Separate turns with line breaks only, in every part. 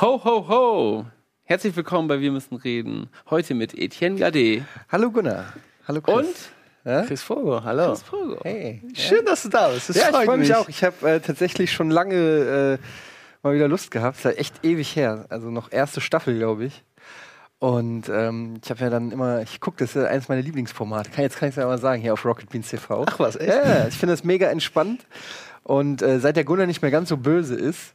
ho, ho! Herzlich willkommen bei Wir müssen reden. Heute mit Etienne Gade
Hallo Gunnar. Hallo Chris.
und
Ja?
Chris Vogel, hallo.
Chris Vogel.
Hey.
Schön, dass du da bist. Das
Ja, ich
freut
freue mich, auch. Ich habe äh, tatsächlich schon lange äh, mal wieder Lust gehabt. Ist ja echt ewig her. Also noch erste Staffel, glaube ich. Und ähm, ich habe ja dann immer, ich gucke, das ist ja eines meiner Lieblingsformate. Kann, jetzt kann ich es ja mal sagen, hier auf Rocket Beans TV.
Ach was, echt?
Ja, ich finde das mega entspannt. Und äh, seit der Gunnar nicht mehr ganz so böse ist,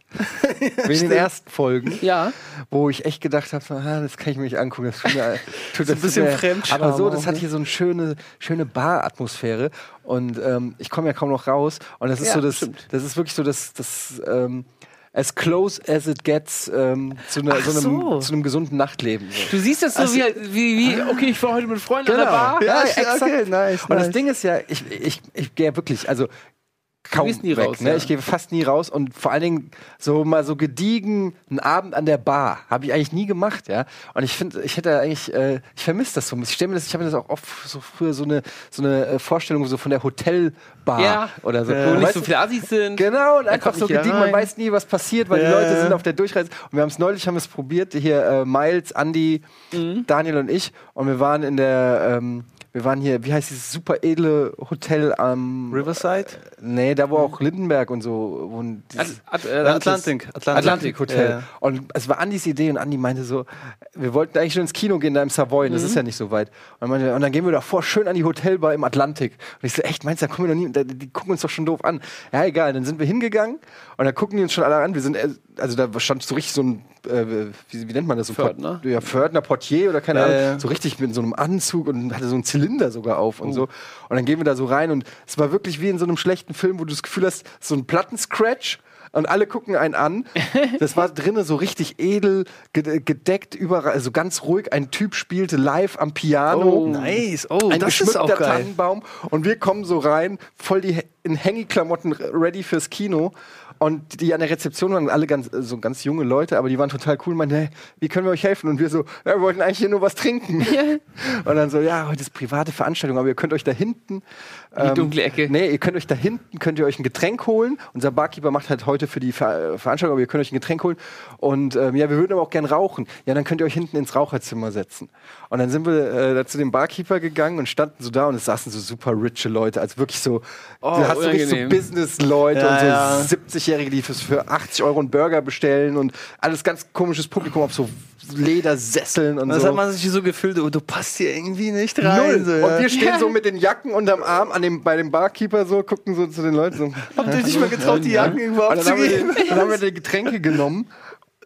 wie in den ersten Folgen,
Ja,
wo ich echt gedacht habe, so, ah, das kann ich mir nicht angucken. Das tut mir, tut,
So ein
das
bisschen
tut mir,
Fremdscham
Aber so,
auch,
das hat
ne?
hier so eine schöne, schöne Bar-Atmosphäre. Und ähm, ich komme ja kaum noch raus. Und das ist
Ja,
so das,
stimmt.
das ist wirklich so das, das ähm, as close as it gets ähm, zu, einer-
Ach
so einem,
so.
zu einem gesunden Nachtleben. So.
du siehst das so wie, halt, wie, wie, okay, ich war heute mit Freunden an der Bar.
Ja,
Also- Genau. Ja,
ja, exakt.
okay, nice,
und das
nice.
Ding ist ja, ich, ich, ich gehe wirklich, also kaum
gehst nie
weg,
raus,
ne?
ja.
Ich gehe fast nie raus und vor allen Dingen so mal so gediegen einen Abend an der Bar habe ich eigentlich nie gemacht, ja. Und ich finde, ich hätte eigentlich, äh, ich vermisse das so. Ich stelle mir das, ich habe mir das auch oft so früher so eine so eine äh, Vorstellung so von der Hotelbar
Ja.
oder so.
Wo nicht
Weißt
so
du,
viele Assis sind.
Genau, und einfach
komm
so
ich hier
gediegen,
rein.
man weiß nie, was passiert, weil die
Ja,
Leute
ja.
sind auf der Durchreise. Und wir haben es neulich, haben es probiert, hier äh, Miles, Andy, Daniel und ich. Und wir waren in der, ähm, wir waren hier, wie heißt dieses super edle Hotel am,
Riverside?
nee, da wo auch Lindenberg und so wohnen.
At,
dieses-
at, äh,
Atlantik.
Atlantik. Atlantik
Hotel.
Ja, ja.
Und es war Andys Idee und Andi meinte so, wir wollten eigentlich schon ins Kino gehen da im Savoy, das ist ja nicht so weit. Und, meinte, und dann gehen wir doch vor, schön an die Hotelbar im Atlantik. Und ich so, echt, meinst du, da kommen wir noch nie, da, die gucken uns doch schon doof an. Ja, egal, dann sind wir hingegangen und dann gucken die uns schon alle an. Wir sind, äh, also da stand so richtig so ein, äh, wie, wie nennt man das? So ein
Pförtner?
Port- Ja, Pförtner, Portier oder keine
Ja,
Ahnung.
ja, Oh. ja.
So richtig mit so einem Anzug und hatte so einen Zylinder sogar auf und so. Und dann gehen wir da so rein und es war wirklich wie in so einem schlechten Film, wo du das Gefühl hast, so ein Plattenscratch und alle gucken einen an. Das war drinnen so richtig edel, gede- gedeckt, überall, also ganz ruhig. Ein Typ spielte live am Piano.
Oh,
Nice. Oh,
Ein
das ist
geschmückter
auch geil.
Tannenbaum. Und wir kommen so rein, voll die H- in Hängeklamotten ready fürs Kino. Und die an der Rezeption waren alle ganz, äh, so ganz junge Leute, aber die waren total cool und meinten, hey, wie können wir euch helfen? Und wir so, ja, wir wollten eigentlich hier nur was trinken. Und dann so, ja, heute ist private Veranstaltung, aber ihr könnt euch da hinten.
Die dunkle Ecke.
Ähm, Nee, ihr könnt euch da hinten, könnt ihr euch ein Getränk holen. Unser Barkeeper macht halt heute für die Ver Veranstaltung, aber ihr könnt euch ein Getränk holen. Und ähm, ja, wir würden aber auch gern rauchen. Ja, dann könnt ihr euch hinten ins Raucherzimmer setzen. Und dann sind wir äh, da zu dem Barkeeper gegangen und standen so da und es saßen so super riche Leute, also wirklich so, du hast so richtig so
unangenehm.
Business-Leute
Ja,
und so
ja.
70-Jährige, die fürs für 80 Euro einen Burger bestellen und alles ganz komisches Publikum auf so Ledersesseln und
Und das
so.
hat man sich so gefühlt, oh, du passt hier irgendwie nicht rein.
Null.
So,
Und
ja.
wir stehen so mit den Jacken unterm Arm an dem, bei dem Barkeeper so, gucken so zu den Leuten so. Und
Habt ihr euch nicht mal getraut, die Jacken irgendwo
dann haben, wir,
abzugeben?
dann haben wir die Getränke genommen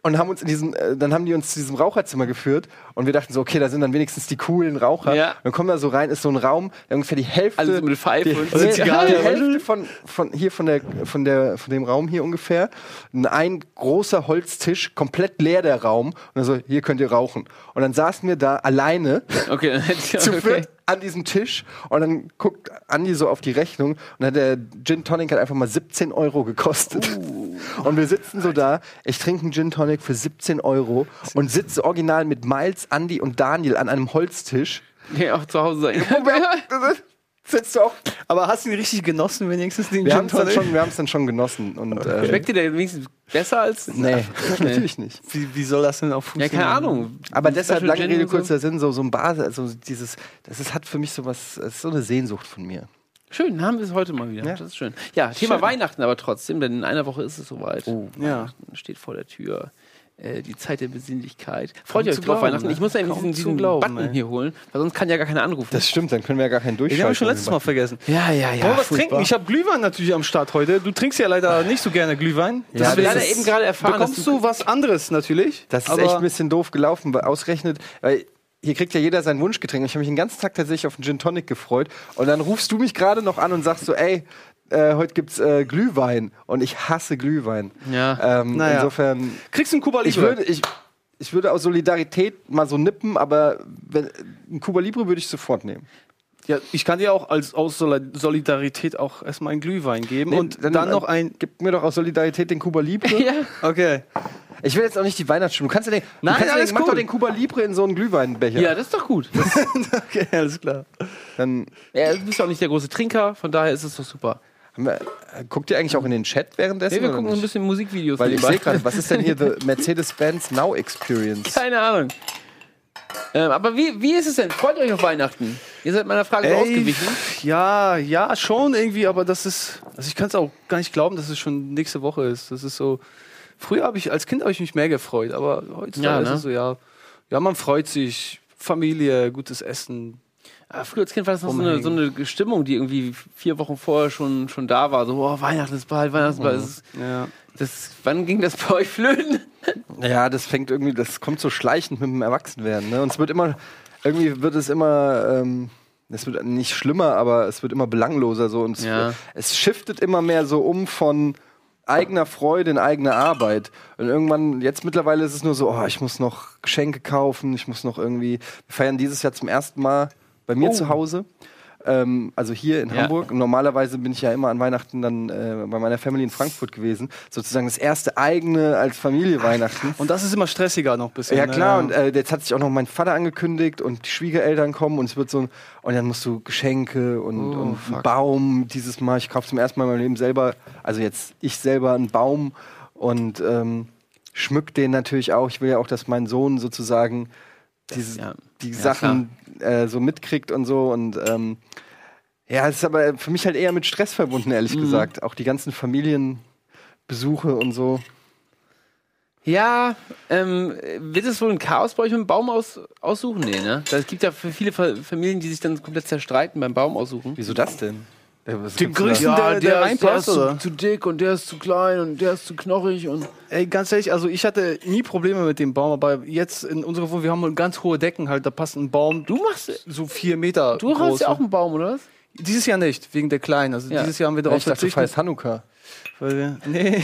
und haben uns in diesen, äh, dann haben die uns zu diesem Raucherzimmer geführt und wir dachten so, okay, da sind dann wenigstens die coolen Raucher.
Ja.
Und dann kommen da so rein, ist so ein Raum, der ungefähr die Hälfte.
Alle so mit Pfeife
die,
und-
nee,
oder Zigarre.
die Hälfte von, von hier von der, von der, von dem Raum hier ungefähr. Ein, ein großer Holztisch, komplett leer der Raum. Und dann so, hier könnt ihr rauchen. Und dann saßen wir da alleine
Okay,
zu
okay.
viert an diesem Tisch und dann guckt Andi so auf die Rechnung und dann hat der Gin Tonic hat einfach mal 17 Euro gekostet. Und wir sitzen so da, ich trinke einen Gin Tonic für 17 Euro und sitze original mit Miles, Andi und Daniel an einem Holztisch.
Nee, auch zu Hause sein.
Sitzt du auch?
Aber hast du ihn richtig genossen, wenigstens den
Wir
Gin
haben es dann,
Tonic?
schon- wir haben's dann schon genossen. Und, äh,
Schmeckt dir der wenigstens besser als.
nee, natürlich nicht.
Wie, wie soll das denn auch
Ja,
funktionieren?
keine Ahnung.
Aber
Ein
deshalb,
Special
lange
Gin
Rede,
und so.
kurzer Sinn, so, so ein Basis, also dieses, das ist, hat für mich so was, das ist so eine Sehnsucht von mir.
Schön, haben wir es heute mal wieder.
Ja.
Das ist schön. Ja, Thema Weihnachten aber trotzdem, denn in einer Woche ist es soweit.
Oh. Ja.
Weihnachten steht vor der Tür. Äh, die Zeit der Besinnlichkeit. Freut
Kaum
ihr euch
zu
drauf
glauben,
Weihnachten?
ne?
Ich muss ja
Kaum
diesen,
zu
diesen
glauben,
Button
ey.
hier holen, weil sonst kann ja gar keiner anrufen.
Das stimmt, dann können wir ja gar keinen Durchschalten.
Den haben wir schon letztes Mal vergessen.
ja, ja, ja.
Wollen wir was
furchtbar.
trinken? Ich habe Glühwein natürlich am Start heute. Du trinkst ja leider nicht so gerne Glühwein.
Ja,
Das
das
habe ich
Deswegen
leider eben gerade erfahren.
Bekommst du was anderes natürlich?
Das ist
aber-
echt ein bisschen doof gelaufen, weil ausgerechnet, weil hier kriegt ja jeder sein Wunschgetränk. Und Ich habe mich den ganzen Tag tatsächlich auf einen Gin Tonic gefreut. Und dann rufst du mich gerade noch an und sagst so, ey, äh, heute gibt's äh, Glühwein. Und ich hasse Glühwein.
Ja.
Ähm,
Naja.
Insofern,
Kriegst du einen Cuba Libre?
ich würde, ich, ich würde aus Solidarität mal so nippen, aber wenn, ein Cuba Libre würde ich sofort nehmen.
Ja, ich kann dir auch als, aus Soli- Solidarität auch erstmal einen Glühwein geben
Nee,
und dann, noch ein.
äh, Gib mir doch aus Solidarität den Cuba Libre.
ja.
Okay.
Ich will jetzt auch nicht die Weihnachtsstimmung. Du kannst ja den,
Nein,
du kannst ja
alles
den, mach
cool.
doch den Cuba Libre in so einen Glühweinbecher.
ja, das ist doch gut.
okay, alles klar.
Dann
Ja, du bist ja auch nicht der große Trinker, von daher ist es doch super.
Haben wir- äh, Guckt ihr eigentlich auch in den Chat währenddessen?
Nee, wir
oder
gucken so ein
nicht?
bisschen Musikvideos
Weil ich
nebenbei.
sehe gerade, was ist denn hier The Mercedes-Benz Now Experience?
Keine Ahnung. Ähm, aber wie, wie ist es denn? Freut ihr euch auf Weihnachten? Ihr seid meiner Frage so ausgewichen.
pf, ja, ja, schon irgendwie, aber das ist, also ich kann es auch gar nicht glauben, dass es schon nächste Woche ist. Das ist so, früher habe ich, als Kind habe ich mich mehr gefreut, aber heutzutage
Ja,
ist
ne?
es so, ja, ja, man freut sich, Familie, gutes Essen.
Ah, früher als Kind war das noch so eine, so eine Stimmung, die irgendwie vier Wochen vorher schon, schon da war. So, oh, Weihnachten ist bald, Weihnachten ist bald. Das, ist-
Ja.
das, wann ging das bei euch flöten?
Ja, das fängt irgendwie, das kommt so schleichend mit dem Erwachsenwerden. Ne? Und es wird immer, irgendwie wird es immer, ähm, es wird nicht schlimmer, aber es wird immer belangloser so. Und es,
Ja.
wird- es shiftet immer mehr so um von eigener Freude in eigener Arbeit. Und irgendwann, jetzt mittlerweile ist es nur so, oh, ich muss noch Geschenke kaufen, ich muss noch irgendwie, wir feiern dieses Jahr zum ersten Mal bei
Oh.
mir zu Hause. Ähm, also hier in
Ja.
Hamburg. Und normalerweise bin ich ja immer an Weihnachten dann äh, bei meiner Family in Frankfurt gewesen. Sozusagen das erste eigene als Familie Weihnachten.
Und das ist immer stressiger noch ein bisschen.
Ja
ne?
klar,
ähm,
und äh, jetzt hat sich auch noch mein Vater angekündigt und die Schwiegereltern kommen und es wird so ein, und dann musst du Geschenke
Oh,
und, und einen Baum dieses Mal. Ich kaufe zum ersten Mal in meinem Leben selber, also jetzt ich selber einen Baum und ähm, schmück den natürlich auch. Ich will ja auch, dass mein Sohn sozusagen diese,
ja.
die
Ja,
Sachen äh, so mitkriegt und so und ähm, ja, es ist aber für mich halt eher mit Stress verbunden,
Mhm.
ehrlich gesagt. Auch die ganzen Familienbesuche und so.
Ja, ähm, wird es wohl ein Chaos bei euch mit dem Baum aus, aussuchen? Nee, ne? Es gibt ja für viele Fa- Familien, die sich dann komplett zerstreiten beim Baum aussuchen.
Wieso das denn?
Den größten, der, der, reinpasst, oder?
dick und der ist zu klein und der ist zu knochig und.
Ey, ganz ehrlich, also ich hatte nie Probleme mit dem Baum, aber jetzt in unserer Wohnung, wir haben ganz hohe Decken halt, da passt ein Baum
Du machst.
so vier Meter
Du
groß.
hast ja auch einen Baum, oder was?
Dieses Jahr nicht, wegen der Kleinen. Also
Ja.
dieses Jahr haben wir
Ja,
darauf
ich dachte, du
verzichtet.
feierst Hanukkah.
Weil wir, nee.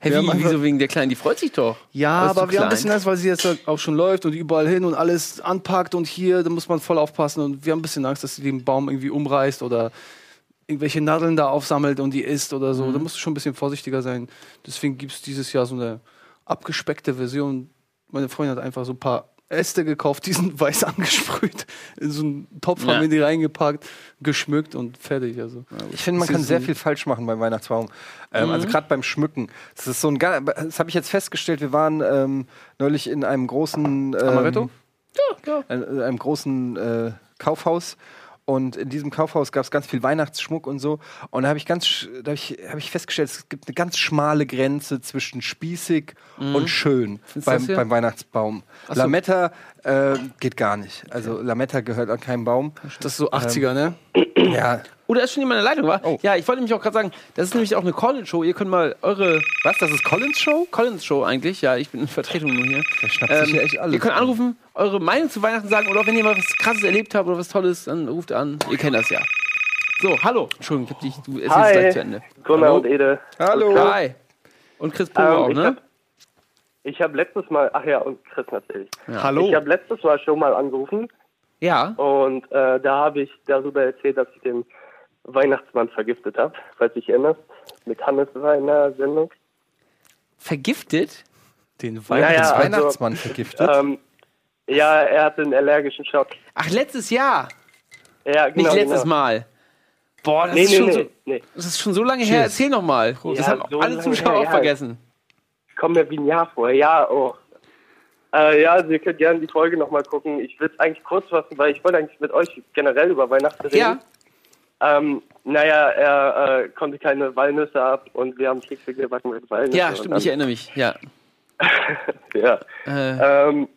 Hey,
Wir haben
wie,
einfach-
wieso wegen der Kleinen? Die freut sich doch.
Ja,
Aber ist
aber
zu
wir haben
klein.
ein bisschen Angst, weil sie jetzt auch schon läuft und überall hin und alles anpackt und hier, da muss man voll aufpassen. Und wir haben ein bisschen Angst, dass sie den Baum irgendwie umreißt oder irgendwelche Nadeln da aufsammelt und die isst oder so. Da musst du schon ein bisschen vorsichtiger sein. Deswegen gibt es dieses Jahr so eine abgespeckte Version. Meine Freundin hat einfach so ein paar Äste gekauft, die sind weiß angesprüht, in so einen Topf
Ja.
haben wir die reingepackt, geschmückt und fertig. Also.
Ich finde, man
Das
kann
ist
sehr
ein-
viel falsch machen beim Weihnachtsbaum. Ähm, Also gerade beim Schmücken. Das ist so ein gar, das habe ich jetzt festgestellt. Wir waren ähm, neulich in einem großen ähm,
Amaretto?
Ja, ja.
Ein, in einem großen äh, Kaufhaus. Und in diesem Kaufhaus gab es ganz viel Weihnachtsschmuck und so. Und da habe ich ganz, sch- da habe ich, hab ich festgestellt, es gibt eine ganz schmale Grenze zwischen spießig und schön
Findest du
beim,
das hier?
beim Weihnachtsbaum.
so.
Lametta äh, geht gar nicht. Also Lametta gehört an keinen Baum.
Das ist so 80er, ne?
Ja.
Oh, da ist schon jemand in der Leitung, war?
Oh.
Ja, ich wollte nämlich auch gerade sagen, das ist nämlich auch eine Collins-Show. Ihr könnt mal eure
Was? Das ist Collins Show?
Collins-Show eigentlich. Ja, ich bin in Vertretung nur hier.
Der schnappt
Ähm,
sich ja echt alles.
Ihr könnt anrufen, eure Meinung zu Weihnachten sagen oder auch wenn ihr mal was Krasses erlebt habt oder was Tolles, dann ruft an. Ihr kennt das ja. So, hallo. Entschuldigung, ich hab dich, du es ist
Hi.
gleich zu Ende.
Gunnar
Hallo.
und Ede.
Hallo.
Hi. Und Chris Pogo
Ähm,
auch,
ich
ne?
hab- Ich habe letztes Mal, ach ja, und Chris natürlich.
Hallo.
Ich habe letztes Mal schon mal angerufen
Ja.
und äh, da habe ich darüber erzählt, dass ich den Weihnachtsmann vergiftet habe, falls ich erinnere, mit Hannes in einer Sendung.
Vergiftet?
Den
Ja,
Weihnachts
ja. also,
Weihnachtsmann vergiftet.
Ähm, ja, er hatte einen allergischen Schock.
Ach, letztes Jahr.
Ja,
Nicht
genau,
letztes
genau.
Mal. Boah, das,
Nee,
ist
nee,
schon
nee,
so,
nee.
das ist schon so lange her. Erzähl noch mal. das
Ja,
haben
so
alle
lange
Zuschauer
her,
auch
ja.
vergessen.
Kommt mir wie ein Jahr vor. Ja, oh. Äh, ja, also ihr könnt gerne die Folge nochmal gucken. Ich will es eigentlich kurz fassen, weil ich wollte eigentlich mit euch generell über Weihnachten reden.
Ja.
Ähm, naja, er äh, konnte keine Walnüsse ab und wir haben Kekse gebacken mit Walnüssen.
Ja,
und
stimmt, ich erinnere mich. Ja.
dann- Ja.
Äh,
Ähm,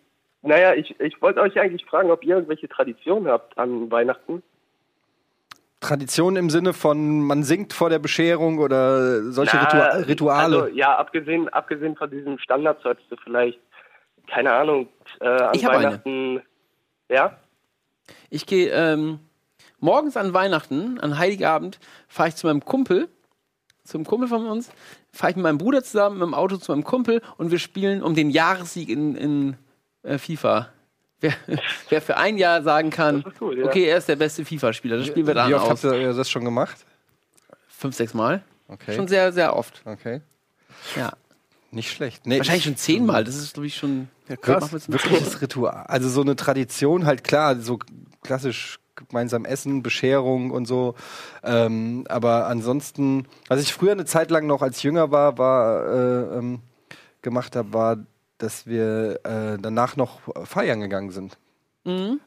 naja, ich, ich wollte euch eigentlich fragen, ob ihr irgendwelche Traditionen habt an Weihnachten.
Tradition im Sinne von, man singt vor der Bescherung oder solche
Na,
Ritua Rituale.
Also, ja, abgesehen, abgesehen von diesem Standardzeug, so vielleicht, keine Ahnung, äh, an
Ich hab eine.
Weihnachten. Ja?
ich gehe ähm, morgens an Weihnachten, an Heiligabend, fahre ich zu meinem Kumpel, zum Kumpel von uns, fahre ich mit meinem Bruder zusammen mit dem Auto zu meinem Kumpel und wir spielen um den Jahressieg in, in äh, FIFA. Wer, wer für ein Jahr sagen kann,
Das ist cool, ja.
okay, er ist der beste FIFA-Spieler, das spielen wir dann
Wie oft habt
aus.
ihr das schon gemacht?
Fünf, sechs Mal.
Okay.
Schon sehr, sehr oft.
okay.
Ja.
Nicht schlecht. Nee,
Wahrscheinlich schon zehnmal, das ist, glaube ich, schon. Ja,
krass. wirkliches Ritual. Also so eine Tradition halt klar, so klassisch gemeinsam Essen, Bescherung und so. Ähm, aber ansonsten, was ich früher eine Zeit lang noch als jünger war, war äh, ähm, gemacht habe, war, dass wir äh, danach noch feiern gegangen sind.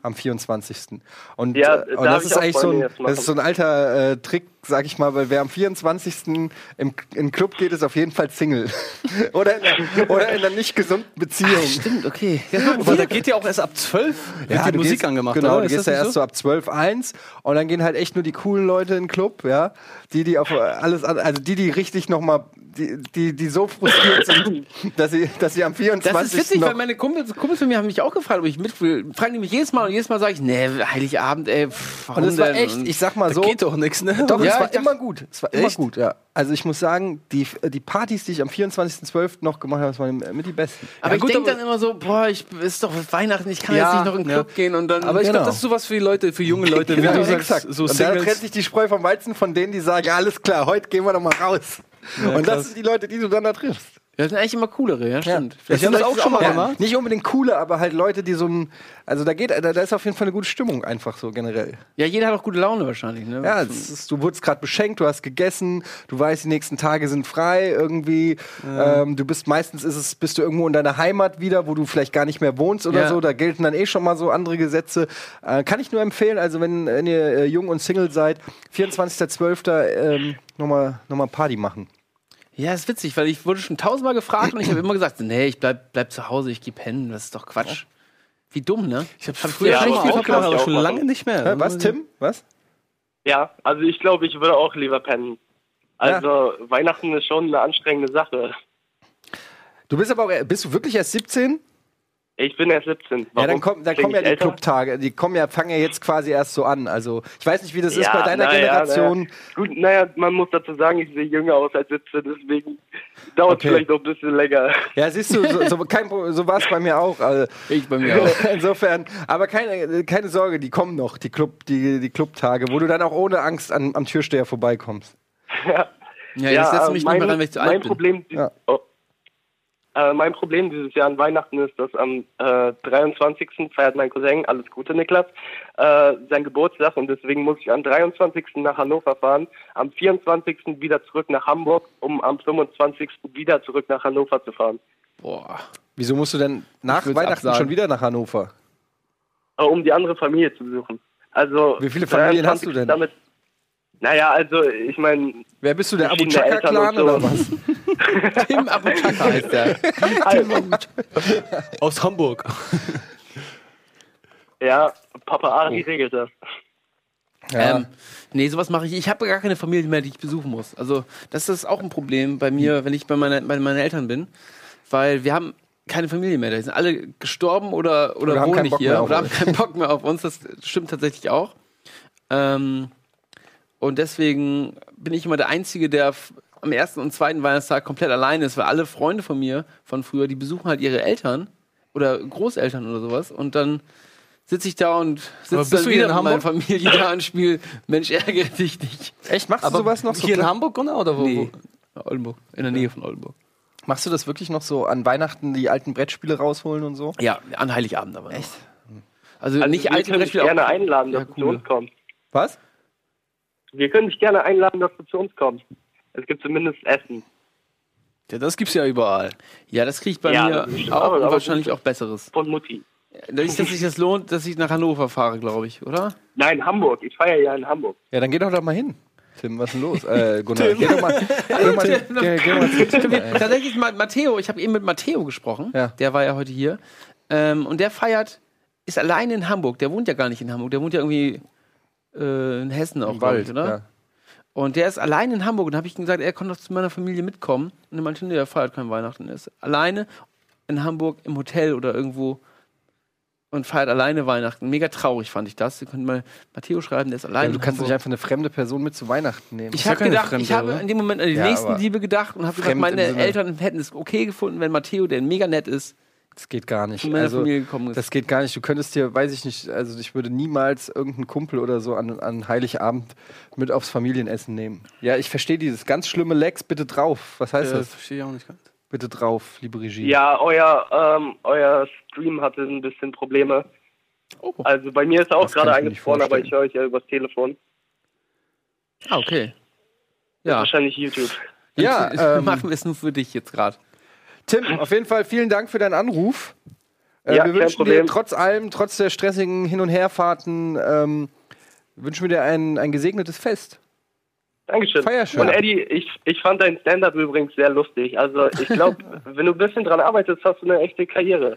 Am 24. Und,
Ja,
äh,
da
und
hab
das
ich
ist
auch
eigentlich so ein,
Freunde, die das machen.
das ist so ein alter äh, Trick, sag ich mal, weil wer am 24. im in den Club geht, ist auf jeden Fall Single. oder, in einer, oder in einer nicht gesunden Beziehung.
Stimmt, okay.
Aber da geht ja auch erst ab 12, wird die
du
Musik
gehst,
angemacht.
Genau,
oder?
du
Ist
gehst
das
ja
nicht
erst so ab 12, 1 und dann gehen halt echt nur die coolen Leute in den Club, ja. Die, die auf äh, alles, an- also die, die richtig nochmal, die, die, die so frustriert sind, dass sie, dass sie am 24.
Das ist witzig,
noch
weil meine Kumpels, Kumpels von mir haben mich auch gefragt, ob ich mit will. Fragen die mich jedes Mal und jedes Mal sage ich, nee, Heiligabend, ey, pff, warum
und es war
denn?
echt,
Und-
ich sag mal
So?
so,
Geht doch nichts, ne?
Doch,
Ja,
es
ich
war
dachte-
immer gut. Es war immer
Echt?
gut, ja. Also ich muss sagen, die, die Partys, die ich am 24.12. noch gemacht habe, das waren mit die besten.
aber
ja,
ich
gut,
denke
aber-
dann immer so, boah, ich, ist doch Weihnachten, ich kann
Ja,
jetzt nicht noch in den
ja.
Club gehen und dann.
Aber ich
Genau.
glaube, das ist sowas für die Leute, für junge Leute,
Genau,
wie du
exakt.
sagst, so
und da trennt
Singles.
sich die Spreu vom Weizen von denen, die sagen, ja, alles klar, heute gehen wir noch mal raus. und
krass.
das sind die Leute, die du dann da triffst.
das sind eigentlich immer coolere, ja, stimmt.
Ich hab
sind
das
Leute,
auch schon mal
ja,
gemacht.
Nicht unbedingt coole, aber halt Leute, die so ein, also da geht, da, da ist auf jeden Fall eine gute Stimmung einfach so generell.
Ja, jeder hat auch gute Laune wahrscheinlich, ne?
Ja, es ist, du wurdest gerade beschenkt, du hast gegessen, du weißt, die nächsten Tage sind frei irgendwie. Ähm, du bist meistens ist es, bist du irgendwo in deiner Heimat wieder, wo du vielleicht gar nicht mehr wohnst oder
Ja.
so. Da gelten dann eh schon mal so andere Gesetze. Äh, kann ich nur empfehlen, also wenn, wenn ihr äh, jung und Single seid, 24.12. Ähm, nochmal noch mal Party machen.
Ja, ist witzig, weil ich wurde schon tausendmal gefragt und ich habe immer gesagt, nee, ich bleib, bleib zu Hause, ich geh pennen, das ist doch Quatsch. Wie dumm, ne?
Ich habe
früher
früher schon
auch
mal
gemacht,
auch gemacht, aber
auch
schon
machen.
lange nicht mehr.
Hä, was, Tim? Was?
Ja, also ich glaube, ich würde auch lieber pennen. Also Weihnachten ist schon eine anstrengende Sache.
Du bist aber auch, bist du wirklich erst 17?
Ich bin erst 17.
Ja,
Warum?
dann, kommen- dann
Bin
kommen ja
ich
die
älter?
Clubtage, die kommen ja, fangen ja jetzt quasi erst so an. Also ich weiß nicht, wie das ist
Ja,
bei deiner
naja,
Generation.
Naja. Gut, naja, man muss dazu sagen, ich sehe jünger aus als 17, deswegen dauert
Okay.
es vielleicht noch ein bisschen länger.
Ja, siehst du, so, so, kein Pro- so war es bei mir auch. Also,
Ich bei mir auch.
Insofern, aber keine, keine Sorge, die kommen noch, die, Club, die, die Clubtage, wo du dann auch ohne Angst an, am Türsteher vorbeikommst.
Ja, ich setze
äh,
mich
mein,
nicht mehr ran, weil ich zu
mein
alt bin.
Problem, die-
Ja.
oh. äh, mein Problem dieses Jahr an Weihnachten ist, dass am äh, 23. feiert mein Cousin, alles Gute Niklas, äh, sein Geburtstag und deswegen muss ich am 23. nach Hannover fahren, am 24. wieder zurück nach Hamburg, um am 25. wieder zurück nach Hannover zu fahren.
Boah.
Wieso musst du denn nach
Ich würd's
Weihnachten
absagen.
schon wieder nach Hannover?
Äh, um die andere Familie zu besuchen. Also
Wie viele Familien
23.
hast du denn?
Damit, naja, also ich meine,
Wer bist du, der Abu
Verschiedene Eltern
Chaka-Clan
und so.
oder was?
Tim Abutaka heißt der.
Aus Hamburg.
ja, Papa Ari regelt das.
Ja.
Ähm, nee, sowas mache ich. Ich habe gar keine Familie mehr, die ich besuchen muss. Also, das ist auch ein Problem bei mir, wenn ich bei, meiner, bei meinen Eltern bin. Weil wir haben keine Familie mehr. Die sind alle gestorben oder, oder,
Oder haben
wohnen
keinen
nicht
Bock
hier
mehr auf
oder haben
euch.
keinen Bock mehr auf uns. Das stimmt tatsächlich auch. Ähm, und deswegen bin ich immer der Einzige, der f- am ersten und zweiten Weihnachtstag komplett allein ist, weil alle Freunde von mir von früher, die besuchen halt ihre Eltern oder Großeltern oder sowas und dann sitze ich da und
Aber
sitze
bist
dann
du hier
wieder
in
mit meiner Familie da und spiele Mensch ärgere dich nicht.
Echt, machst du sowas noch? So
Hier in
klein-
Hamburg oder, oder wo?
Nee. Oldenburg, in der Nähe von Oldenburg.
machst du das wirklich noch so an Weihnachten, die alten Brettspiele rausholen und so?
Ja, an Heiligabend aber. Echt? Also,
Also
nicht
wir
alte
können dich
Brettspiele.
gerne
auch-
einladen, dass
Ja,
du zu
coole.
uns kommst.
Was?
Wir können dich gerne einladen, dass du zu uns kommst. Es gibt zumindest Essen.
Ja, das gibt's ja überall.
Ja, das kriege ich bei
Ja,
mir
das ist schon-
auch
aber-
und
aber
wahrscheinlich auch besseres.
Von Mutti.
Dadurch, dass sich das lohnt, dass ich nach Hannover fahre, glaube ich, oder?
Nein, Hamburg. Ich feiere ja in Hamburg.
Ja, dann geh doch da mal hin. Tim, was ist denn los? Äh, Gunnar, geh doch mal, geh mal, geh, geh mal zu Tim. ey.
Tatsächlich, Ma- Matteo, ich habe eben mit Matteo gesprochen,
Ja.
der war ja heute hier. Ähm, und der feiert, ist allein in Hamburg, der wohnt ja gar nicht in Hamburg, der wohnt ja irgendwie äh, in Hessen auch, glaub ich, oder?
ja.
Und der ist allein in Hamburg und habe ich ihm gesagt, er kann doch zu meiner Familie mitkommen. Und er meinte, nee, er feiert kein Weihnachten. Er ist alleine in Hamburg im Hotel oder irgendwo und feiert alleine Weihnachten. Mega traurig fand ich das. Ihr könnt mal Matteo schreiben, der ist allein.
Ja, du
in
kannst
Hamburg.
nicht einfach eine fremde Person mit zu Weihnachten nehmen.
Ich
ja
habe
keine
gedacht,
Fremde,
ich habe
oder?
in dem Moment an die
Ja,
nächsten
aber
Liebe gedacht und habe gedacht,
fremd
meine
im Sinne-
Eltern hätten es okay gefunden, wenn Matteo, der mega nett ist,
das geht gar nicht. Also,
zu meiner Familie gekommen ist.
das geht gar nicht. Du könntest dir, weiß ich nicht, also ich würde niemals irgendeinen Kumpel oder so an, an Heiligabend mit aufs Familienessen nehmen. Ja, ich verstehe dieses ganz schlimme Lex, bitte drauf. Was heißt das?
verstehe ich auch nicht ganz.
Bitte drauf, liebe Regie.
Ja, euer, ähm, euer Stream hatte ein bisschen Probleme.
Oh.
Also bei mir ist er auch
Das kann
gerade
ich mir nicht
eingefroren, aber
vorstellen.
ich höre euch ja übers Telefon.
Ah, okay. Ja,
Wahrscheinlich YouTube.
Ja, ähm,
machen wir es nur für dich jetzt gerade.
Tim, auf jeden Fall vielen Dank für deinen Anruf. Äh,
Ja,
wir
kein
wünschen dir
Problem.
trotz allem, trotz der stressigen Hin- und Herfahrten, ähm, wünschen wir dir ein, ein gesegnetes Fest.
Dankeschön.
Feier schön.
Und Eddie, ich, ich fand dein Stand-up übrigens sehr lustig. Also ich glaube, wenn du ein bisschen dran arbeitest, hast du eine echte Karriere.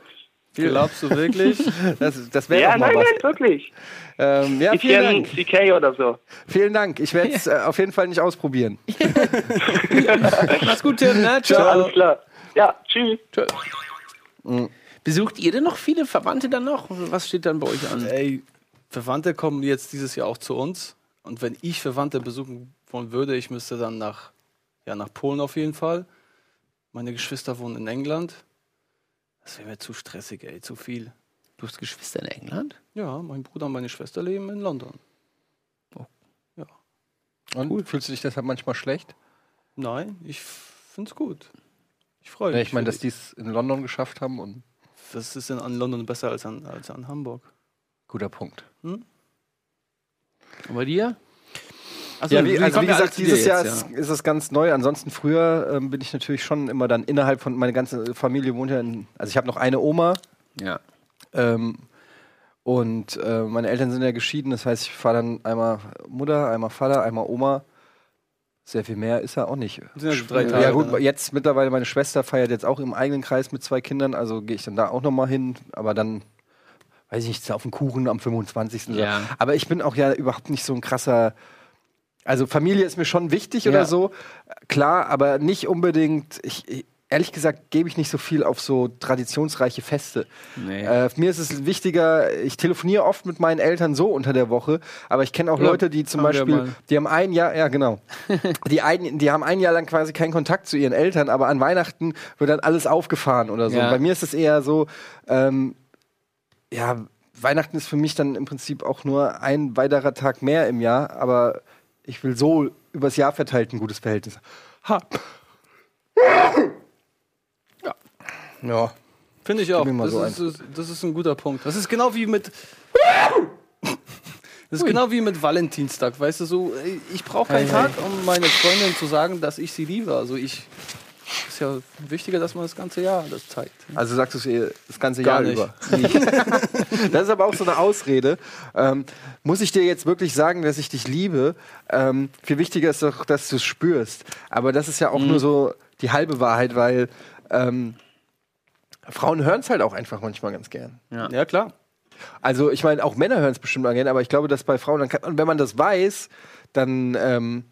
Glaubst du wirklich?
Das, das wäre
Ja,
auch mal
nein,
was.
nein, wirklich.
Ähm, ja,
Ich
vielen
kenne
Dank.
CK oder so.
Vielen Dank. Ich werde es äh, auf jeden Fall nicht ausprobieren.
Mach's gut, Tim. Ne?
Ja,
Ciao.
alles klar. Ja, tschüss.
Mm.
Besucht ihr denn noch viele Verwandte dann noch? Was steht dann bei euch an?
Ey, Verwandte kommen jetzt dieses Jahr auch zu uns. Und wenn ich Verwandte besuchen wollen würde, ich müsste dann nach, ja, nach Polen auf jeden Fall. Meine Geschwister wohnen in England. Das wäre mir zu stressig, ey, zu viel.
Du hast Geschwister in England?
Ja, mein Bruder und meine Schwester leben in London.
Und fühlst du dich deshalb manchmal schlecht?
Nein, ich find's gut. Ich freue
Ja,
mich.
ich meine,
für
dass
die.
die es in London geschafft haben und
Was ist denn an London besser als an, als an Hamburg?
guter Punkt.
Und bei dir? Achso,
Ja, wie,
die
also
kommen
wie
ja alle
gesagt,
zu dir
dieses
jetzt,
Jahr
ja.
ist, ist es ganz neu. Ansonsten früher ähm, bin ich natürlich schon immer dann innerhalb von meine ganze Familie wohnt ja in, also ich habe noch eine Oma,
Ja.
Ähm, und äh, meine Eltern sind ja geschieden, das heißt, ich fahre dann einmal Mutter, einmal Vater, einmal Oma. Sehr viel mehr ist er auch nicht.
Sind ja so drei
Ja,
Tage,
gut,
ne?
jetzt mittlerweile meine Schwester feiert jetzt auch im eigenen Kreis mit zwei Kindern, also gehe ich dann da auch nochmal hin, aber dann, weiß ich nicht, auf den Kuchen am 25. oder-
Ja.
Aber ich bin auch ja überhaupt nicht so ein krasser. Also Familie ist mir schon wichtig
Ja.
oder so, klar, aber nicht unbedingt. Ich, ich- ehrlich gesagt gebe ich nicht so viel auf so traditionsreiche Feste.
Nee.
Äh, mir ist es wichtiger, ich telefoniere oft mit meinen Eltern so unter der Woche, aber ich kenne auch
Ja,
Leute, die zum
haben wir
Beispiel,
mal.
die haben ein Jahr, ja genau, die, ein, die haben ein Jahr lang quasi keinen Kontakt zu ihren Eltern, aber an Weihnachten wird dann alles aufgefahren oder so.
Ja.
Bei mir ist es eher so, ähm, ja, Weihnachten ist für mich dann im Prinzip auch nur ein weiterer Tag mehr im Jahr, aber ich will so übers Jahr verteilt ein gutes Verhältnis. Ha. Ja. Ja.
Finde ich auch.
mir mal
Das,
so
ist, ist- das ist ein guter Punkt. Das ist genau wie mit. Das ist genau wie mit Valentinstag, weißt du, so, ey, ich brauche keinen
Ei, ei.
Tag, um meine Freundin zu sagen, dass ich sie liebe. Also ich, ist ja wichtiger, dass man das ganze Jahr das zeigt.
Also sagst du es ihr das ganze
Gar
Jahr
nicht.
über. das ist aber auch so eine Ausrede. Ähm, muss ich dir jetzt wirklich sagen, dass ich dich liebe? Ähm, viel wichtiger ist doch, dass du es spürst. Aber das ist ja
Mhm.
auch nur so die halbe Wahrheit, weil ähm, Frauen hören es halt auch einfach manchmal ganz gern.
Ja, klar.
Also ich meine, auch Männer hören es bestimmt mal gerne, aber ich glaube, dass bei Frauen, dann kann, und wenn man das weiß, dann ähm,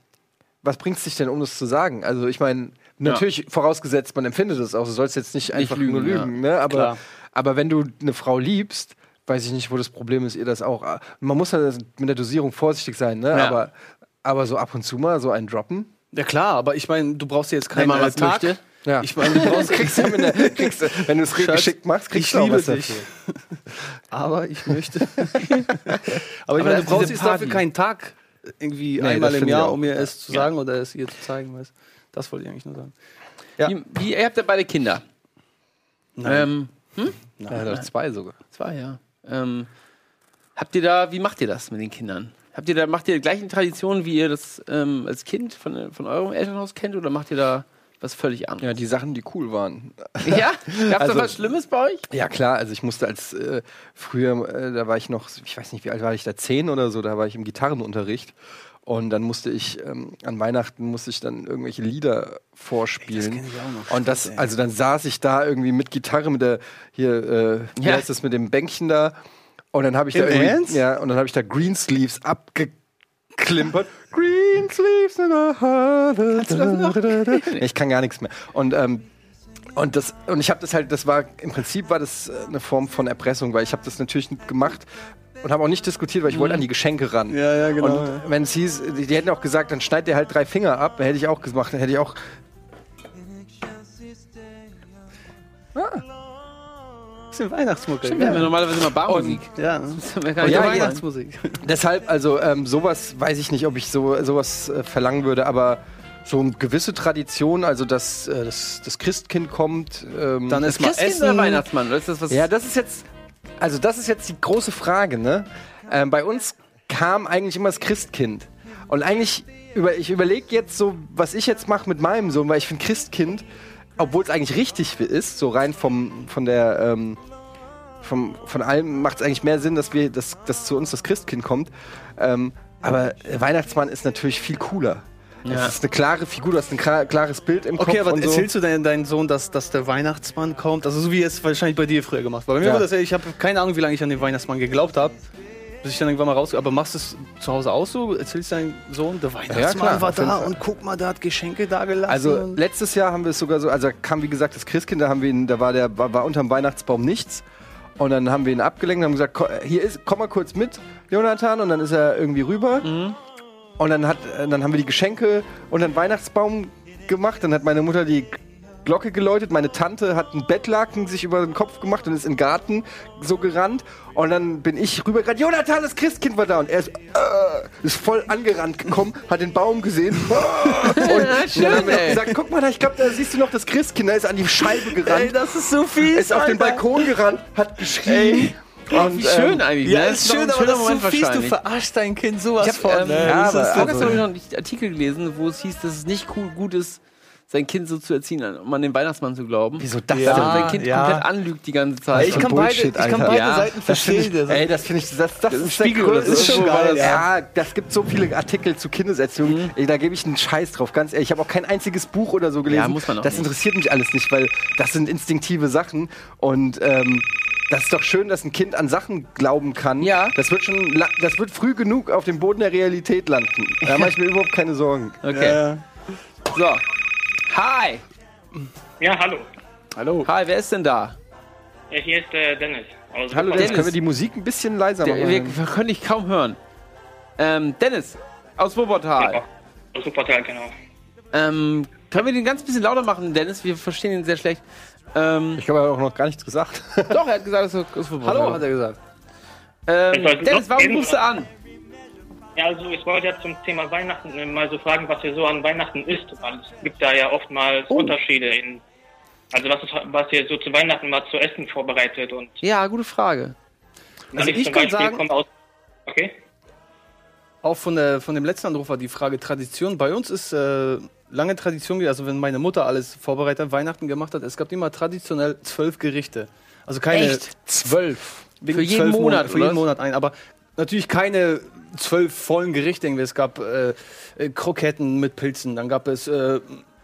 was bringt es dich denn, um das zu sagen? Also ich meine, natürlich vorausgesetzt, man empfindet es auch, du sollst jetzt nicht einfach
lügen,
nur lügen, ne? aber,
Klar.
aber wenn du eine Frau liebst, weiß ich nicht, wo das Problem ist, ihr das auch. Man muss halt mit der Dosierung vorsichtig sein, ne?
Ja.
aber, aber so ab und zu mal so einen droppen.
Ja klar, aber ich meine, du brauchst jetzt keinen
man
äh,
was
Tag.
möchte.
Ja.
Ich meine, du brauchst
Kriegst du mit der, kriegst, du- wenn du es
Schatz,
geschickt machst, kriegst
ich
du auch
liebe
was
dich.
dafür.
aber ich möchte. aber ich
das
meine, du
ist
brauchst
diese
jetzt dafür
Party.
keinen Tag irgendwie
das
einmal im
finde ich
Jahr,
auch.
um mir es zu sagen oder es ihr zu zeigen, weißt du. Das wollte ich eigentlich nur sagen.
Ja.
Wie, wie, ihr habt ja beide Kinder. Ähm,
Ja, doch zwei sogar.
zwei, ja. Ähm, habt ihr da, wie macht ihr das mit den Kindern? Habt ihr da, macht ihr die gleichen Traditionen, wie ihr das ähm, als Kind von, von eurem Elternhaus kennt, oder macht ihr da was völlig
Ja,
anderes?
die Sachen, die cool waren.
Ja? Gab's
Also-
da was Schlimmes bei euch?
Ja, klar, also ich musste als äh, früher, äh, da war ich noch, ich weiß nicht, wie alt war ich da, zehn oder so, da war ich im Gitarrenunterricht. Und dann musste ich, ähm, an Weihnachten musste ich dann irgendwelche Lieder vorspielen.
kenn ich auch noch.
Und das,
Scheiße, ey.
also dann saß ich da irgendwie mit Gitarre, mit der, hier, äh, wie
Ja.
heißt das, mit dem Bänkchen da. Und dann habe ich
Im
da irgendwie-
Ernst?
ja, und dann habe ich da Greensleeves abgeklimpert. Greensleeves in a Kannst
du das noch?
Ich kann gar nichts mehr. Und ähm, und das und ich habe das halt, das war im Prinzip war das äh, eine Form von Erpressung, weil ich habe das natürlich gemacht und habe auch nicht diskutiert, weil ich wollte an die Geschenke ran.
Ja, ja, genau,
Und
ja.
wenn es hieß, die, die hätten auch gesagt, dann schneid dir halt drei Finger ab, hätte ich auch gemacht, dann hätte ich auch.
bisschen Weihnachtsmucke.
Wir haben ja normalerweise immer Barmusik.
Ja, ne?
Ja,
ja, ja.
Weihnachtsmusik.
Deshalb, also ähm, sowas weiß ich nicht, ob ich so sowas äh, verlangen würde, aber so eine gewisse Tradition, also dass äh, das, das Christkind kommt, ähm,
Dann ist mal
Christkind
Essen.
oder Weihnachtsmann? Oder ist das was?
Ja, das ist jetzt. Also das ist jetzt die große Frage, ne? Ähm, bei uns kam eigentlich immer das Christkind. Und eigentlich, über, ich überlege jetzt so, was ich jetzt mache mit meinem Sohn, weil ich finde Christkind, obwohl es eigentlich richtig ist, so rein vom, von der, ähm, vom, von allem macht es eigentlich mehr Sinn, dass wir, dass, dass zu uns das Christkind kommt. Ähm, aber der Weihnachtsmann ist natürlich viel cooler.
Ja.
Das ist eine klare Figur, du hast ein kra- klares Bild im Kopf.
Okay, aber
und so.
erzählst du deinem, deinem Sohn, dass, dass der Weihnachtsmann kommt? Also so wie es wahrscheinlich bei dir früher gemacht war. Bei mir
Ja.
war das ja, ich habe keine Ahnung, wie lange ich an den Weihnachtsmann geglaubt habe. Bis ich dann irgendwann mal raus... Aber machst du es zu Hause auch so? Erzählst deinem Sohn, der Weihnachtsmann
klar,
war
auf jeden
da
Fall.
und guck mal, der hat Geschenke da gelassen.
Also
und-
letztes Jahr haben wir es sogar so, also da kam wie gesagt das Christkind, da haben wir ihn, da war der war, war unterm Weihnachtsbaum nichts. Und dann haben wir ihn abgelenkt und haben gesagt, ko- hier ist, komm mal kurz mit, Jonathan. Und dann ist er irgendwie rüber. Und dann, hat, äh, dann haben wir die Geschenke unter den Weihnachtsbaum gemacht. Dann hat meine Mutter die Glocke geläutet. Meine Tante hat einen Bettlaken sich über den Kopf gemacht und ist im Garten so gerannt. Und dann bin ich rübergerannt. Jonathan, das Christkind war da. Und er ist, äh, ist voll angerannt gekommen, hat den Baum gesehen.
Schön,
und dann haben wir noch
ey.
gesagt, guck mal, da, ich glaube, da siehst du noch das Christkind. Da ist an die Scheibe gerannt.
das ist so viel.
ist auf den Balkon gerannt, hat geschrien. Und,
Wie schön
ähm,
eigentlich. ne? Das doch ein schöner Moment wahrscheinlich.
verarschst dein Kind sowas
Ich habe ähm,
Ja,
ja,
aber-
vorgestern
also-
habe ich noch einen Artikel gelesen, wo es hieß, dass es nicht cool, gut ist, sein Kind so zu erziehen, um an den Weihnachtsmann zu glauben.
Wieso Ah, das
Dass man
denn?
sein Kind
Ja.
komplett anlügt die ganze Zeit.
Ich kann beide,
Bullshit,
ich kann
Alter.
beide
Ja.
Seiten verstehen.
Das Ey, das finde Also, ich, das, das,
ist
ist der
Spiegel oder
größte-
so. Das ist schon
geil,
Ja, das gibt so viele Artikel zu Kindeserziehung.
Mhm.
Ey, da gebe ich einen Scheiß drauf. Ganz ehrlich, ich habe auch kein einziges Buch oder so gelesen.
Ja, muss man auch
das
nicht.
interessiert mich alles nicht, weil das sind instinktive Sachen und ähm, das ist doch schön, dass ein Kind an Sachen glauben kann.
Ja.
Das wird schon, la- das wird früh genug auf dem Boden der Realität landen. Da mache ich mir überhaupt keine Sorgen.
Okay. So. Hi.
Ja, hallo.
Hallo.
Hi, wer ist denn da?
Ja, Hier ist äh, Dennis. Aus
Hallo, Dennis.
Dennis.
Können wir die Musik ein bisschen leiser
Der,
machen?
wir, wir können dich kaum hören. Ähm, Dennis aus Wuppertal.
Wuppertal. Aus Wuppertal, genau.
Ähm, können wir den ganz bisschen lauter machen, Dennis? Wir verstehen ihn sehr schlecht. Ähm,
ich habe ja auch noch gar nichts gesagt.
doch, er hat gesagt, es ist aus Wuppertal.
Hallo, hat er gesagt.
Ähm, Dennis, warum rufst du an?
Ja, also ich wollte ja zum Thema Weihnachten äh, mal so fragen, was ihr so an Weihnachten isst. Weil es gibt da ja oftmals
Oh.
Unterschiede in. Also was, ist, was ihr so zu Weihnachten mal zu essen vorbereitet und
Ja, gute Frage.
Also ich
zum
kann
Beispiel
sagen-
komme aus. Okay.
Auch von, der, von dem letzten Anruf war die Frage Tradition. Bei uns ist äh, lange Tradition, also wenn meine Mutter alles vorbereitet hat, Weihnachten gemacht hat, es gab immer traditionell zwölf Gerichte. Also keine
Echt?
zwölf. Wegen
Für jeden
zwölf Mon-
Monat,
Für jeden
oder?
Monat ein. Aber natürlich keine zwölf vollen Gerichte. irgendwie. Es gab äh, äh, Kroketten mit Pilzen, dann gab es äh,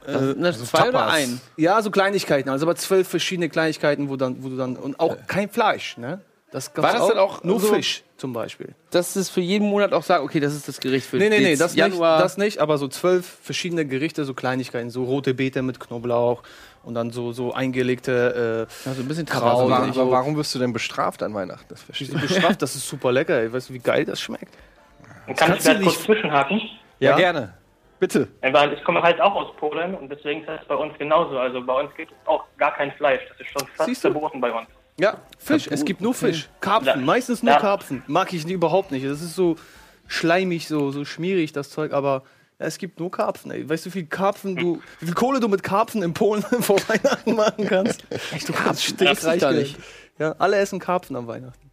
also
Das, ne, zwei oder ein?
ja, so Kleinigkeiten, also aber zwölf verschiedene Kleinigkeiten, wo dann, wo du dann und auch kein Fleisch, ne? Das
Äh.
gab's
War das denn auch
nur
so-
Fisch zum Beispiel?
Dass es für jeden Monat auch sagt, okay, das ist das Gericht für
Nee, nee, nee,
jetzt
das nicht,
Januar.
das nicht, aber so zwölf verschiedene Gerichte, so Kleinigkeiten, so rote Beete mit Knoblauch und dann so, so eingelegte äh,
also ein bisschen
Kraut.
traurig.
so.
Aber warum wirst du denn bestraft an Weihnachten? Das verstehe ich.
diese Bestraft, das ist super lecker, ey. weißt du, wie geil das schmeckt?
Und kann ich
kannst du
da kurz zwischenhaken?
Ja,
Ja?
gerne. Bitte.
Äh, Weil ich komme halt auch aus Polen und deswegen ist das bei uns genauso. Also bei uns gibt es auch gar kein Fleisch. Das ist schon fast
Siehst du?
verboten bei uns.
Ja, Fisch, es gibt nur Fisch, Karpfen,
Ja.
meistens nur
Ja.
Karpfen, mag ich überhaupt nicht, das ist so schleimig, so, so schmierig das Zeug, aber ja, es gibt nur Karpfen, ey. weißt du, wie viel Karpfen du, wie viel Kohle du mit Karpfen in Polen vor Weihnachten machen kannst? Echt, du kannst stinkreich
gar
werden.
nicht.
Ja, alle essen Karpfen am Weihnachten.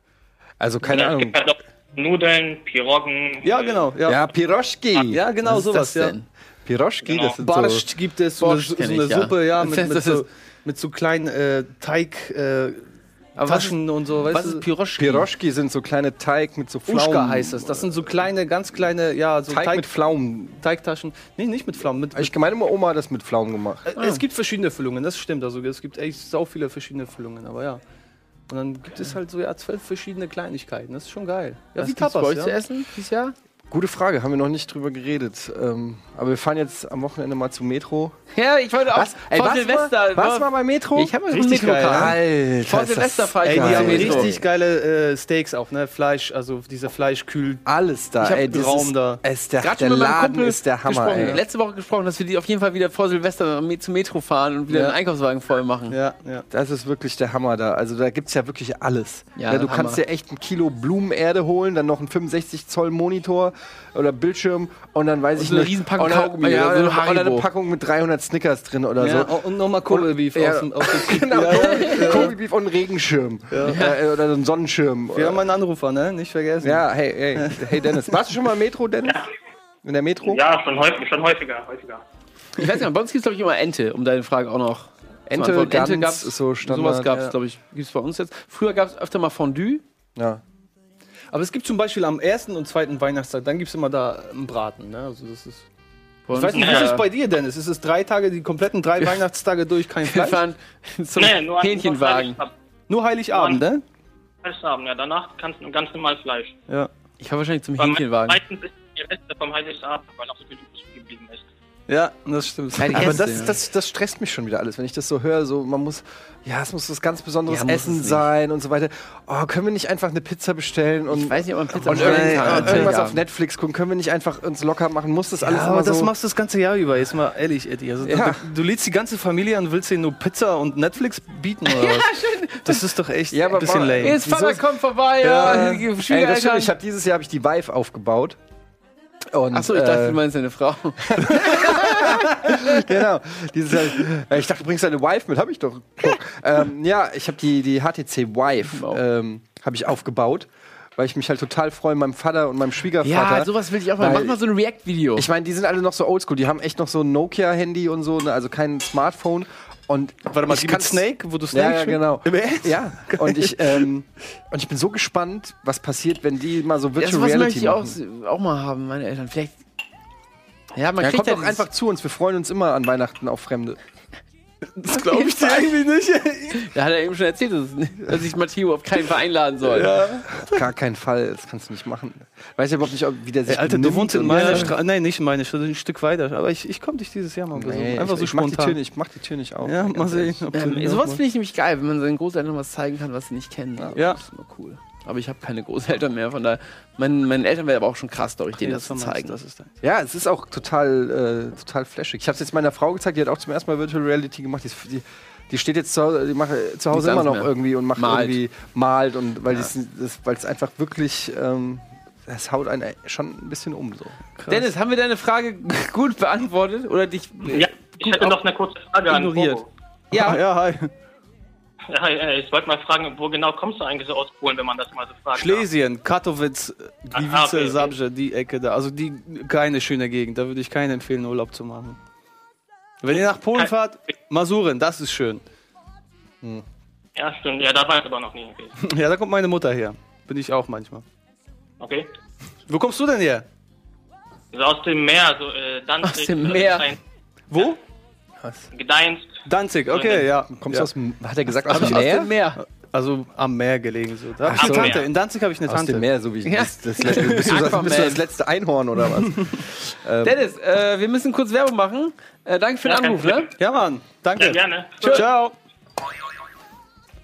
Also keine
Ja, es
Ahnung.
gibt halt auch Nudeln, Piroggen.
Ja,
äh,
genau, ja.
Ja, Piroschki.
Ja, genau
Was ist
sowas,
das
ja.
denn?
Piroschki,
Genau.
das sind
Barsch
so.
gibt es, so eine,
Barsch
so
kenn
eine
ich, ja.
Suppe, ja,
Das
mit,
ist-
mit, so,
das
mit so kleinen äh, Teig, äh,
Aber was ist,
Taschen und so, weißt
was
du?
ist Piroschki?
Piroschki sind so kleine Teig mit so Pflaumen.
Uschka heißt es. Das sind so kleine, ganz kleine, ja, so
Teig,
Teig, Äh,
mit Pflaumen.
Teigtaschen. Nee, nicht mit Pflaumen. Mit, mit,
Ich meine, meine Oma hat das mit Pflaumen gemacht.
äh, Es gibt verschiedene Füllungen, das stimmt. Also es gibt echt sau viele verschiedene Füllungen, aber ja. Und dann gibt es halt so ja zwölf verschiedene Kleinigkeiten. Das ist schon geil. Ja,
was
wie
gibt's bei
Tapas,
euch zu
ja.
essen dieses Jahr?
Gute Frage, haben wir noch nicht drüber geredet. Ähm, aber wir fahren jetzt am Wochenende mal zu Metro.
Ja, ich wollte auch
Ey,
vor
warst du
Silvester.
Mal, warst du mal
war-
bei Metro?
ich habe
Richtig geil.
Alter,
Vor
ist das
Silvester fahre ich
Ey, die
mal.
haben
geil.
richtig geile äh, Steaks auch, ne? Fleisch, also diese Fleischkühl.
Alles da,
Ich hab
ey.
einen
das
Traum
ist,
da.
Es, der,
Gerade
der
schon mit meinem
Laden
Kumpel
ist der Hammer,
gesprochen,
ey.
letzte Woche gesprochen, dass wir die auf jeden Fall wieder vor Silvester me- zum Metro fahren und wieder
Ja.
den Einkaufswagen voll machen.
Ja, ja.
Das ist wirklich der Hammer da. Also da gibt es ja wirklich alles.
Ja,
Ja, du
Hammer.
kannst dir echt ein Kilo Blumenerde holen, dann noch einen 65 Zoll Monitor, oder Bildschirm und dann weiß ich
so eine
nicht.
Riesenpackung
und dann-
Kaugummi oder so
ja,
ein
und dann eine
Haribo. Oh,
Packung mit 300 Snickers drin oder so.
Und nochmal Kobe Beef
Ja.
aus dem, aus dem
Genau, Kobe Beef und einen Regenschirm. Äh, oder so einen Sonnenschirm.
Wir haben einen Anrufer, ne? Nicht vergessen.
ja, hey, hey, hey Dennis. Warst du schon mal im Metro, Dennis? In der Metro?
Ja, schon häufig, schon häufiger, häufiger.
Ich weiß nicht, bei uns gibt es, glaube ich, immer Ente, um deine Frage auch noch.
Ente,
zu beantworten.
Gans
gab's,
ist so Standard,
Sowas gab es,
ja.
glaube ich, gibt es bei uns jetzt. Früher gab es öfter mal Fondue.
Ja.
Aber es gibt zum Beispiel am ersten und zweiten Weihnachtstag, dann gibt es immer da einen Braten, ne? Also das ist. Ich weiß nicht, wie ist es bei dir, Dennis? Ist es drei Tage, die kompletten drei Weihnachtstage durch kein
Wir
Fleisch?
fahren zum Hähnchenwagen.
halt Fleisch, ab-
Nur Heiligabend, ne?
Heiligabend, ja. Danach kannst du ganz normal Fleisch.
Ja.
Ich fahre wahrscheinlich zum
Weil me-
Hähnchenwagen.
Meistens ist die Reste vom Heiligabend, weil auch so viel übrig geblieben ist.
Ja, das stimmt.
Keine
Aber
Gäste,
das,
ja.
das, das stresst mich schon wieder alles, wenn ich das so höre. So, man muss, ja, es muss was ganz Besonderes
Ja, muss es
Essen
nicht.
sein und so weiter. Oh, können wir nicht einfach eine Pizza bestellen und,
Ich weiß nicht, ob man Pizza
und
bestellen
irgend-
kann.
und irgendwas auf
Heiligabend.
Netflix gucken? Können wir nicht einfach uns locker machen? Muss das alles
Ja,
immer
aber das
so?
machst du das ganze Jahr über, jetzt mal ehrlich, Eddie. Also,
Ja.
du, du lädst die ganze Familie an, willst denen nur Pizza und Netflix bieten oder was? Das ist doch echt
Ja, aber
ein bisschen
ma-
lame.
Jetzt Vater
Wieso-
kommt vorbei, ja. die
ja, ey, das stimmt.
Schwiegereltern.
Ich habe dieses Jahr habe ich die Vive aufgebaut. Und,
Achso, ich dachte,
äh,
du meinst deine Frau.
genau. Dieses, äh, ich dachte, du bringst deine Wife mit, habe ich doch. ähm, ja, ich habe die, die HTC Wife
Wow.
ähm, habe ich aufgebaut, weil ich mich halt total freue, meinem Vater und meinem Schwiegervater.
Ja, sowas will ich auch mal.
Weil-
Mach mal so ein React-Video.
ich meine, die sind alle noch so oldschool. Die haben echt noch so ein Nokia-Handy und so, ne, also kein Smartphone. Und
Warte mal,
ich
die mit
kann's-
Snake, wo du Snake
Ja, ja,
schon-
genau.
Im Ernst?
Ja, und ich, ähm, und ich bin so gespannt, was passiert, wenn die mal so
Das
Virtual
was möchte
Reality
ich auch,
machen.
auch mal haben, meine Eltern. Vielleicht. Ja, man
Ja,
kriegt
kommt
ja
doch
dieses-
einfach zu uns. Wir freuen uns immer an Weihnachten auf Fremde.
Das glaube ich dir irgendwie nicht.
Da hat er eben schon erzählt, dass, es nicht- dass ich Matteo auf keinen Fall einladen soll.
Auf gar keinen Fall. Das kannst du nicht machen. Weiß ja überhaupt nicht, ob- wie der sich
Ey, Alter, du
benimmt
wohnst in
und-
meiner Straße. Nein, nicht in meiner Straße, ein Stück weiter. Aber ich, ich komme dich dieses Jahr mal besuchen.
Nee,
Einfach
ich,
so
ich mach die Tür
spontan.
nicht, ich mach die Tür nicht auf.
ja, mal sehen. ob du-
Ähm, sowas finde ich nämlich geil, wenn man seinen Großeltern was zeigen kann, was sie nicht kennen.
Ja.
Das ist immer cool. Aber ich habe keine Großeltern mehr, von daher. Mein, meinen Eltern wäre aber auch schon krass, glaube ich, denen das zu
vermeißt,
zeigen.
Das ist dein.
Ja, es ist auch total, äh, total flashig. Ich habe es jetzt meiner Frau gezeigt, die hat auch zum ersten Mal Virtual Reality gemacht. Die, ist- die, die steht jetzt zu Hause, die macht äh, zu Hause
Nicht
immer noch
ganz mehr.
irgendwie und macht
Malt.
irgendwie malt und weil es einfach wirklich, ähm, das haut einen äh, schon ein bisschen um so.
Dennis, haben wir deine Frage gut beantwortet? Oder dich.
Ja, ich hätte noch eine kurze Frage an
ignoriert.
Bobo.
Ja.
Ah, ja, hi.
Ja, hi, äh, ich wollte mal fragen, wo genau kommst du eigentlich so aus Polen, wenn man das mal so fragt?
Schlesien, Katowice,
Ah,
Gliwice,
okay, okay.
Zabrze, die Ecke da. Also die keine schöne Gegend. Da würde ich keinen empfehlen, Urlaub zu machen. Wenn ihr nach Polen
Kein-
fahrt, Masuren, das ist schön.
Ja, stimmt. Ja, da war ich aber noch nie. Okay.
Ja, da kommt meine Mutter her. Bin ich auch manchmal.
okay.
Wo kommst du denn her?
So aus dem Meer, so äh, Danzig.
Aus dem
äh,
Meer.
Gdańsk-
Wo?
Gdańsk.
Danzig, okay, ja.
Kommst
ja.
du aus dem, hat er gesagt, aus,
Aus dem Meer? Meer.
Also am Meer gelegen so. Da hab ich
Ach
eine
so.
Tante. In Danzig habe ich eine
Aus
Tante.
dem Meer, so wie ich.
Ja.
Das, das, letzte- bist, du das, bist du das
Aquaman.
letzte Einhorn oder was?
Dennis, äh, wir müssen kurz Werbung machen. Äh, danke für den
Ja, kein
Anruf, ne?
Ja, Mann. Danke.
Ja, gerne.
Ciao.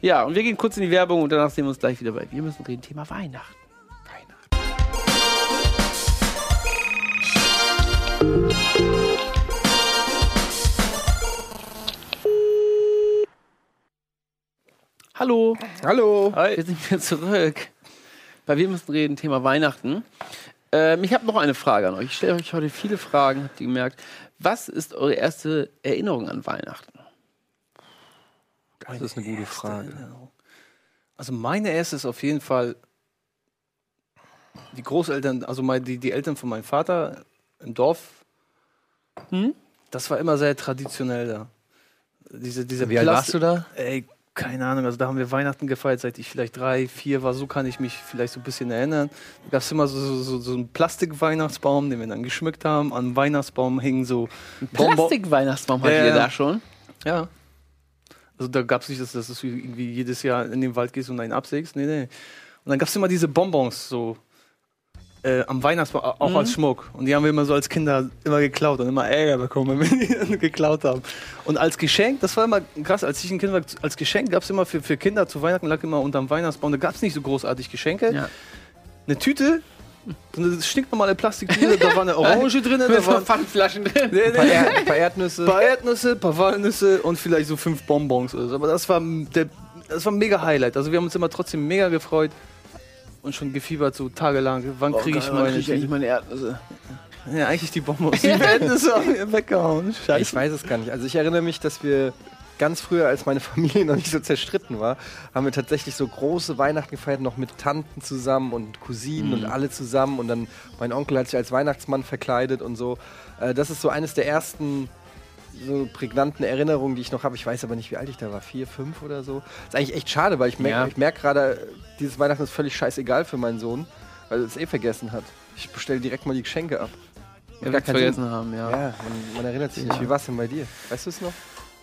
Ja, und wir gehen kurz in die Werbung und danach sehen wir uns gleich wieder bei. Wir müssen reden, Thema Weihnachten. Hallo,
Hallo.
wir sind wieder zurück. Bei Wir müssen reden, Thema Weihnachten. Ähm, ich habe noch eine Frage an euch. Ich stelle euch heute viele Fragen, habt ihr gemerkt. Was ist eure erste Erinnerung an Weihnachten?
Das ist eine gute Frage.
Also meine erste ist auf jeden Fall die Großeltern, also mein, die, die Eltern von meinem Vater im Dorf.
Hm?
Das war immer sehr traditionell da. Diese, diese
Wie alt warst
Plastik-
du da?
Ey, keine Ahnung. Also da haben wir Weihnachten gefeiert, seit ich vielleicht drei, vier war. So kann ich mich vielleicht so ein bisschen erinnern. Da gab es immer so, so, so, so einen Plastik-Weihnachtsbaum, den wir dann geschmückt haben. Am Weihnachtsbaum hingen so Bonbon-
Plastik-Weihnachtsbaum hattet
Ja,
ihr
ja.
da schon?
Ja. Also da gab es nicht, dass, dass du irgendwie jedes Jahr in den Wald gehst und einen absägst. Nee, nee. Und dann gab es immer diese Bonbons so äh, am Weihnachtsbaum, au- auch als Schmuck. Und die haben wir immer so als Kinder immer geklaut und immer Ärger bekommen, wenn wir die dann geklaut haben. Und als Geschenk, das war immer krass, als ich ein Kind war, als Geschenk gab es immer für, für Kinder zu Weihnachten lag immer unterm Weihnachtsbaum, da gab es nicht so großartig Geschenke.
Ja.
Eine Tüte, so eine stinknormale Plastiktüte, da war eine Orange drin, da
Da
war
waren Pfandflaschen drin.
nee,
Ein paar Er- ein paar Erdnüsse.
ein paar Erdnüsse, ein paar Walnüsse und vielleicht so fünf Bonbons oder so. Aber das war m- der, das war ein mega Highlight. Also wir haben uns immer trotzdem mega gefreut. und schon gefiebert so tagelang. Wann kriege oh ich
mal
meine?
krieg ich endlich meine Erdnüsse.
ja, eigentlich die Bonbons. Die werden es auch weggehauen.
Ich weiß es gar nicht. Also ich erinnere mich, dass wir ganz früher, als meine Familie noch nicht so zerstritten war, haben wir tatsächlich so große Weihnachten gefeiert, noch mit Tanten zusammen und Cousinen
Mhm.
und alle zusammen. Und dann mein Onkel hat sich als Weihnachtsmann verkleidet und so. Äh, das ist so eines der ersten so prägnanten Erinnerungen, die ich noch habe. Ich weiß aber nicht, wie alt ich da war. Vier, fünf oder so. Ist eigentlich echt schade, weil ich
Ja.
merke ich merk gerade, äh, dieses Weihnachten ist völlig scheißegal für meinen Sohn, weil er es eh vergessen hat. Ich bestelle direkt mal die Geschenke ab.
Ja,
gar
wir
keinen
vergessen haben, ja.
Ja, man, man erinnert sich nicht. Wie war es denn bei dir? Weißt du es noch?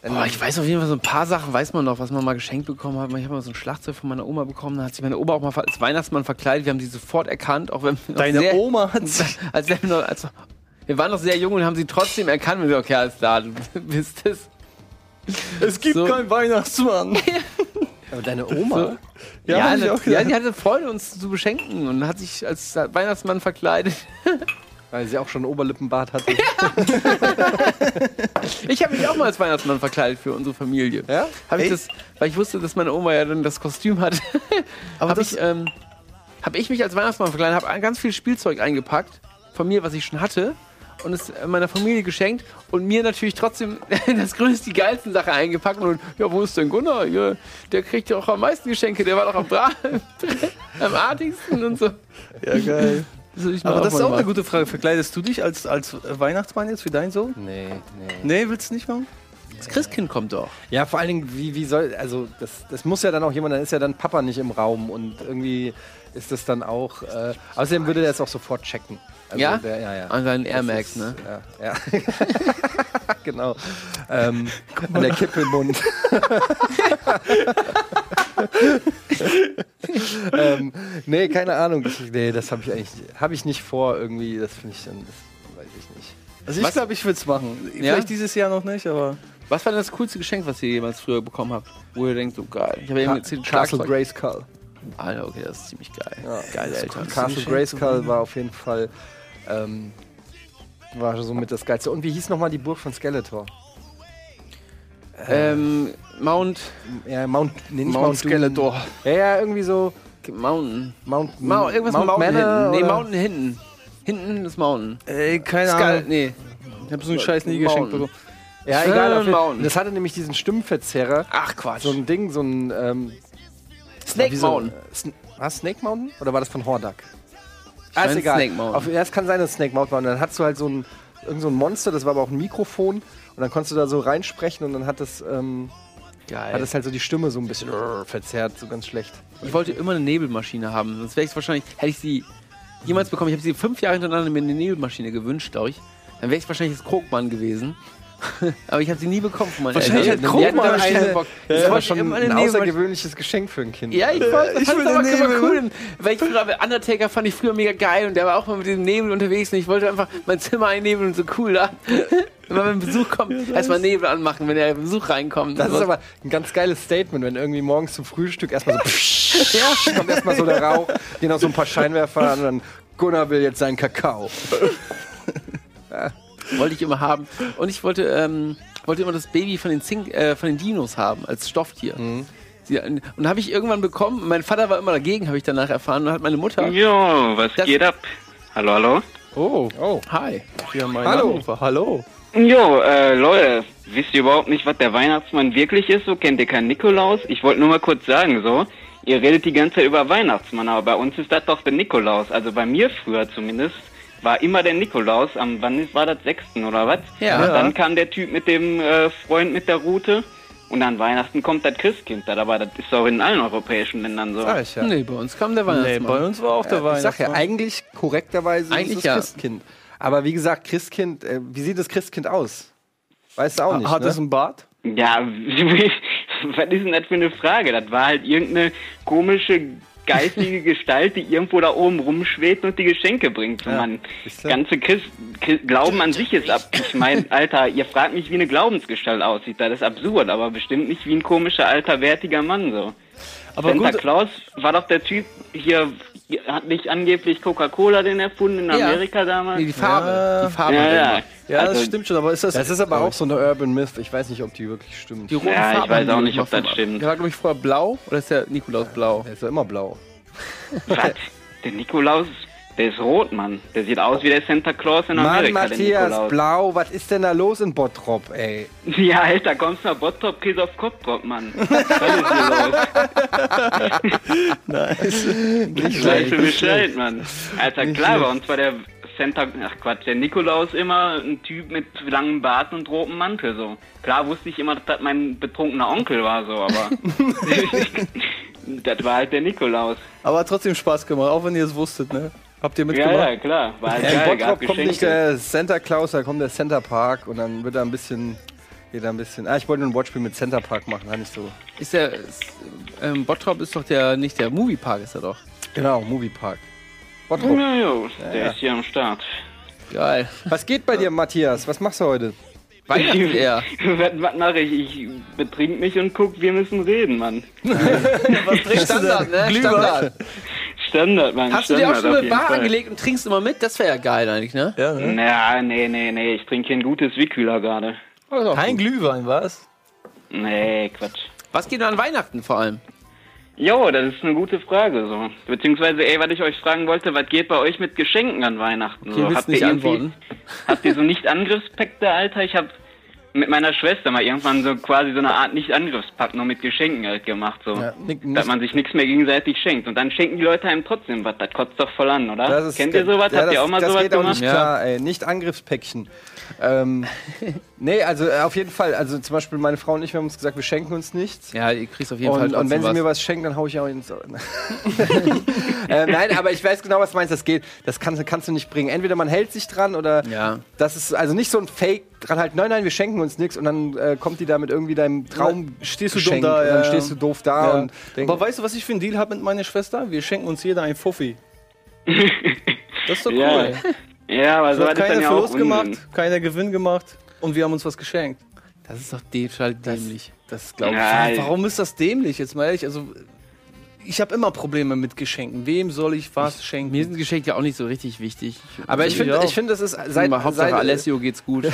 Ähm,
Boah, Oh, ich weiß auf jeden Fall so ein paar Sachen, weiß man noch, was man mal geschenkt bekommen hat. Ich habe mal so ein Schlagzeug von meiner Oma bekommen, da hat sich meine Oma auch mal als Weihnachtsmann verkleidet. Wir haben sie sofort erkannt, auch wenn wir noch
Deine
sehr,
Oma hat
als wenn wir, noch, als, wir waren noch sehr jung und haben sie trotzdem erkannt. Wir so, okay, alles klar, du bist es.
Es gibt
So.
keinen Weihnachtsmann.
Aber deine Oma?
So.
Ja, hab ich
eine-
auch
ja,
gedacht.
die hatte Freude, uns zu beschenken und hat sich als Weihnachtsmann verkleidet.
Weil sie auch schon einen Oberlippenbart hatte.
Ich habe mich auch mal als Weihnachtsmann verkleidet für unsere Familie.
Ja?
Hab ich
Ey.
das, weil ich wusste, dass meine Oma ja dann das Kostüm hat. Aber habe
das-
ich, ähm, hab ich mich als Weihnachtsmann verkleidet, habe ganz viel Spielzeug eingepackt von mir, was ich schon hatte, und es äh, meiner Familie geschenkt und mir natürlich trotzdem das größte, die geilsten Sache eingepackt. Und ja, wo ist denn Gunnar? Ja, der kriegt ja auch am meisten Geschenke, der war doch am, bra am artigsten und so.
Ja, geil.
so ich mach
Aber das ist
mal
auch eine
was.
gute Frage. Verkleidest du dich als, als Weihnachtsmann jetzt für deinen Sohn?
Nee, nee.
Nee, willst du nicht machen?
Das Christkind kommt doch.
Ja, vor allen Dingen, wie, wie soll, also das, das muss ja dann auch jemand, dann ist ja dann Papa nicht im Raum und irgendwie ist das dann auch, äh, außerdem würde der es auch sofort checken. Also
Ja?
Der, ja, ja.
An seinen Air
Das
Max,
ist-
ne?
Ja, ja. genau. Ähm, an der Kippe im Mund. ähm, nee, keine Ahnung. Ich, nee, das habe ich eigentlich, habe ich nicht vor irgendwie, das finde ich dann, das weiß ich nicht.
Also ich glaube, ich würde es machen. Vielleicht dieses Jahr noch nicht, aber
Was war denn das coolste Geschenk, was ihr jemals früher bekommen habt? Wo ihr denkt, so geil. Ich habe eben jetzt den
Castle
Schlagzeug-
Grayskull.
Alter, okay, das ist ziemlich geil. Geile Eltern.
Castle Grayskull war auf jeden Fall ähm, war somit das Geilste. Und wie hieß nochmal die Burg von Skeletor? Äh.
Ähm, Mount.
Ja, Mount, nee, nicht
Mount
Doom.
Skeletor.
Ja, ja, irgendwie so
Mountain.
Mount,
Mount irgendwas mit Mountain
Manor
hinten. Nee,
oder-
Mountain hinten. Hinten ist Mountain.
ey, keine
Skull,
Ahnung.
nee.
Ich habe so einen Scheiß nie geschenkt
Mountain.
bekommen.
Ja, egal. auf jeden-
Mountain.
Das hatte nämlich diesen Stimmverzerrer.
Ach Quatsch.
So ein Ding, so ein. Ähm,
Snake
wie so,
Mountain.
Sn war es Snake Mountain? Oder war das von Hordak? Ah,
meine
ist egal.
Snake Mountain.
Auf, ja, es kann sein, dass es Snake Mountain war. Und dann hattest du halt so ein, irgend so ein Monster, das war aber auch ein Mikrofon. Und dann konntest du da so reinsprechen und dann hat das. Ähm,
Geil.
Hat es halt so die Stimme so ein bisschen äh, verzerrt, so ganz schlecht.
ich wollte immer eine Nebelmaschine haben. Sonst wäre ich wahrscheinlich. Hätte ich sie jemals bekommen. Ich habe sie fünf Jahre hintereinander mir eine Nebelmaschine gewünscht, glaube ich. Dann wäre ich wahrscheinlich das Krogmann gewesen. Aber ich habe sie nie bekommen von meinen
Wahrscheinlich
Eltern.
hat
Die hatten
Krogmann
da wahrscheinlich
eine-
keinen Bock. Ich
Das ist aber
wollte
schon
immer
ein
eine Nebelmaschine.
außergewöhnliches Geschenk für ein Kind.
Ja, ich weiß, das
ich
fand
will
ich aber
den
immer
Nebel.
cool. Weil ich früher bei Undertaker fand ich früher mega geil und der war auch mal mit dem Nebel unterwegs und ich wollte einfach mein Zimmer einnebeln und so cool da. wenn man mit Besuch kommt, erstmal Nebel anmachen, wenn der Besuch reinkommt.
Das ist aber ein ganz geiles Statement, wenn irgendwie morgens zum Frühstück erstmal so psch, kommt erstmal so der Rauch, gehen auch so ein paar Scheinwerfer an und dann Gunnar will jetzt seinen Kakao.
wollte ich immer haben. Und ich wollte, ähm, wollte immer das Baby von den, Zink, äh, von den Dinos haben, als Stofftier. Sie, und habe ich irgendwann bekommen, mein Vater war immer dagegen, habe ich danach erfahren, und hat meine Mutter.
Jo, was
Das-
geht ab? Hallo, hallo.
Oh,
Oh.
Hi.
ja, mein
Hallo.
Anrufer. Hallo.
Jo, äh, Leute, wisst ihr überhaupt nicht, was der Weihnachtsmann wirklich ist? So kennt ihr keinen Nikolaus? Ich wollte nur mal kurz sagen, so, ihr redet die ganze Zeit über Weihnachtsmann, aber bei uns ist das doch der Nikolaus. Also bei mir früher zumindest war immer der Nikolaus. Am wann ist- war das sechsten oder was?
Ja.
Und dann kam der Typ mit dem äh, Freund mit der Rute und an Weihnachten kommt das Christkind. Das Aber das ist doch in allen europäischen Ländern so.
Sag ich ja.
Nee, bei uns kam der
Nee,
Weihnachtsmann.
bei uns war auch der
ich sag ja,
Weihnachtsmann.
eigentlich korrekterweise
Eigentlich
es
ja.
Christkind. Aber wie gesagt, Christkind, äh, wie sieht das Christkind aus? Weißt du auch nicht.
Hat
ne?
es einen Bart?
Ja, was ist denn das für eine Frage? Das war halt irgendeine komische geistige Gestalt, die irgendwo da oben rumschwebt und die Geschenke bringt. So, Mann,
siehst du?
ganze Christ Christ Glauben an sich ist ab. Ich mein, Alter, ihr fragt mich, wie eine Glaubensgestalt aussieht. Das ist absurd, aber bestimmt nicht wie ein komischer, alter, wertiger Mann so.
Aber
Santa
gut-
Claus war doch der Typ hier, hat nicht angeblich Coca-Cola den erfunden in
Ja.
Amerika damals?
Nee, die Farbe. Die Farbe.
ja, ja.
Ja,
Also,
das stimmt schon, aber ist das.
Äh, Das ist aber auch so eine Urban Myth. Ich weiß nicht, ob die wirklich stimmt.
Die rote
Ja, ich
Farbe
weiß
haben die
auch nicht,
immer
ob das
vom-
stimmt.
Der war, glaube ich, vorher blau oder ist der Nikolaus blau?
Der ist ja immer blau.
Was? Der Nikolaus, der ist rot, Mann. Der sieht aus wie der Santa Claus in
Mann,
Amerika, der
Matthias,
Nikolaus.
blau, was ist denn da los in Bottrop, ey?
Ja, Alter, kommst nach Bottrop, gehst auf Kopfdrop, Mann. Was ist hier los? Ich weiß schon Bescheid, Mann. Alter, klar, bei uns war der Santa, ach Quatsch, der Nikolaus immer ein Typ mit langem Bart und rotem Mantel, so. Klar wusste ich immer, dass das mein betrunkener Onkel war, so, aber. das war halt der Nikolaus.
Aber hat trotzdem Spaß gemacht, auch wenn ihr es wusstet, ne? Habt ihr
Ja,
mitgemacht?
ja, klar. War halt
in
geil, gab
Bottrop kommt nicht äh,
Geschenke.
der Center Claus, da kommt der Center Park und dann wird da ein bisschen, geht da ein bisschen. Ah, ich wollte nur ein Wortspiel mit Center Park machen, war nicht so.
Ist der. Ist, ähm, Bottrop ist doch der nicht der Moviepark, ist er doch.
Genau, Movie Park. Bottrop.
Ja, jo, der ist hier am Start.
Geil.
Was geht bei dir, Matthias? Was machst du heute?
Weihnachten eher.
was, was mache ich? Ich betrink mich und guck, wir müssen reden, Mann.
Standard, ne? Standard.
Standard, Mann.
Hast du
Standard
dir auch schon
auf
eine
jeden
Bar
Fall.
angelegt und trinkst immer mit? Das wäre ja geil eigentlich, ne?
Ja, ne?
Ja, nee, nee, nee, ich trinke hier ein gutes Wickhühler gerade.
Kein Glühwein, was?
Nee, Quatsch.
Was geht denn an Weihnachten vor allem?
Jo, das ist eine gute Frage so. Beziehungsweise, ey, was ich euch fragen wollte, was geht bei euch mit Geschenken an Weihnachten?
Ihr
so?
willst nicht
irgendwie-
antworten.
habt ihr so Nicht-Angriffspakte, Alter? Ich hab mit meiner Schwester mal irgendwann so quasi so eine Art Nicht-Angriffspakt nur mit Geschenken halt gemacht, so.
Nick,
dass man sich nichts mehr gegenseitig schenkt. Und dann schenken die Leute einem trotzdem was. Das kotzt doch voll an, oder? Kennt ihr sowas?
ja,
Habt ihr
das-
auch mal
das
sowas
geht auch
gemacht?
Nicht klar, ey. Nicht Angriffspäckchen. Ähm, nee, also äh, auf jeden Fall. Also zum Beispiel meine Frau und ich, wir haben uns gesagt, wir schenken uns nichts.
Ja, ihr kriegt auf jeden Fall
Und, und
trotzdem
wenn sie
was.
mir was schenkt, dann hau ich auch ins Ohr. äh, nein, aber ich weiß genau, was du meinst. Das geht. Das kannst, kannst du nicht bringen. Entweder man hält sich dran oder
Ja.
das ist also nicht so ein Fake dran halt. Nein, nein, wir schenken uns nichts und dann äh, kommt die da mit irgendwie deinem Traum.
Stehst du
Geschenk
dumm da,
und
ja.
dann stehst du doof da
ja.
und denk-
Aber weißt du, was ich für einen Deal habe mit meiner Schwester? Wir schenken uns jeder ein Fuffi. Das ist doch cool.
Ja. Ja, aber
Also
sowas
hat
ist dann
keiner
ja auch
Verlust
gemacht.
gemacht, keiner Gewinn gemacht und wir haben uns was geschenkt.
Das ist doch total dämlich.
Das glaube ich.
Nein.
nicht. Warum ist das dämlich? Jetzt mal ehrlich, also ich habe immer Probleme mit Geschenken. Wem soll ich was schenken?
Mir sind Geschenke auch nicht so richtig wichtig.
aber ich finde,
auch.
ich finde, das ist seit,
Seit, Hauptsache
seit
Alessio geht's gut.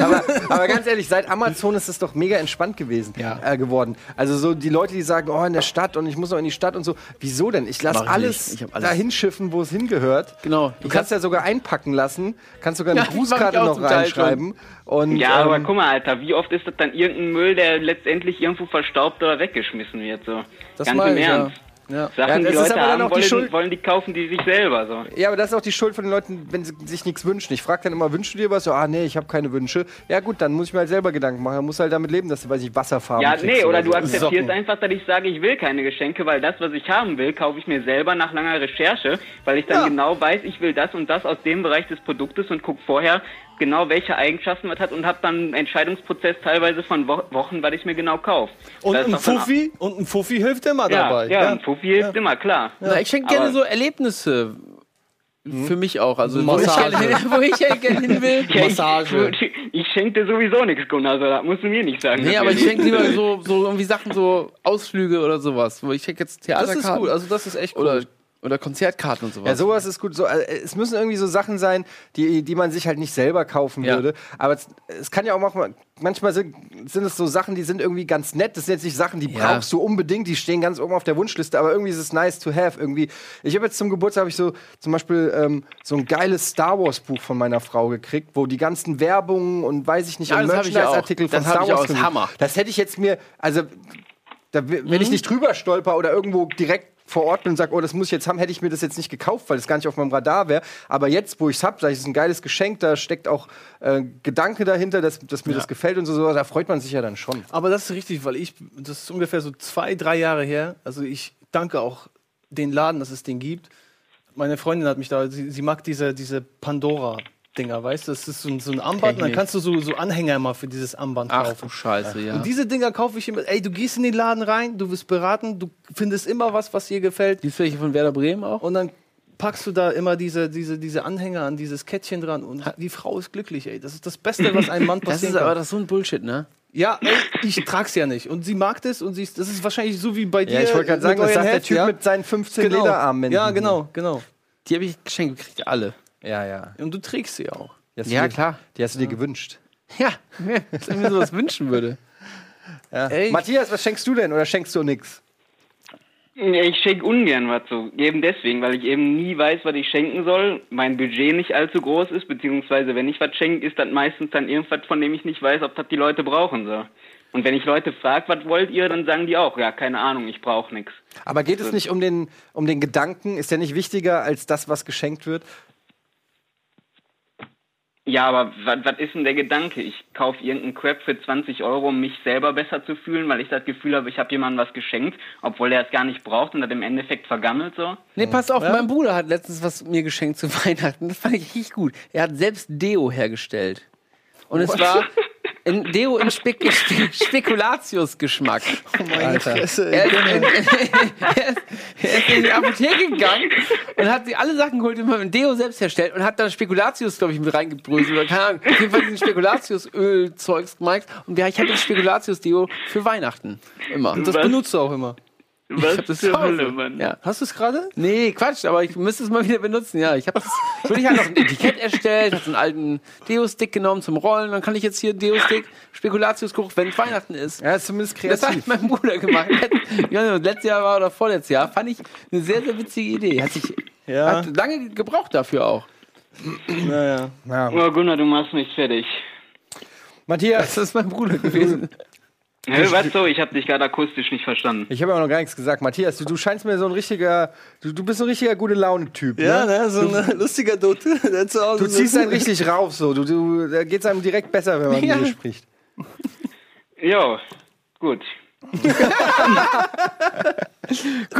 aber, aber ganz ehrlich, seit Amazon ist es doch mega entspannt gewesen
Ja.
äh, geworden. Also so die Leute, die sagen, oh in der Stadt und ich muss noch in die Stadt und so. Wieso denn? Ich
Mach
lasse
ich
alles,
nicht. Ich hab alles.
dahin schiffen, wo es hingehört.
Genau.
Du kannst ja sogar einpacken lassen, kannst sogar eine
Ja, das mach ich
Grußkarte
auch
noch
zum Teil
reinschreiben. Und,
Ja, aber
ähm,
guck mal, Alter, wie oft ist das dann irgendein Müll, der letztendlich irgendwo verstaubt oder weggeschmissen wird, so.
Das
Ganz
meine
im
ich, ja.
Ernst.
Ja.
Ja,
Sachen,
das
die
ist
Leute
aber dann auch
haben
die
wollen,
Schuld-
wollen, die kaufen die sich selber, so.
Ja, aber das ist auch die Schuld von den Leuten, wenn sie sich nichts wünschen. Ich frage dann immer, wünschst du dir was? So, ah, nee, ich habe keine Wünsche. Ja gut, dann muss ich mir halt selber Gedanken machen. Dann muss halt damit leben, dass du, weiß ich, Wasserfarben
Ja,
kriegst
nee, oder du
so.
akzeptierst
Socken.
einfach, dass ich sage, ich will keine Geschenke, weil das, was ich haben will, kaufe ich mir selber nach langer Recherche, weil ich dann genau weiß, ich will das und das aus dem Bereich des Produktes und guck vorher genau, welche Eigenschaften das hat und hab dann einen Entscheidungsprozess teilweise von Wo Wochen, weil ich mir genau kaufe.
Und
Das ist
ein
doch dann-
Fuffi, und ein Fuffi hilft immer
Ja,
dabei.
ja, ein Fuffi hilft immer, klar.
Na, ich schenke gerne
Aber-
so Erlebnisse. Für mich auch. Also, wo ich,
Massage.
gerne, hin- wo ich ja gerne hin will.
Ja, ich- Ich, ich schenke dir sowieso nichts, Gunnar, also das musst du mir nicht sagen.
Nee,
dass
aber
wir
ich schenke
nicht-
lieber so, so irgendwie Sachen, so Ausflüge oder sowas. Wo ich schenke jetzt
Das
Theaterkarten.
ist gut, also das ist echt cool.
oder, oder Konzertkarten und sowas.
Ja, sowas ist gut. So, äh, es müssen irgendwie so Sachen sein, die, die man sich halt nicht selber kaufen
Ja.
würde. Aber es, es kann ja auch manchmal, manchmal sind, sind es so Sachen, die sind irgendwie ganz nett. Das sind jetzt nicht Sachen, die
Ja.
brauchst du unbedingt, die stehen ganz oben auf der Wunschliste, aber irgendwie ist es nice to have. Irgendwie. Ich habe jetzt zum Geburtstag hab ich so zum Beispiel ähm, so ein geiles Star Wars Buch von meiner Frau gekriegt, wo die ganzen Werbungen und weiß ich nicht,
Ja,
und
das hab ich ja auch.
Merchandise-Artikel von
Das hab
Star
ich auch,
Wars.
ist
gewesen.
Hammer. Mhm.
Das hätte ich jetzt mir, also da, w- wenn ich nicht drüber stolper oder irgendwo direkt vor Ort bin und sage, oh, das muss ich jetzt haben, hätte ich mir das jetzt nicht gekauft, weil das gar nicht auf meinem Radar wäre. Aber jetzt, wo ich es habe, sage ich, es ist ein geiles Geschenk, da steckt auch äh, Gedanke dahinter, dass, dass mir das gefällt und so, so, da freut man sich ja dann schon.
Aber das ist richtig, weil ich, das ist ungefähr so zwei, drei Jahre her. Also ich danke auch den Laden, dass es den gibt. Meine Freundin hat mich da, sie, sie mag diese, diese Pandora-Dinger, weißt du? Das ist so, ein- so ein Armband und dann
nicht.
kannst du so, so Anhänger mal für dieses Armband
Ach
kaufen.
du Scheiße, ja.
Und diese Dinger kaufe ich immer. Ey, du gehst in den Laden rein, du wirst beraten, du findest immer was, was dir gefällt.
Gibt es welche von Werder Bremen auch?
Und dann packst du da immer diese, diese, diese Anhänger an dieses Kettchen dran und die Frau ist glücklich, ey. Das ist das Beste, was einem Mann
Das
passieren
ist aber
kann.
das ist so ein Bullshit, ne?
Ja, ey, ich trag's ja nicht. Und sie mag das und sie ist, das ist wahrscheinlich so wie bei dir. mit euren Heften, ja?
seinen 15
genau.
Lederarmbändern.
Ja, genau, genau.
Die habe ich geschenkt gekriegt, alle.
Ja, ja.
Und du trägst sie auch.
Die hast du
Ja,
dir-
klar.
Die hast du dir gewünscht.
Ja, dass ich mir sowas wünschen würde.
Matthias, was schenkst du denn oder schenkst du nix?
Ich schenke ungern was zu. Eben deswegen, weil ich eben nie weiß, was ich schenken soll, mein Budget nicht allzu groß ist, beziehungsweise wenn ich was schenke, ist das meistens dann irgendwas, von dem ich nicht weiß, ob das die Leute brauchen soll. Und wenn ich Leute frage, was wollt ihr, dann sagen die auch, ja, keine Ahnung, ich brauche nichts.
Aber geht es nicht um den, um den Gedanken? Ist der nicht wichtiger als das, was geschenkt wird?
Ja, aber was ist denn der Gedanke? Ich kaufe irgendeinen Crap für 20 Euro, um mich selber besser zu fühlen, weil ich das Gefühl habe, ich habe jemandem was geschenkt, obwohl er es gar nicht braucht und das im Endeffekt vergammelt so.
Nee, pass auf, mein Bruder hat letztens was mir geschenkt zu Weihnachten. Das fand ich richtig gut. Er hat selbst Deo hergestellt. Und es war in Deo im Spek Spe- Spekulatius-Geschmack.
Alter.
Äh,
Er, ist- er, ist- er ist in die Apotheke gegangen und hat sich alle Sachen geholt, die man mit Deo selbst herstellt und hat dann Spekulatius, glaube ich, mit reingebröselt oder keine Ahnung. Auf jeden Fall diesen Spekulatius-Öl-Zeugs gemacht und ja, ich hatte Spekulatius-Deo für Weihnachten. Immer.
Das
Was?
benutzt du auch immer.
Was
hab das
zur
zu Hause.
Hölle, Mann.
Ja.
Hast du es gerade?
Nee, Quatsch, aber ich müsste es mal wieder benutzen. Ja, ich habe würde ich halt noch ein Etikett erstellt, habe einen alten Deo-Stick genommen zum Rollen, dann kann ich jetzt hier Deo-Stick Spekulatius-Geruch, wenn Weihnachten ist.
Ja, ist zumindest
Das hat
kreativ.
mein Bruder gemacht. Ich weiß nicht, letztes Jahr war oder vorletztes Jahr. Fand ich eine sehr, sehr witzige Idee. Hat sich
Ja.
hat lange gebraucht dafür auch.
Naja.
Ja.
Oh, Gunnar, du machst mich fertig.
Matthias,
Das ist mein Bruder gewesen.
Hä, was so? Ich habe dich gerade akustisch nicht verstanden.
ich habe ja noch gar nichts gesagt. Matthias, du, du scheinst mir so ein richtiger, du, du bist ein richtiger gute Laune-Typ.
Ja,
ne?
ne, so ein lustiger Dude, der zu Hause
Du ziehst einen
sitzt.
richtig rauf, so. Du, du, da geht's einem direkt besser, wenn man
Ja.
mit dir spricht.
Jo, gut.
Gut,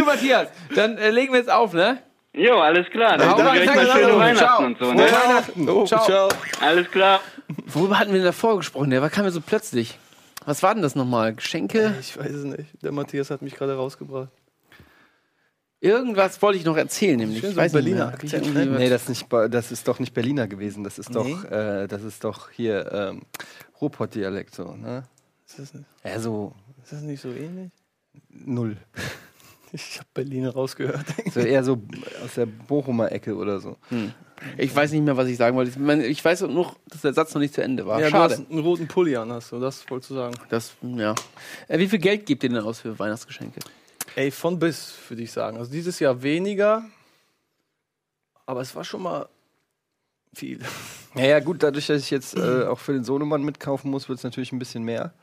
Matthias, dann äh, legen wir jetzt auf, ne?
Jo, alles klar. Dann
Hau
wünsche
rein,
ich euch
danke,
mal schöne
Leute.
Weihnachten
Ciao.
und so.
Frohe
Ne?
Weihnachten.
Oh,
Ciao.
ciao.
Alles klar.
Worüber hatten wir denn davor gesprochen? Der war, kam ja so plötzlich. Was war denn das nochmal? Geschenke?
Ich weiß es nicht. Der Matthias hat mich gerade rausgebracht.
Irgendwas wollte ich noch erzählen, nämlich.
Schön
ich
so ein
weiß nicht
Berliner
mehr. Hab ich
Akzent,
irgendwie
Nee,
was-
das, ist nicht, Ba- das ist doch nicht Berliner gewesen. Das ist doch, äh, das ist doch hier ähm, Ruhrpott-Dialekt so. Ne?
Ist das, nicht,
Ja, so
ist das nicht so ähnlich?
null.
Ich habe Berlin rausgehört.
So eher so aus der Bochumer Ecke oder so.
Ich weiß nicht mehr, was ich sagen wollte. Ich, meine, ich weiß noch, dass der Satz noch nicht zu Ende war.
Ja,
Schade.
Du hast einen roten Pulli an, hast du, das wolltest du sagen.
Das, ja. Äh, wie viel Geld gebt ihr denn aus für Weihnachtsgeschenke?
Ey, von bis, würde ich sagen. Also dieses Jahr weniger, aber es war schon mal viel.
Ja, ja, gut, dadurch, dass ich jetzt äh, auch für den Sohnemann mitkaufen muss, wird es natürlich ein bisschen mehr.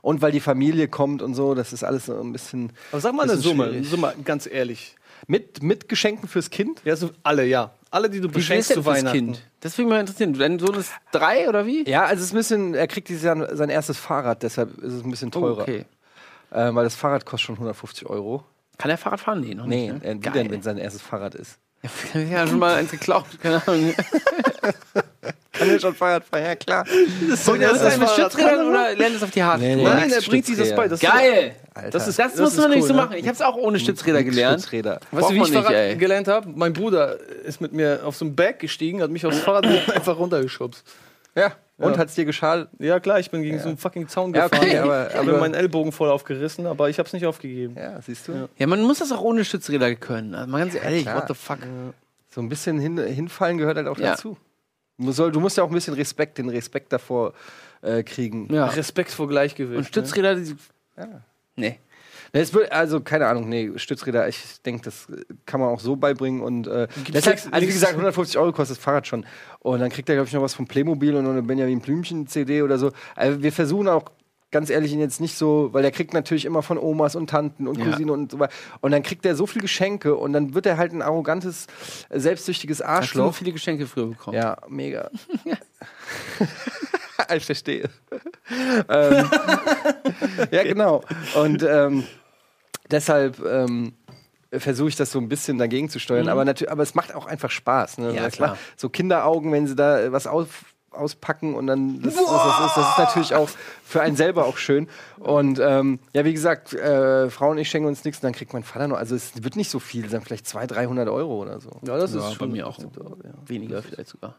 Und weil die Familie kommt und so, das ist alles so ein bisschen.
Aber sag mal eine
Bisschen
Summe,
schwierig.
Summe, ganz ehrlich.
Mit, mit Geschenken fürs Kind?
Ja, so alle, ja. Alle, die du
Wie viel ist
beschenkst
denn
zu
fürs
Weihnachten.
Kind? Das würde mich mal interessieren. Dein Sohn ist drei oder wie?
Ja, also es ist ein bisschen, er kriegt dieses Jahr sein erstes Fahrrad, deshalb ist es ein bisschen teurer.
okay.
Äh, weil das Fahrrad kostet schon 150 Euro.
Kann er Fahrrad fahren? Nee, noch
Nee,
nicht. ne?
äh, wie denn, wenn sein erstes Fahrrad ist?
Ich habe ja schon mal eins geklaut, keine Ahnung.
Kann er schon Fahrrad fahren, ja klar.
Und das ist
das
ein mit
Fahrrad
Stützrädern oder lernt es auf die Harte?
Nee, nee.
Nein,
Nix
er bringt sich das
Stützräder.
bei. Das
Geil!
Alter.
Das, ist, das,
Das
muss
ist
man nicht
cool,
so
ne?
machen. Ich habe es auch ohne Stützräder gelernt.
Stützräder.
Weißt du, wie
Braucht
ich
man nicht,
Fahrrad
ey.
gelernt habe? Mein Bruder ist mit mir auf so ein Berg gestiegen, hat mich aufs Fahrrad und einfach runtergeschubst.
Ja. Und hat's dir geschadet?
Ja, klar, ich bin gegen so einen fucking Zaun
Ja,
gefahren.
okay, aber-
aber, ich habe
aber-
mir meinen Ellbogen voll aufgerissen, aber ich habe es nicht aufgegeben.
Ja, siehst du?
Ja, man muss das auch ohne Stützräder können. Also mal ganz ehrlich,
klar.
what the fuck?
So ein bisschen hin, hinfallen gehört halt auch
Ja.
dazu. Du, soll, du musst ja auch ein bisschen Respekt, den Respekt davor äh, kriegen.
Ja.
Respekt vor Gleichgewicht.
Und Stützräder, die. Nee.
Ne, Es wird, also, keine Ahnung, nee, Stützräder, ich denke, das äh, kann man auch so beibringen. Und äh, deshalb,
nichts-
also wie
nichts-
gesagt, 150 Euro kostet das Fahrrad schon. Und dann kriegt er, glaube ich, noch was vom Playmobil und noch eine Benjamin Blümchen-CD oder so. Also, wir versuchen auch, ganz ehrlich, ihn jetzt nicht so, weil er kriegt natürlich immer von Omas und Tanten und
Ja.
Cousinen und so weiter. Und dann kriegt er so viel Geschenke und dann wird er halt ein arrogantes, äh, selbstsüchtiges
Hast du
Arschloch.
viele Geschenke früher bekommen?
Ja, mega. ich verstehe. ähm, ja, genau. Und ähm, deshalb ähm, versuche ich das so ein bisschen dagegen zu steuern.
Mhm.
Aber, natürlich, aber es macht auch einfach Spaß. Ne?
Ja,
Das
klar.
macht- So Kinderaugen, wenn sie da äh, was auf, auspacken und dann das, das, das, ist, das ist natürlich auch für einen selber auch schön. Und ähm, ja, wie gesagt, äh, Frauen, ich schenke uns nichts und dann kriegt mein Vater noch. Also es wird nicht so viel, dann vielleicht 200, 300 Euro oder so.
Ja, das ist
Ja, bei
schon
mir auch. Weniger vielleicht sogar.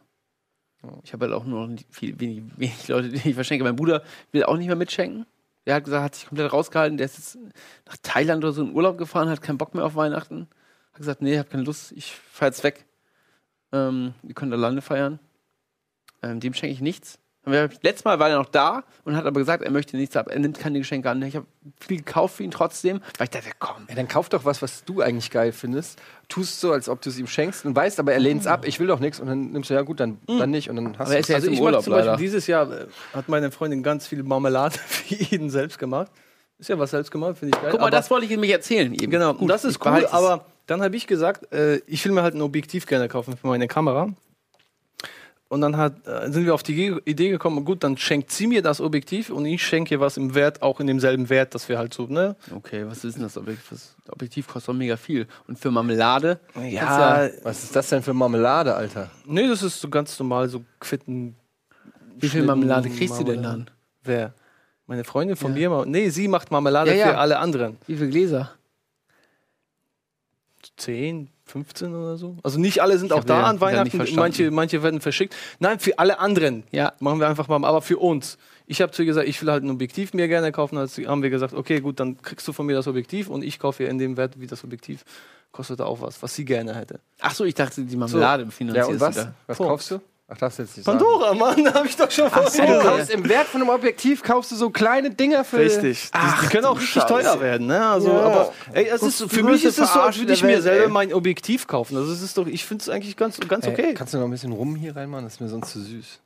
Ich habe halt auch nur noch viel, wenig, wenig Leute, die ich verschenke. Mein Bruder will auch nicht mehr mitschenken. Der hat gesagt, hat sich komplett rausgehalten. Der ist jetzt nach Thailand oder so in Urlaub gefahren, hat keinen Bock mehr auf Weihnachten. Hat gesagt, nee, ich habe keine Lust, ich fahr jetzt weg. Ähm, wir können alleine feiern. Ähm, dem schenke ich nichts. Dann war ich- Letztes Mal war er noch da und hat aber gesagt, er möchte nichts ab. Er nimmt keine Geschenke an. Ich habe viel gekauft für ihn trotzdem, weil ich dachte, komm.
Ja, dann kauf doch was, was du eigentlich geil findest. Tust so, als ob du es ihm schenkst und weißt, aber er lehnt es ab, ich will doch nichts und dann nimmst du, ja gut, dann, dann nicht und dann hast
Aber er ist
du
ja
es.
jetzt
Also
im
ich mach
Urlaub
zum Beispiel
leider.
dieses Jahr äh, hat meine Freundin ganz viel Marmelade für jeden selbst gemacht. Ist ja was selbst gemacht, finde ich geil.
Guck mal,
aber-
das wollte ich nämlich erzählen. Eben.
Genau,
Gut,
das
ich
ist cool,
behalte es.
aber dann habe ich gesagt, äh, ich will mir halt ein Objektiv gerne kaufen für meine Kamera. Und dann hat, äh, sind wir auf die Ge- Idee gekommen, gut, dann schenkt sie mir das Objektiv und ich schenke ihr was im Wert, auch in demselben Wert, dass wir halt so, ne?
Okay, was ist denn das Objektiv? Das Objektiv kostet doch mega viel. Und für Marmelade?
Ja,
Was ist das denn für Marmelade, Alter?
nee, das ist so ganz normal, so Quitten.
Wie viel Marmelade kriegst du denn dann?
Wer? Meine Freundin von mir? Mar- Nee, sie macht Marmelade
Ja, ja.
für alle anderen.
Wie viele Gläser?
10, 15 oder so. Also nicht alle sind auch
hab
da
ja-
an
ich hab nicht
Weihnachten,
verstanden.
manche, manche werden verschickt. Nein, für alle anderen.
Ja.
Machen wir einfach mal, aber für uns. Ich habe zu ihr gesagt, ich will halt ein Objektiv mir gerne kaufen. Als haben wir gesagt, okay, gut, dann kriegst du von mir das Objektiv und ich kaufe ihr in dem Wert, wie das Objektiv kostet auch was, was sie gerne hätte.
Ach so, ich dachte, die Marmelade
Ja,
finanzierst
und
du
was?
da.
Was
Punkt.
kaufst du? Ach, das jetzt nicht.
Pandora, Mann, habe ich doch schon
Sagen. Du
vorher.
kaufst im Wert von einem Objektiv kaufst du so kleine Dinger für.
Richtig. Ach, die können auch richtig teuer werden, ne? Also,
Ja.
aber ey, es
Und
ist,
die
für mich
größte
ist es so, als
Verarsche
würde ich
der
mir
Welt,
selber
ey.
mein Objektiv kaufen. Also es ist doch, ich finde es eigentlich ganz, ganz
Ey,
okay.
Kannst du noch ein bisschen rum hier reinmachen? Das ist mir sonst zu süß.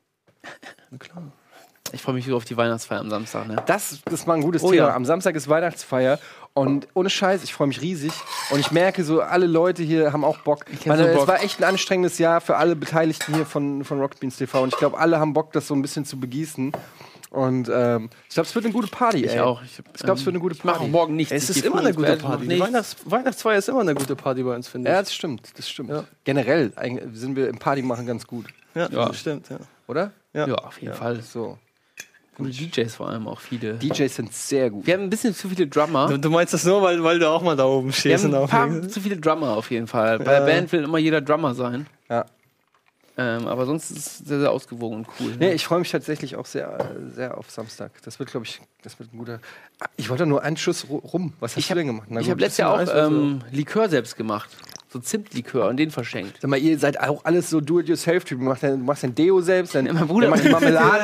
Ich freue mich wieder auf die Weihnachtsfeier am Samstag. Ne?
Das, das war ein gutes
Oh,
Thema.
ja.
Am Samstag ist Weihnachtsfeier und ohne Scheiß, ich freue mich riesig. Und ich merke so, alle Leute hier haben auch Bock. Ich
hab so Bock.
Es war echt ein anstrengendes Jahr für alle Beteiligten hier von, von Rocket Beans TV. Und ich glaube, alle haben Bock, das so ein bisschen zu begießen. Und ähm, ich glaube, es wird eine gute Party.
Ich
ey.
auch. Ich, ähm,
Ich glaube, es wird eine gute
ich mache auch
Party.
morgen nichts.
Es
Ich
ist
geh
immer
früh
eine
ins
gute
Bett, mach
Party. Die
nichts.
Weihnachts Weihnachtsfeier ist immer eine gute Party bei uns, finde ich.
Ja, das stimmt. Das stimmt.
Ja.
Generell eigentlich sind wir im Party machen ganz gut,
Ja,
Ja.
das stimmt. Ja.
oder?
Ja, auf jeden Fall.
So.
Gute DJs vor allem auch viele.
DJs sind sehr gut.
Wir haben ein bisschen zu viele Drummer.
Du, du meinst das nur, weil, weil du auch mal da oben
Wir
stehst
haben ein
und
paar zu viele Drummer auf jeden Fall. Bei der Band will immer jeder Drummer sein.
Ja.
Ähm, aber sonst ist es sehr, sehr ausgewogen und cool. ne?
Nee, ich freue mich tatsächlich auch sehr, äh, sehr auf Samstag. Das wird, glaube ich, das wird ein guter. Ah, Ich wollte nur einen Schuss ru- rum. Was hast
Ich
du
hab-
denn gemacht? Na
ich
gut,
habe letztes
Also bisschen
Jahr auch
Eis oder so.
ähm, Likör selbst gemacht. So Zimtlikör und den verschenkt.
Sag mal, ihr seid auch alles so Do-it-yourself-Typen. Du machst dein- du machst dein Deo selbst, dein,
mein Bruder-
der macht die Marmelade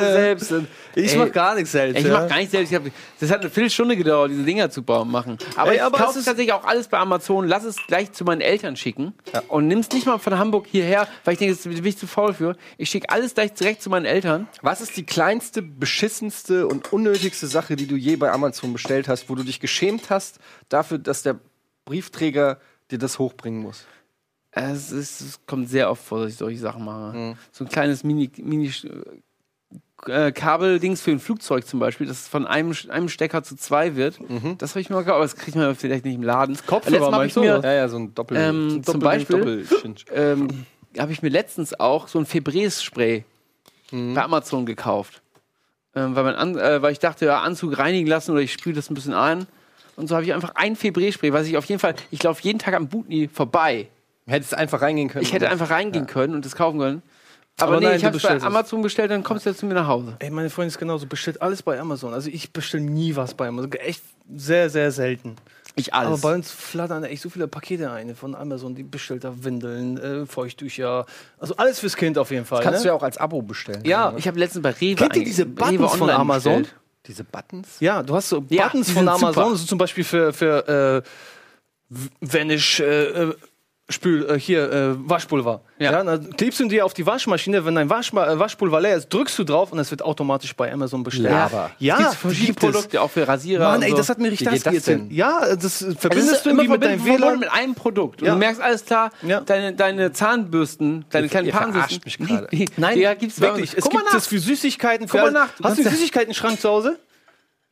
selbst. Und,
Ich
Ey,
mach gar nichts selbst.
Ich
ja.
mach gar nicht selbst. Ich hab, das hat eine Viertelstunde gedauert, diese Dinger zu bauen, machen. Aber
Ey,
ich
aber es
kaufe
ist-
tatsächlich auch alles bei Amazon, lass es gleich zu meinen Eltern schicken und nimm's nicht mal von Hamburg hierher, weil ich denke, das bin ich zu faul für. Ich schicke alles gleich direkt zu meinen Eltern.
Was ist die kleinste, beschissenste und unnötigste Sache, die du je bei Amazon bestellt hast, wo du dich geschämt hast dafür, dass der Briefträger dir das hochbringen muss?
Es, ist, es kommt sehr oft vor, dass ich solche Sachen mache. So ein kleines Mini, Mini äh, Kabeldings für ein Flugzeug zum Beispiel, das von einem, Sch- einem Stecker zu zwei wird. Das habe ich mir mal gekauft, aber das kriegt man vielleicht nicht im Laden.
Kopfhörer
Letztes Mal hab ich
meinst du,
mir,
Ja, ja, so ein Doppel.
Ähm,
so ein
zum Beispiel- ähm, habe ich mir letztens auch so ein Febreze-Spray bei Amazon gekauft. Ähm, weil, man an, äh, weil ich dachte, ja, Anzug reinigen lassen oder ich sprühe das ein bisschen ein. Und so habe ich einfach ein Febreze-Spray, was ich auf jeden Fall, ich laufe jeden Tag am Butni vorbei.
Hättest einfach reingehen können.
Ich hätte einfach reingehen können und das kaufen können. Aber,
Aber
nee,
nein,
ich
du
habe es bei
bestellst es.
Amazon bestellt, dann kommst du jetzt zu mir nach Hause.
Ey, meine Freundin ist genauso, bestellt alles bei Amazon. Also ich bestelle nie was bei Amazon. Echt sehr, sehr selten.
Ich
Aber bei uns flattern echt so viele Pakete ein von Amazon, die bestellt da Windeln, äh, Feuchttücher. Also alles fürs Kind auf jeden Fall.
Kannst du
ne?
ja auch als Abo bestellen.
ja,
ich habe letztens bei Rewe
Kennt ihr
einge-
diese Buttons
Rewe
von
online
Amazon?
bestellt.
Diese Buttons?
ja, du hast so
Ja,
Buttons
die
von
sind
Amazon,
super.
so zum Beispiel für, für äh, w- wenn ich äh, äh, spül, äh, hier, äh, Waschpulver.
Ja.
Ja. dann klebst du dir auf die Waschmaschine, wenn dein Waschma äh, Waschpulver leer ist, drückst du drauf und es wird automatisch bei Amazon bestellt.
Laber.
Ja,
Gibt's verschiedene
gibt es.
Produkte, auch für Rasierer.
Mann,
und
ey,
so.
das hat mir
Wie
richtig
geht
das
das denn?
irgen- Ja, das äh,
Es
verbindest
ist
du
immer
irgendwie mit deinem
verbunden
WLAN.
mit einem Produkt. Und
Ja.
du merkst alles klar,
Ja.
deine, deine Zahnbürsten, deine
Ihr-
kleinen
ihr
Pansisten.
verarscht mich gerade.
die-
Nein,
die, ja, gibt's
wirklich.
Bei uns.
Es
Guck mal
gibt
nach.
es für Süßigkeiten. Für
Guck mal
alle-
nach, du
Hast du
kannst
einen
ja-
Süßigkeiten-Schrank zu Hause?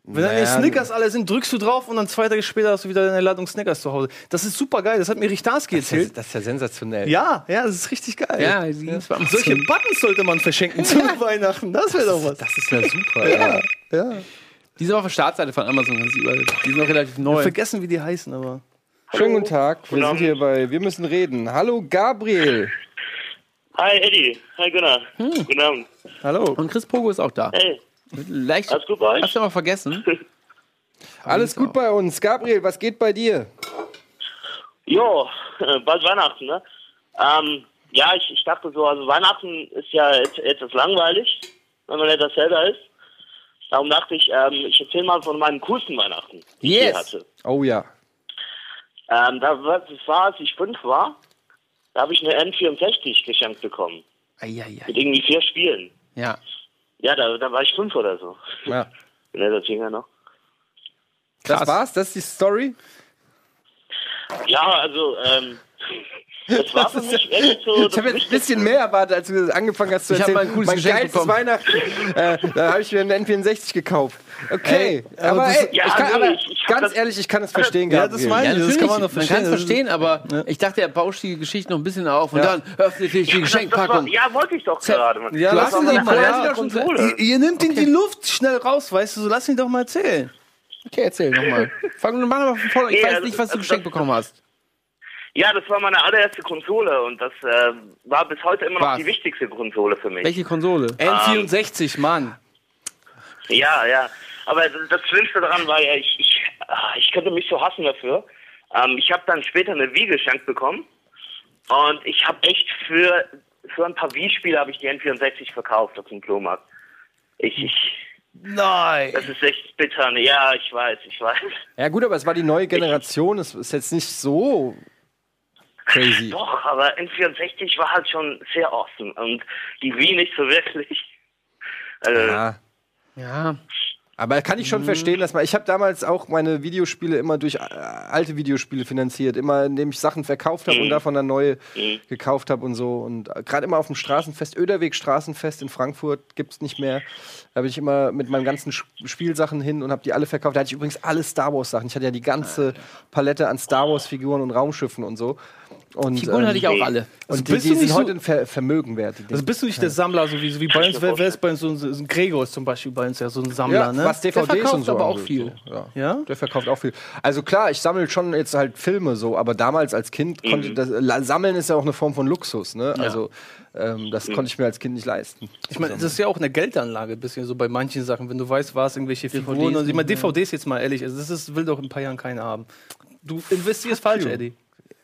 Wenn deine
Naja,
Snickers alle sind, drückst du drauf und dann zwei Tage später hast du wieder deine Ladung Snickers zu Hause. Das ist super geil. Das hat mir Richtarski
Das,
erzählt.
das ist ja sensationell.
Ja, ja, das ist richtig geil.
Ja, die gibt's bei Amazon.
Solche Buttons sollte man verschenken zu Weihnachten. Das wäre doch was.
Das ist ja super. ja.
Die sind auf der Startseite von Amazon. kannst du überall- Die sind noch relativ neu.
Vergessen, wie die heißen, aber.
Schönen guten Tag. Wir sind
Abend.
hier bei Wir müssen reden. Hallo Gabriel.
Hi Eddie, hi Gunnar.
Hm.
Guten Abend.
Hallo.
Und Chris Pogo ist auch da.
Hey,
Mit Leicht,
alles gut bei euch?
hast du mal vergessen?
Alles gut bei uns. Gabriel, was geht bei dir?
Jo, äh, bald Weihnachten, ne? Ähm, ja, ich, ich dachte so, also Weihnachten ist ja jetzt, jetzt ist langweilig.
weil er das selber ist. Darum dachte ich, ähm, ich erzähle mal von meinen coolsten Weihnachten, die ich je
Yes.
hatte.
Oh ja.
Ähm, da war, das war, als ich fünf war, da habe ich eine N64 geschenkt bekommen. Mit
Eieiei.
irgendwie vier Spielen.
Ja.
Ja, da, da war ich fünf oder so.
ja.
Ne, das ging ja noch.
Das war's? Das ist die Story?
Ja, also, ähm, das war für
ist
mich echt so.
Ich habe jetzt ein bisschen mehr erwartet, als du angefangen hast zu
Ich hab
erzählen.
mal ein cooles
mein
Geschenk
geilstes
bekommen.
Weihnachten. äh, da habe ich mir einen N64 gekauft. Okay, aber,
das-
ey,
Ja,
ich kann,
also
aber
ich- ich hab
ganz
das-
ehrlich, ich kann es verstehen.
Ja, das
Gabriel.
meine
Ja,
Ja, das
natürlich,
kann man doch
Man
verstehen.
kann es
Das ist-
verstehen, aber ich dachte, er bauscht die Geschichte noch ein bisschen auf und dann öffnet sich die Geschenkpackung.
Ja, wollte ich doch gerade. Mann.
Ja, lass
Das war
ihn
meine
doch mal,
erste
ja,
schon-
Konsole.
Ihr, ihr nehmt ihn die Luft schnell raus, weißt du, so lass ihn doch mal erzählen.
Okay, erzähl nochmal. Fang mach mal von vorne. Ich
Ja,
weiß
also-
nicht, was du
also-
geschenkt bekommen hast.
Ja, das war meine allererste Konsole und das äh, war bis heute immer noch
Was?
die wichtigste Konsole für mich.
Welche Konsole?
N64, Mann.
Ja, ja. Aber das Schlimmste daran war ja, ich, ich, ah, ich könnte mich so hassen dafür. Ähm, ich habe dann später eine Wii geschenkt bekommen und ich habe echt für, für ein paar Wii-Spiele habe ich die N64 verkauft auf dem Flohmarkt. Ich, ich,
Nein.
das ist echt bitter. Ja, ich weiß, ich weiß.
Ja gut, aber es war die neue Generation. Es ist jetzt nicht so crazy.
Doch, aber N64 war halt schon sehr awesome und die Wii nicht so wirklich. Also,
Ja.
Ja.
Aber kann ich
Mhm.
schon verstehen, dass man. Ich habe damals auch meine Videospiele immer durch äh, alte Videospiele finanziert, immer indem ich Sachen verkauft
Mhm.
habe und davon dann neue gekauft habe und so. Und äh, gerade immer auf dem Straßenfest, Öderweg Straßenfest in Frankfurt gibt's nicht mehr. Da bin ich immer mit meinen ganzen Sch- Spielsachen hin und habe die alle verkauft. Da hatte ich übrigens alle Star Wars Sachen. Ich hatte ja die
Ah,
ganze Palette an Star Wars Figuren und Raumschiffen und so. Und,
Figuren hatte ich auch alle.
Und die,
Also bist
die
du nicht
sind
so-
heute ein Ver Vermögen wert. die Dinger.
Also bist du nicht der Sammler, so wie, so wie bei uns, wer, wer ist bei uns so ein, so ein Gregor ist zum Beispiel bei uns ja so ein Sammler,
Ja,
ne?
was DVDs
verkauft
und so
aber auch
angeht,
viel.
so. Ja.
Ja?
Der verkauft auch viel. Also klar, ich sammle schon jetzt halt Filme so, aber damals als Kind konnte das la- Sammeln ist ja auch eine Form von Luxus, ne? Also ähm, das konnte ich mir als Kind nicht leisten.
Ich meine, das ist ja auch eine Geldanlage, ein bisschen so bei manchen Sachen, wenn du weißt, was irgendwelche Figuren
DVDs
und ich meine, DVDs jetzt mal ehrlich, also das ist, will doch in ein paar Jahren keiner haben. Du investierst falsch, Eddie.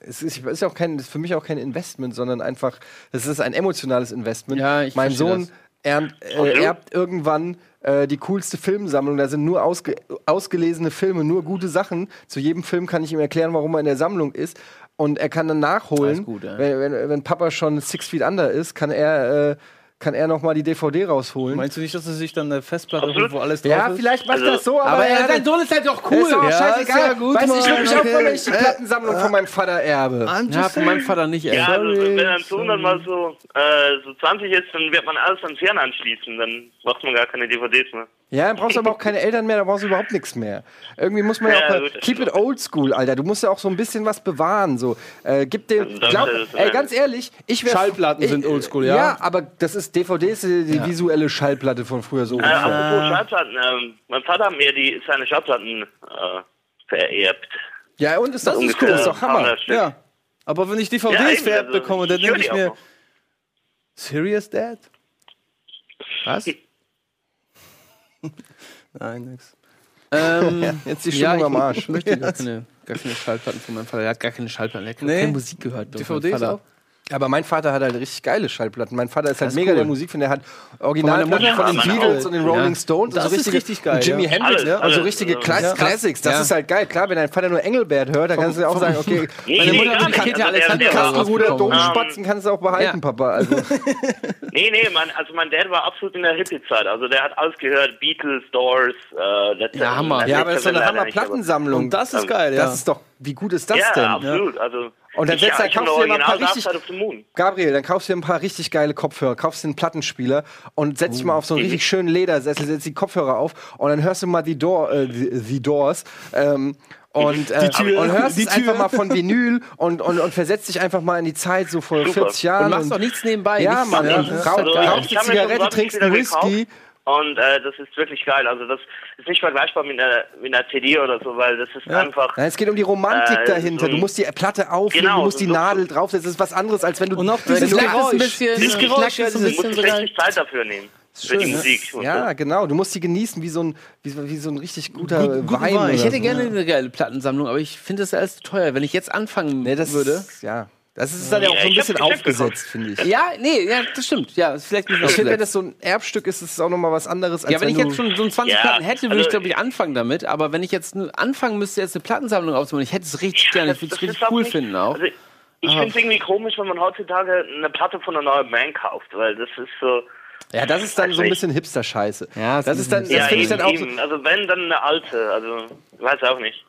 Es ist, ist ja auch kein, ist für mich auch kein Investment, sondern einfach, es ist ein emotionales Investment.
Ja, ich
mein
verstehe
Sohn ernt, äh, erbt irgendwann äh, die coolste Filmsammlung. Da sind nur ausge, ausgelesene Filme, nur gute Sachen. Zu jedem Film kann ich ihm erklären, warum er in der Sammlung ist. Und er kann dann nachholen,
Alles gut, ja.
wenn, wenn, wenn Papa schon Six Feet Under ist, kann er, äh, kann er noch mal die DVD rausholen.
Meinst du nicht, dass er sich dann eine Festplatte holt, wo alles drauf
ja,
ist?
vielleicht macht
Also-
das so, aber,
Aber
er
er,
hat
sein Sohn ist halt doch cool.
Ist auch
Ja,
scheißegal.
ist ja gut,
Weißt du, ich
Mann,
würde mich auch
okay.
freuen, wenn ich die Plattensammlung von meinem Vater erbe.
Ja, von meinem Vater nicht, ey.
Ja, also, wenn dein Sohn dann mal so, äh, so 20 ist, dann wird man alles ans Hirn anschließen. Dann braucht man gar keine DVDs mehr.
Ja, dann brauchst du aber auch keine Eltern mehr, dann brauchst du überhaupt nichts mehr. Irgendwie muss man ja,
Ja,
auch mal,
gut, das
keep it old school, Alter. Du musst ja auch so ein bisschen was bewahren, so. Äh, gib dem,
das
glaub,
ist-
ey, ganz ehrlich, ich wäre...
Schallplatten sind old school, ja.
Ja, aber das ist, DVD ist die visuelle Schallplatte von früher so.
Äh,
ungefähr.
apropos Schallplatten, ähm, mein Vater hat mir die, seine Schallplatten äh, vererbt.
Ja, und ist das, ist cool,
ungefähr
ist doch Hammer.
100 Stück.
Ja. Aber wenn ich DVDs
Ja,
ja,
eben, also,
bekomme, dann
ich höre
denke ich
die auch
mir,
noch.
Serious Dad?
Was?
Nein, nix.
Ähm,
Jetzt die Stimmung
ich
am Arsch.
möchte gar keine, gar keine Schallplatten von meinem Vater. Er hat gar keine Schallplatten. Er hat
Nee.
keine Musik gehört. durch meinen
DVDs
Vater. Also
auch?
Aber mein Vater hat halt richtig geile Schallplatten. Mein Vater ist halt
Das ist
mega
cool.
der Musikfan. Der hat Originalplatten
meiner
von,
Mutter?
den
Ja, meine
Beatles
auch.
und den
Ja.
Rolling Stones.
Das
und
ist richtig geil,
und Jimi
ja.
Hendrix,
Alles,
ne? Also
alles.
richtige Klass
Ja.
Classics. Das
Ja.
ist halt geil. Klar, wenn dein Vater nur Engelbert hört, dann kannst du ja auch sagen, okay,
Meine
nee,
Mutter
gar
hat die
nicht.
Kette
Also der-
Alexander
der-
Kastenruder,
rausgekommen.
Dom-
Domspatzen kannst du auch behalten,
Ja.
Papa. Also,
Nee, nee, mein, also mein Dad war absolut in der Hippie-Zeit. Also der hat alles gehört, Beatles, Doors, äh, Led Zeppelin.
Hammer.
Led
ja, aber das ist doch
Zeppelin
eine
leider
Hammer
nicht, aber-
Plattensammlung.
Und das ist geil, ja.
Das ist doch, wie gut ist das
Ja,
denn? ne?
absolut. Also,
Und dann
ich-
setzt er-
ich hab
kaufst du dir mal ein paar
original
richtig-
Dark Side of the Moon.
Gabriel, dann kaufst du dir ein paar richtig geile Kopfhörer, kaufst dir einen Plattenspieler und setz dich mal auf so einen richtig schönen Ledersessel, setz die Kopfhörer auf und dann hörst du mal die, Door, äh, die, die Doors. Ähm, und, äh,
Tür.
und hörst
Die
es einfach
Tür.
mal von Vinyl und, und, und versetzt dich einfach mal in die Zeit so vor
Super.
40 Jahren.
Und machst doch nichts nebenbei.
Ja,
nichts
Mann, ja.
anderes. Das ist
Kaum-
halt
Also,
geil.
kaum-
ich
Kaufst du
hab mir
Zigarette,
so einen
trinkst
Plattenspieler
einen Whisky.
gekauft Und äh, das ist wirklich geil. Also das ist nicht vergleichbar mit einer, mit einer CD oder so, weil das ist einfach.
Nein, es geht um die Romantik
Äh,
dahinter.
so ein-
du musst die Platte auflegen,
Genau,
du musst die
so-
Nadel draufsetzen. Das ist was anderes, als wenn du.
Und auch
wenn
dieses
du-
Knack ist ein bisschen,
Dieses
äh,
Geräusch,
Knack ist
ja,
ein
dieses-
Du
bisschen
musst
sogar.
richtig Zeit dafür nehmen. Für die
Schön, ne?
Musik. Und
Ja,
so.
genau. Du musst sie genießen wie so ein, wie, so- wie so ein richtig guter
Gut- guten
Wein.
Wein.
oder
Ich
Ich
so.
hätte gerne eine geile Plattensammlung, aber ich finde das alles zu teuer. Wenn ich jetzt anfangen
Nee, das
würde,
Ja. Das ist dann ja auch
Ja,
so ein
ich hab's
bisschen
geschenkt bekommen.
aufgesetzt, finde ich.
Ja, nee, ja, das stimmt. Ja, ist vielleicht nicht
Ich finde, wenn
schlecht.
das so ein Erbstück ist, ist es auch nochmal was anderes, als
Ja, wenn ich jetzt schon so ein 20
Ja,
Platten hätte, würde ich
also-
glaube ich anfangen damit. Aber wenn ich jetzt nur anfangen müsste, jetzt eine Plattensammlung aufzumachen, ich hätte es richtig gerne, ich würde es
Das ist
richtig
auch
cool
nicht-
finden auch.
Also,
Ah.
ich finde es irgendwie komisch, wenn man heutzutage eine Platte von einer neuen Band kauft, weil das ist so. Also
Ja, das ist dann so ein
ich-
bisschen Hipster-Scheiße.
Ja, das
das
ist
ist dann, das
ja,
finde
eben,
ich dann auch so,
eben. Also wenn, dann eine alte. Also, weiß auch nicht.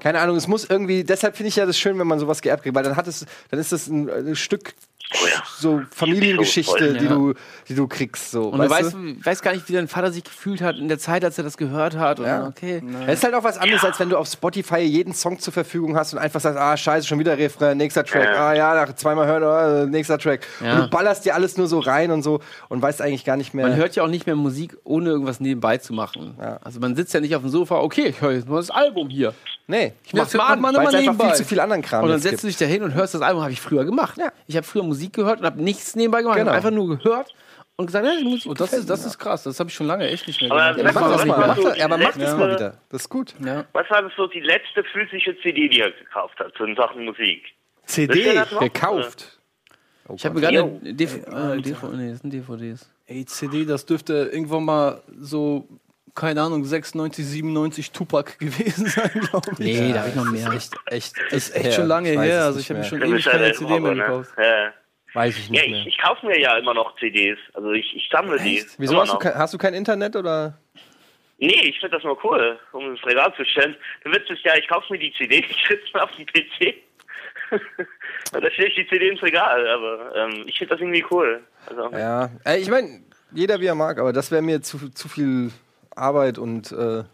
keine Ahnung, es muss irgendwie, deshalb finde ich ja das schön, wenn man sowas geerbt kriegt, weil dann hat es, dann ist das ein, ein Stück
Oh ja.
so Familiengeschichte,
voll.
die
Ja.
du, die du kriegst, so.
Und du weißt, weißt gar nicht, wie dein Vater sich gefühlt hat in der Zeit, als er das gehört hat.
Ja.
Und okay.
Das ist halt auch was anderes, als wenn du auf Spotify jeden Song zur Verfügung hast und einfach sagst, ah, scheiße, schon wieder Refrain, nächster Track,
Ja.
ah ja, nach zweimal hören, oh, nächster Track.
Ja.
Und du ballerst dir alles nur so rein und so und weißt eigentlich gar nicht mehr.
Man hört ja auch nicht mehr Musik, ohne irgendwas nebenbei zu machen. Also man sitzt ja nicht auf dem Sofa, okay, ich höre jetzt mal das Album hier.
nee, ich
mach's mal an,
weil es
mal
einfach
nebenbei.
viel zu viel anderen Kram
Und dann
jetzt
setzt du dich da hin und hörst das Album, habe ich früher gemacht.
Ja.
Ich habe früher Musik gehört und habe nichts nebenbei gemacht. Ich
Genau.
habe einfach nur gehört und gesagt, ja, die Musik
Und das ist, das ist krass, das habe ich schon lange echt nicht mehr
Aber
Ja,
gemacht.
mach
Mach
das
das
mal.
mal.
Mach das, aber mach das
Ja.
mal wieder. Das ist gut.
Was war das so die letzte physische CD, die er gekauft hat, so in Sachen Musik? Wisst ihr
CD
das noch?
gekauft.
Ich habe mir gerade
Jo.
eine DV äh, DV nee, das sind DVDs.
Ey, CD, das dürfte irgendwann mal so, keine Ahnung, 96, 97 Tupac gewesen sein, glaube ich.
Nee, da habe ich noch mehr.
Echt,
Das ist echt schon lange her, also ich habe mir schon
Dann
ewig
ist er
keine
der
CD mehr
Robber, ne?
gekauft.
Ja.
Weiß ich
Ja,
nicht
ich,
mehr.
ich kaufe mir ja immer noch CDs. Also ich, ich sammle die.
Wieso
immer
hast du,
noch.
kein, hast du kein Internet oder?
Nee, ich finde das mal cool, um ins Regal zu stellen. Der Witz ist ja, ich kaufe mir die CD, ich sitze mal auf dem PC. Und da stelle ich die CD ins Regal, aber ähm, ich finde das irgendwie cool. Also,
Ja, äh, ich meine, jeder wie er mag, aber das wäre mir zu, zu viel Arbeit und äh,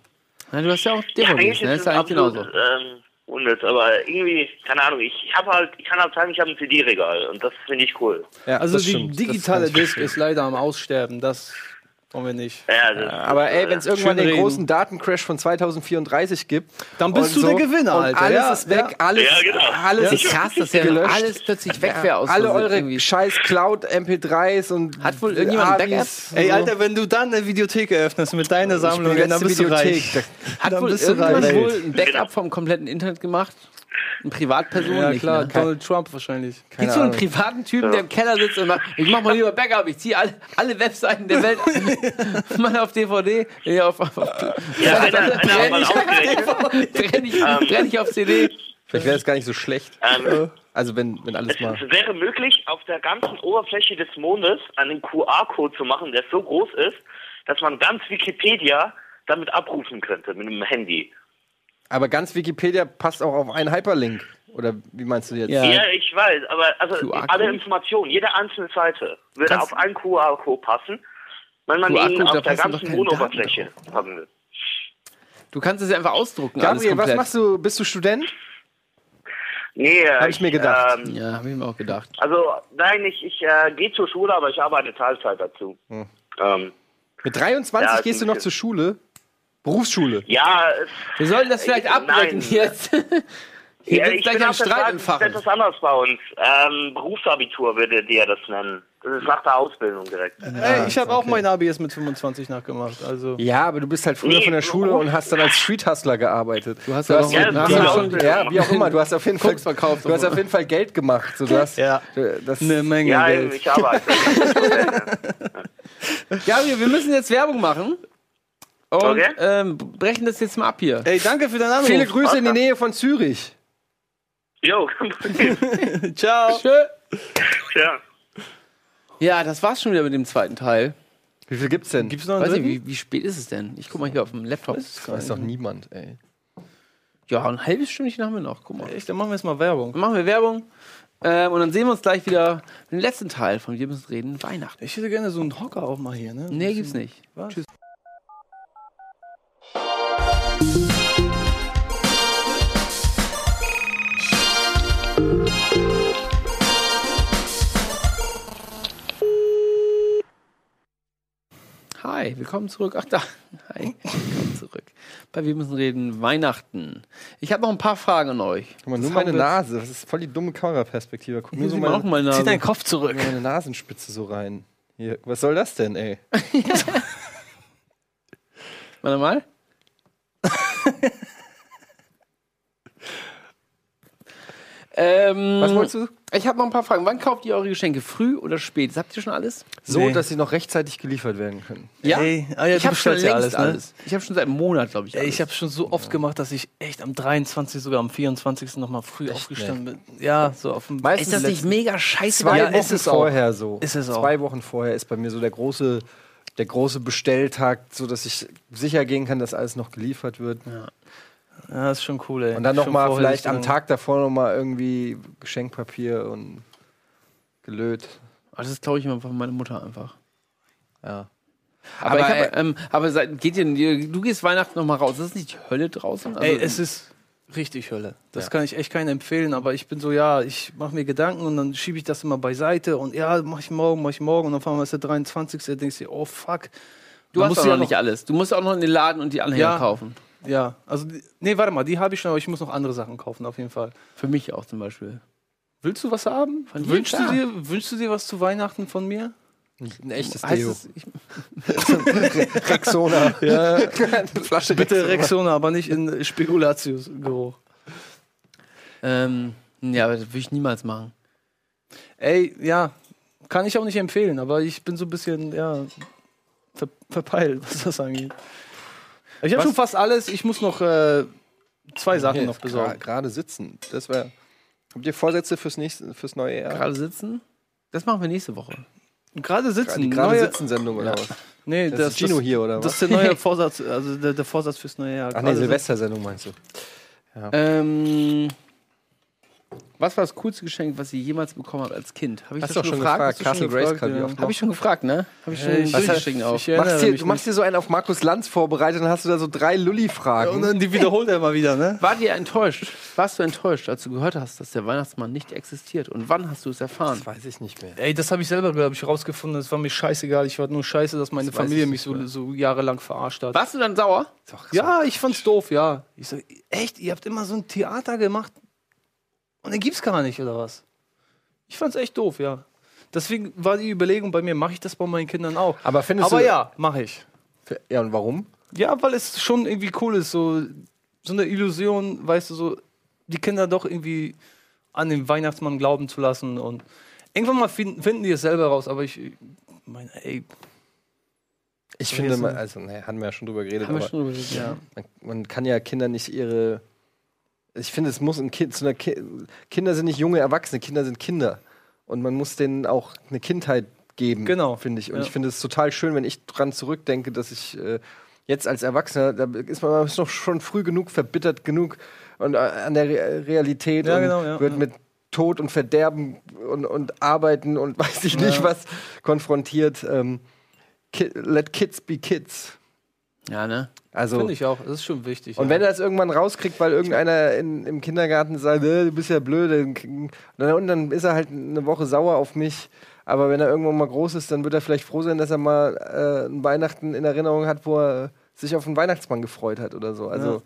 Nein, du hast ja auch
Ja,
DVDs, ne? Das ist ja eigentlich
absolut,
genauso.
Ähm, unnütz, aber irgendwie, keine Ahnung, ich, ich habe halt, ich kann halt sagen, ich habe ein CD-Regal und das finde ich cool.
ja,
Also
das
die
stimmt. Das
digitale
kann ich
Disc ist leider am Aussterben, das wollen wir nicht.
Ja, das,
Aber ey, wenn es irgendwann
Schön
den
reden.
großen Datencrash von 2034 gibt,
Dann bist
und
du der Gewinner,
und
Alter,
Alles
ja,
ist weg,
ja.
alles,
Ja, genau.
alles
Das
ist
ist krass, dass ja
gelöscht.
alles plötzlich weg wäre aus
alle
Versehen
eure
irgendwie.
scheiß Cloud MP3s und
Hat wohl irgendjemand ein Backup?
Avis,
Ey, Alter, wenn du dann eine Videothek eröffnest mit deiner Sammlung,
die letzte
dann bist du
Videothek.
reich.
Das-
Hat
Dann
wohl
bist du reich.
irgendjemand wohl
Welt.
ein
Genau.
Backup vom kompletten Internet gemacht? Eine Privatperson?
Ja
nicht,
klar,
Ne?
Donald Trump wahrscheinlich.
Gibt so einen
Ahnung.
privaten Typen, der im Keller sitzt und sagt, ich mach mal lieber Backup, ich ziehe alle, alle Webseiten der Welt mal auf DVD, nee, auf, auf, auf
ja, einer, einer hat mal Ähm. aufgeregt.
brenn ich, brenn ich auf CD.
Vielleicht wäre es gar nicht so schlecht.
Ähm,
Also wenn, wenn alles
Es,
mal.
es wäre möglich, auf der ganzen Oberfläche des Mondes einen QR-Code zu machen, der so groß ist, dass man ganz Wikipedia damit abrufen könnte, mit einem Handy.
Aber ganz Wikipedia passt auch auf einen Hyperlink. Oder wie meinst du jetzt?
Ja.
Ja, ich weiß, aber also
QR-Code?
alle Informationen, jede einzelne Seite würde
Kannst-
auf einen QR-Code passen, wenn man
QR-Code,
ihn
da
auf der
passen doch
ganzen
keine
Mondoberfläche haben will.
Du kannst es ja einfach ausdrucken.
Gabriel, was machst
du?
du? Bist du Student?
Nee, äh,
Hab ich mir gedacht.
Ähm,
Ja, habe ich mir auch gedacht.
also, nein, ich, ich äh, gehe zur Schule, aber ich arbeite Teilzeit dazu.
Hm.
Ähm,
Mit 23
Ja,
gehst du
ein
noch
bisschen.
zur Schule? Berufsschule.
ja, es,
Wir sollten das vielleicht
Äh,
abbrechen
nein.
jetzt. Hier
Ja,
wird gleich
bin
ein
auf der
Streit
Frage,
entfachen.
Das ist anders bei uns. Ähm, Berufsabitur würde dir das nennen. Das ist nach der Ausbildung direkt.
Ey, ich habe auch mein Abi jetzt mit 25 nachgemacht, also.
Ja, aber du bist halt früher
Nee,
von der Schule
warum?
und hast dann als Street Hustler gearbeitet. Du
hast ja noch
mit
hast halt
einer
ja, schon,
Ausbildung
ja,
gemacht.
wie auch immer, du hast auf jeden Fall
Koks verkauft
Du hast auf jeden Fall Geld gemacht, so du hast
Ja.
du- das
Eine Menge
Ja,
Geld.
ich arbeite.
Gabriel, wir müssen jetzt Werbung machen. Und
Okay.
ähm, brechen das jetzt mal ab hier.
Ey, danke für deinen Anruf.
Viele Grüße in die Nähe von Zürich.
Jo,
Ciao.
Tschö.
ja.
Ja, das war's schon wieder mit dem zweiten Teil.
Wie viel gibt's denn?
Gibt's noch einen
Weiß nicht,
dritten?
wie, wie spät ist es denn? Ich guck mal hier auf dem Laptop.
Weiß doch niemand, ey.
Ja, ein halbes Stündchen haben wir noch. Guck mal.
Echt, dann machen wir jetzt mal Werbung.
Dann machen wir Werbung. Ähm, und dann sehen wir uns gleich wieder im letzten Teil von Wir müssen reden, Weihnachten.
Ich hätte gerne so einen Hocker auch mal hier, ne?
Nee, gibt's nicht.
Was?
Tschüss. Hi, willkommen zurück. Ach da. Hi, willkommen zurück. Bei Wir müssen reden, Weihnachten. Ich habe noch ein paar Fragen an euch.
Guck mal, nur
Das
meine
haben wir-
Nase. Das ist voll die dumme Kameraperspektive. Guck
Hier
nur so
sieht man auch
meine,
meine
Zieh
Nase.
deinen Kopf zurück.
meine Nasenspitze so rein. Hier, was soll das denn, ey?
Warte mal. Ähm,
Was wolltest du?
Ich habe noch ein paar Fragen. Wann kauft ihr eure Geschenke? Früh oder spät? Das habt ihr schon alles?
So,
Nee.
dass sie noch rechtzeitig geliefert werden können.
Ja.
Ey, ah ja,
ich
du
habe schon
bestellst
längst
ja
alles.
alles, ne?
Ich habe schon seit einem Monat, glaube ich.
Ey, ich
alles.
habe schon so oft gemacht, dass ich echt am 23. sogar am 24. nochmal früh aufgestanden bin. Ja, so auf dem
Meistens
ist das nicht mega scheiße?
zwei
Ja,
Wochen
ist es auch.
vorher so.
Ist es auch.
Zwei Wochen vorher ist bei mir so der große, der große Bestelltag, so dass ich sicher gehen kann, dass alles noch geliefert wird.
Ja, ist schon cool, ey.
Und dann noch
Schon
mal
vorher
vielleicht
sich
am
dann-
Tag davor noch mal irgendwie Geschenkpapier und gelöt.
Aber Das ist, glaube ich, immer von meiner Mutter einfach.
Ja.
Aber,
Aber,
ich hab,
äh,
ähm, aber seit, geht ihr, du gehst Weihnachten nochmal raus. Ist das nicht die Hölle draußen? Also,
Ey, es ist richtig Hölle. Das kann ich echt keinen empfehlen, aber ich bin so, ja, ich mache mir Gedanken und dann schiebe ich das immer beiseite und ja, mach ich morgen, mach ich morgen und dann fahren wir ist der 23. Da denkst du, dir, oh fuck.
du
Dann
hast
musst
doch
ja
noch nicht alles. Du musst auch noch in den Laden und die Anhänger
Ja.
kaufen.
Ja, also, die- nee, warte mal, die habe ich schon, aber ich muss noch andere Sachen kaufen, auf jeden Fall.
Für mich auch zum Beispiel.
Willst du was haben?
dir,
Wünschst du,
klar.
dir, wünschst du dir was zu Weihnachten von mir?
ein echtes
Heißt
Deo.
es, ich,
Rexona. ja. Eine Flasche
Bitte Rexona, aber nicht in Spekulatius-Geruch.
ähm, ja, aber das würde ich niemals machen.
Ey, ja, kann ich auch nicht empfehlen, aber ich bin so ein bisschen, ja, ver verpeilt, was das angeht. Ich habe
Was-
schon fast alles, ich muss noch äh, zwei Sachen
Hier,
noch besorgen.
gra- Gerade sitzen. Das wäre. Habt ihr Vorsätze fürs, nächste, fürs neue Jahr?
Gerade sitzen? Das machen wir nächste Woche.
Gerade
Gra-
sitzen,
Ah, die gerade
neue-
sitzen Sendung oder was?
Nee,
Das
das,
ist Gino
das,
hier oder
das
was?
ist also der neue Vorsatz, also der, der Vorsatz fürs neue Jahr.
Ach nee,
Gerade
Silvestersendung meinst du?
Ähm, was war das coolste Geschenk, was ihr jemals bekommen habt als Kind? Hab ich
Hast
das
du auch schon gefragt?
Hast du schon
Castle
gefragt?
Grace kann ich auch
Habe ich schon gefragt, ne? Habe ich schon
Äh, ich-
was
ich-
geschenkt auch.
ich- erinnere
Machst dir,
mich
du machst dir so einen auf Markus Lanz vorbereitet und hast du da so drei
sitzen. Und
Lulli-Fragen.
dann die wiederholt er immer wieder, ne?
Wart ihr enttäuscht? Warst du enttäuscht, als du gehört hast, dass der Weihnachtsmann nicht existiert? Und wann hast du es erfahren?
weiß ich nicht mehr.
Ey, das habe ich selber, glaube ich, rausgefunden. Das war mir scheißegal. Ich war nur scheiße, dass meine
Das weiß
Familie
ich
mich so, so jahrelang verarscht hat.
Warst du dann sauer?
Ja, ich fand's doof, ja. Ich so, echt, ihr habt immer so ein Theater gemacht und den gibt's gar nicht, oder was? Ich fand's echt doof, ja. Deswegen war die Überlegung bei mir, mache ich das bei meinen Kindern auch.
Aber findest
Aber
du-
ja, mache ich.
Ja, und warum?
Ja, weil es schon irgendwie cool ist, so, so eine Illusion, weißt du, so die Kinder doch irgendwie an den Weihnachtsmann glauben zu lassen und irgendwann mal finden, finden die es selber raus, aber ich meine, ey,
Ich
Soll ich
finde,
jetzt
man,
sagen?
also, naja, haben wir ja schon drüber geredet,
Haben
aber
wir schon drüber geredet, ja.
man, man kann ja Kindern nicht ihre. Ich finde, es muss ein Kind zu einer Ki Kinder sind nicht junge Erwachsene, Kinder sind Kinder. Und man muss denen auch eine Kindheit geben,
Genau,
finde ich. Und
ja.
ich finde es total schön, wenn ich dran zurückdenke, dass ich äh, jetzt als Erwachsener, da ist man, man ist noch schon früh genug, verbittert genug und äh, an der Re Realität
Ja,
und
genau, ja,
wird
ja.
mit Tod und Verderben und, und Arbeiten und weiß ich nicht was konfrontiert. Ähm, ki let kids be kids.
Ja, ne?
Also
finde ich auch, das ist schon wichtig.
und
ja.
wenn er das irgendwann rauskriegt, weil irgendeiner in, im Kindergarten sagt, "Äh, du bist ja blöd, dann k- und dann, und dann ist er halt eine Woche sauer auf mich. Aber wenn er irgendwann mal groß ist, dann wird er vielleicht froh sein, dass er mal äh, ein Weihnachten in Erinnerung hat, wo er sich auf einen Weihnachtsmann gefreut hat oder so. Also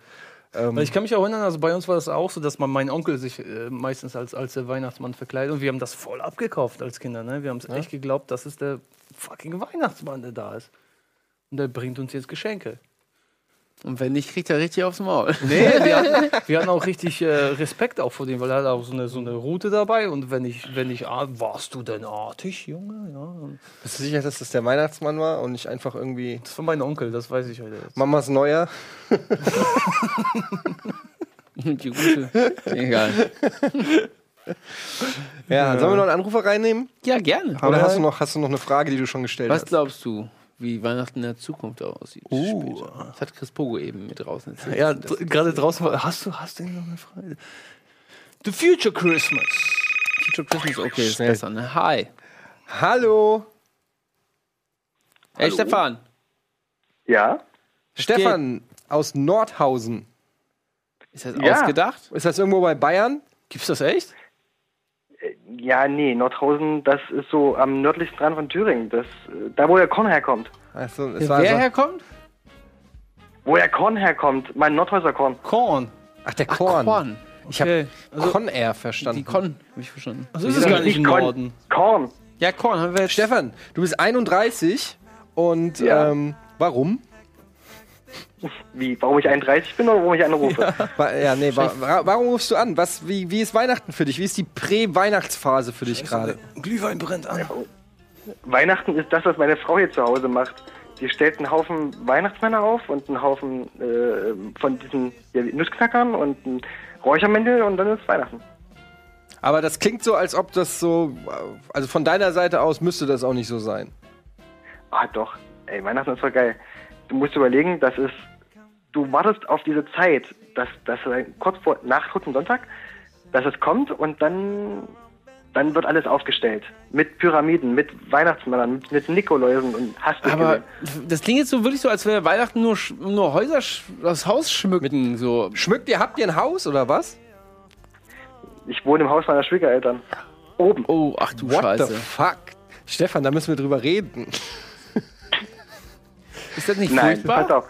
Weil ich kann mich auch erinnern, also bei uns war das auch so, dass man mein Onkel sich äh, meistens als, als der Weihnachtsmann verkleidet und wir haben das voll abgekauft als Kinder. Ne? Wir haben es echt geglaubt, das ist der fucking Weihnachtsmann, der da ist. Und der bringt uns jetzt Geschenke.
Und wenn nicht, kriegt er richtig aufs Maul.
Nee, wir hatten, wir hatten auch richtig äh, Respekt auch vor dem, weil er hat auch so eine, so eine Route dabei und wenn ich, wenn ich, ah, warst du denn artig, Junge? Ja. und
bist du sicher, dass das der Weihnachtsmann war und nicht einfach irgendwie
Das war mein Onkel, das weiß ich heute jetzt.
Mamas Neuer?
Die gute. Egal.
Ja, sollen wir noch einen Anrufer reinnehmen?
Ja, gerne.
Oder hast du, noch, hast du noch eine Frage, die du schon gestellt
Was
hast?
glaubst du, wie Weihnachten in der Zukunft aussieht?
Uh.
Später. Das hat Chris Pogo eben mit draußen erzählt.
Ja, dr- gerade draußen war, hast du, hast du noch eine Frage? The Future Christmas.
Future Christmas, okay, ist
Schnell.
besser, ne? Hi.
Hallo,
Hey, Stefan.
Ja,
Stefan aus Nordhausen.
Ist das
Ja.
ausgedacht?
Ist das irgendwo bei Bayern?
Gibt's das echt?
ja, nee, Nordhausen, das ist so am nördlichsten Rand von Thüringen, das, äh, da wo der Korn herkommt.
Also, es
Wer
war so-
herkommt?
Wo der Korn herkommt, mein Nordhäuser Korn.
Korn.
Ach, der
Korn.
Korn. Ich habe
Okay. Also,
Con Air verstanden.
Die Con, hab ich verstanden.
also ist es gar nicht im
Korn,
Norden.
Korn.
Ja, Korn, haben wir jetzt.
Stefan, du bist 31 und
Ja.
ähm, warum?
Wie, warum ich 31 bin oder warum ich anrufe?
Wa- Ja, nee, wa wa warum rufst du an? Was, wie, wie ist Weihnachten für dich? Wie ist die Prä-Weihnachtsphase für dich gerade?
Glühwein brennt an.
Weihnachten ist das, was meine Frau hier zu Hause macht. Die stellt einen Haufen Weihnachtsmänner auf und einen Haufen äh, von diesen ja, Nussknackern und einen Räuchermändel und dann ist Weihnachten.
Aber das klingt so, als ob das so, also von deiner Seite aus müsste das auch nicht so sein.
Ah doch, ey, Weihnachten ist voll geil. Du musst überlegen, das ist, du wartest auf diese Zeit, dass, dass kurz vor Nacht, kurz am Sonntag, dass es kommt und dann, dann wird alles aufgestellt. Mit Pyramiden, mit Weihnachtsmännern, mit, mit Nikoläusen und hast du
Aber
gesehen.
das klingt jetzt so wirklich so, als wäre Weihnachten nur, sch- nur Häuser, sch- das Haus schmücken. So.
Schmückt ihr, habt ihr ein Haus oder was?
Ich wohne im Haus meiner Schwiegereltern. Oben.
Oh, ach du
What
Scheiße.
the fuck? Stefan, da müssen wir drüber reden.
Ist das nicht
Nein,
furchtbar?
pass auf.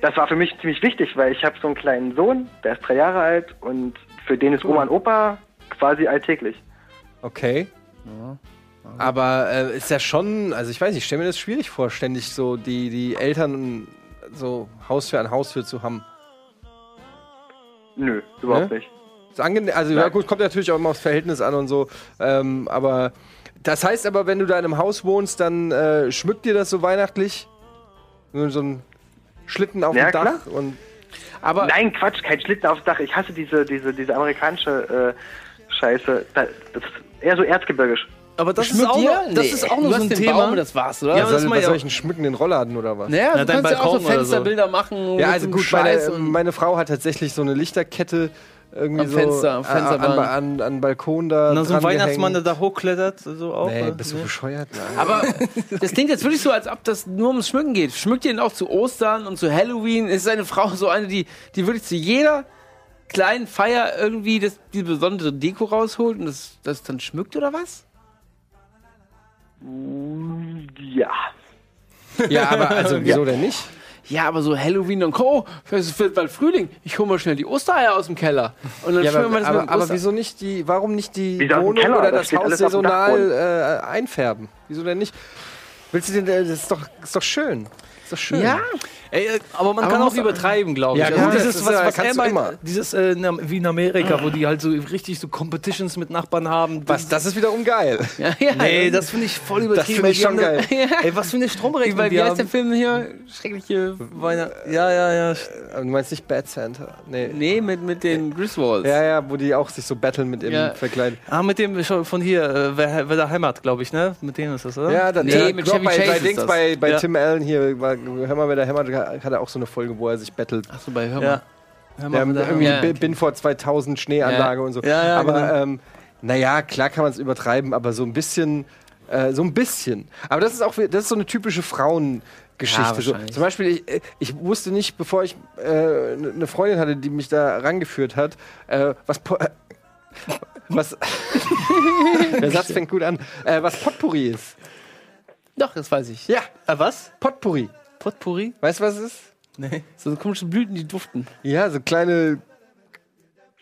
Das war für mich ziemlich wichtig, weil ich habe so einen kleinen Sohn, der ist drei Jahre alt und für den ist Oma und Opa quasi alltäglich.
Okay. Aber äh, ist ja schon, also ich weiß nicht, ich stelle mir das schwierig vor, ständig so die, die Eltern so Haustür an Haustür zu haben.
Nö, überhaupt
Ne?
nicht.
Ist angene- also ja. gut, kommt natürlich auch immer aufs Verhältnis an und so. Ähm, aber das heißt aber, wenn du da in einem Haus wohnst, dann äh, schmückt dir das so weihnachtlich. So, so ein Schlitten auf
Ja,
dem
klar.
Dach und
Aber
Nein, Quatsch, kein Schlitten aufs Dach. Ich hasse diese, diese, diese amerikanische äh, Scheiße. Da- Das ist eher so erzgebirgisch.
Aber das ist
schmückt
auch,
ihr?
noch, das ist auch
du
noch
hast
so ein
den
Thema.
Baum und das war's, oder?
Ja, aber
soll,
das mach
was
ich
soll
auch.
ich einen schmückenden Rollladen oder was?
Naja,
Ja,
du
dein
kannst ja auch so
Balkon oder so.
Fensterbilder machen.
Ja,
mit
also
so
gut,
Scheiß
meine,
und-
meine Frau hat tatsächlich so eine Lichterkette irgendwie
Am
so
Fenster, am
an- an,
Fensterbank.
an, an, an Balkon da.
Und dann so ein
dran
Weihnachtsmann, der
gehängt.
da hochklettert, so auch.
Nee,
oder?
bist du bescheuert? Nein.
Aber das klingt jetzt wirklich so, als ob das nur ums Schmücken geht. Schmückt ihr denn auch zu Ostern und zu Halloween? Ist seine Frau so eine, die, die wirklich zu jeder kleinen Feier irgendwie das, die besondere Deko rausholt und das, das dann schmückt oder was?
Ja.
Ja, aber also wieso denn nicht?
Ja, aber so Halloween und Co. Es wird bald Frühling. Ich hole mal schnell die Ostereier aus dem Keller. Und dann
Ja,
schmücken wir
aber,
das
aber,
mit
aber wieso nicht die, warum nicht die
Wieso aus dem
Wohnung
Keller?
oder
Da
das
steht
Haus
alles auf dem
saisonal
Dachboden.
äh, einfärben? Wieso denn nicht? Willst du denn, äh, das ist doch, ist doch schön. Ist doch schön.
Ja,
Ey, äh, aber man kann auch übertreiben, glaube ich.
Ja,
also
gut, das
dieses,
ist
was,
ja-
was
kannst
er
du
meint,
immer.
dieses äh, in Am- wie in Amerika, wo die halt so richtig so Competitions mit Nachbarn haben.
Was, das ist wiederum geil.
ja, ja.
Ey, das finde ich voll übertrieben.
finde ich
Die haben
schon
eine-
geil.
Ey, was für eine Stromrechnung
Weil,
die
wie heißt der
haben.
Film hier? Schreckliche.
Weihnacht- Ja, ja, ja.
Aber Du meinst nicht Bad Santa? Nee.
Nee, mit, mit den Griswolds.
Ja, ja, wo die auch sich so battlen mit ihrem
Ja.
Verkleid.
Ah, mit dem schon von hier, äh, wer, wer da Heimat, glaube ich, ne? Mit denen ist das, oder?
Ja, da,
Nee,
der-
mit
glaub,
Chevy
bei,
Chase
bei
ist
Dings,
das.
bei, bei
Ja.
Tim Allen hier, war, hör mal, wer der hämmert, hat er auch so eine Folge, wo er sich battelt.
Achso, bei Hör mal.
Ja. Hör mal,
Ja,
wer da
irgendwie
ja,
Bi-
okay.
bin vor 2000 Schneeanlage und so.
Ja, ja,
aber
genau.
ähm, naja, klar kann man es übertreiben, aber so ein bisschen, äh, so ein bisschen. Aber das ist auch, wie- das ist so eine
Ja,
typische Frauengeschichte. so,
wahrscheinlich.
zum Beispiel, ich, äh, ich wusste nicht, bevor ich äh, eine Freundin hatte, die mich da rangeführt hat, äh, was, po äh, was der Satz fängt gut an, äh, was Potpourri ist.
Doch, das weiß ich.
Ja,
Ah, was?
Potpourri.
Potpourri?
Weißt du, was es ist?
Nee.
So komische Blüten, die duften.
Ja, so kleine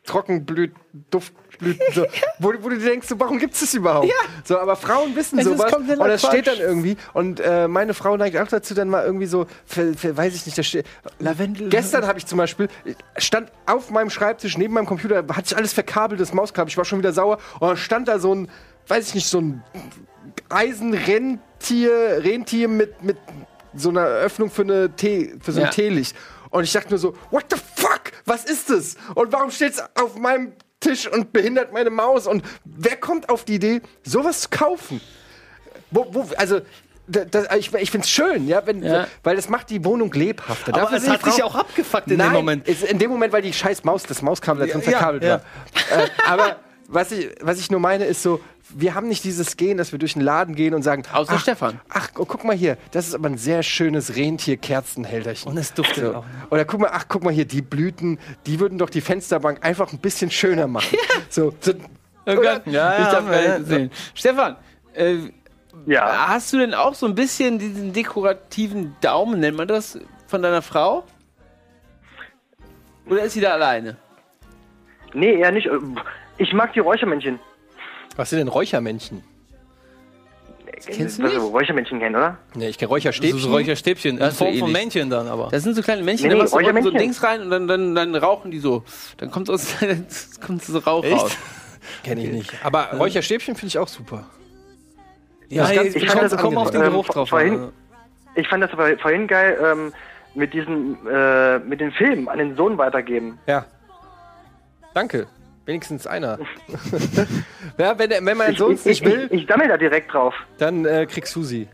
Trockenblüten, Duftblüten, so, wo, wo du dir denkst, so, warum gibt es das überhaupt? Ja. So, aber Frauen wissen
Es ist
sowas und
kompletter
das
Quatsch.
steht dann irgendwie und äh, meine Frau neigt auch dazu, dann mal irgendwie so, ver, ver, weiß ich nicht, da steht,
Lavendel.
Gestern habe ich zum Beispiel, ich stand auf meinem Schreibtisch neben meinem Computer, hatte ich alles verkabelt, das Mauskabel, ich war schon wieder sauer und dann stand da so ein, weiß ich nicht, so ein Eisenrentier, Rentier mit, mit so einer Öffnung für, eine Tee, für so ein
Ja.
Teelicht. Und ich dachte nur so, what the fuck, was ist das? Und warum steht es auf meinem Tisch und behindert meine Maus? Und wer kommt auf die Idee, sowas zu kaufen? Wo, wo, also, da, da, ich, ich finde es schön, ja, wenn,
Ja.
weil das macht die Wohnung lebhafter.
Aber
Dafür
es
sind die
hat dich
Frauen-
ja auch abgefuckt in dem
Nein,
Moment.
es- in dem Moment, weil die scheiß Maus, das Mauskabel da drin
Ja,
verkabelt
ja.
war. Äh, aber was ich, was ich nur meine, ist so, wir haben nicht dieses Gehen, dass wir durch den Laden gehen und sagen,
Außer
ach,
Stefan.
Ach, oh, guck mal hier, das ist aber ein sehr schönes Rentierkerzenhälterchen.
Und es duftet auch. ne?
Oder guck mal, ach, guck mal hier, die Blüten, die würden doch die Fensterbank einfach ein bisschen schöner machen. So, so
Oh
Oder?
Ja,
ich
ja,
darf gar
ja.
nicht sehen. Stefan, äh,
Ja.
hast du denn auch so ein bisschen diesen dekorativen Daumen, nennt man das, von deiner Frau? Oder ist sie da alleine?
Nee, eher Äh, nicht. Ich mag die Räuchermännchen.
was sind denn Räuchermännchen?
Kennst du
also
nicht?
Räuchermännchen kennen, oder?
Nee, ich kenne
Das ist
Räucherstäbchen.
Räucherstäbchen. In
Das ist
Form
ähnlich.
von Männchen dann aber.
Das sind so kleine Männchen,
Nee,
da machst du
nee,
unten so
Männchen.
Dings rein und dann, dann, dann rauchen die so. Dann kommt aus dann kommt so Rauch
Echt?
raus.
Kenne ich nicht. Aber Räucherstäbchen finde ich auch super.
Ja,
das
hey,
ganz-
ich
fand
komme
das
komm auf den
angenehm.
Geruch
Ähm,
drauf.
vorhin-
an.
Ich fand das aber vorhin geil, ähm, mit diesen, äh, mit den Filmen an den Sohn weitergeben.
Ja. Danke. Wenigstens einer. ja, wenn, der- wenn mein Sohn es nicht
ich,
will,
ich, ich sammle da direkt drauf.
dann äh, kriegst du sie.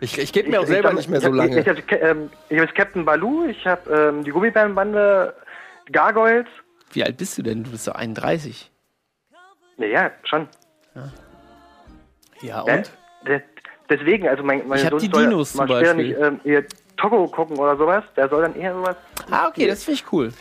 Ich, ich gebe mir auch
Ich-
selber
ich,
nicht mehr so
ich,
lange.
Ich, ich, ich, ähm, ich habe Captain Baloo, ich habe ähm, die Gummibärenbande, Gargoyles.
Wie alt bist du denn? Du bist so 31.
Naja, schon.
Ah,
Ja,
Äh,
Ja, de- deswegen, also mein, mein
Ich hab
Sohn
die
soll
Dinos
mal
zum
später
Beispiel.
nicht ähm, ihr Togo gucken oder sowas. Der soll dann eher sowas.
Ah, okay, das finde ich cool.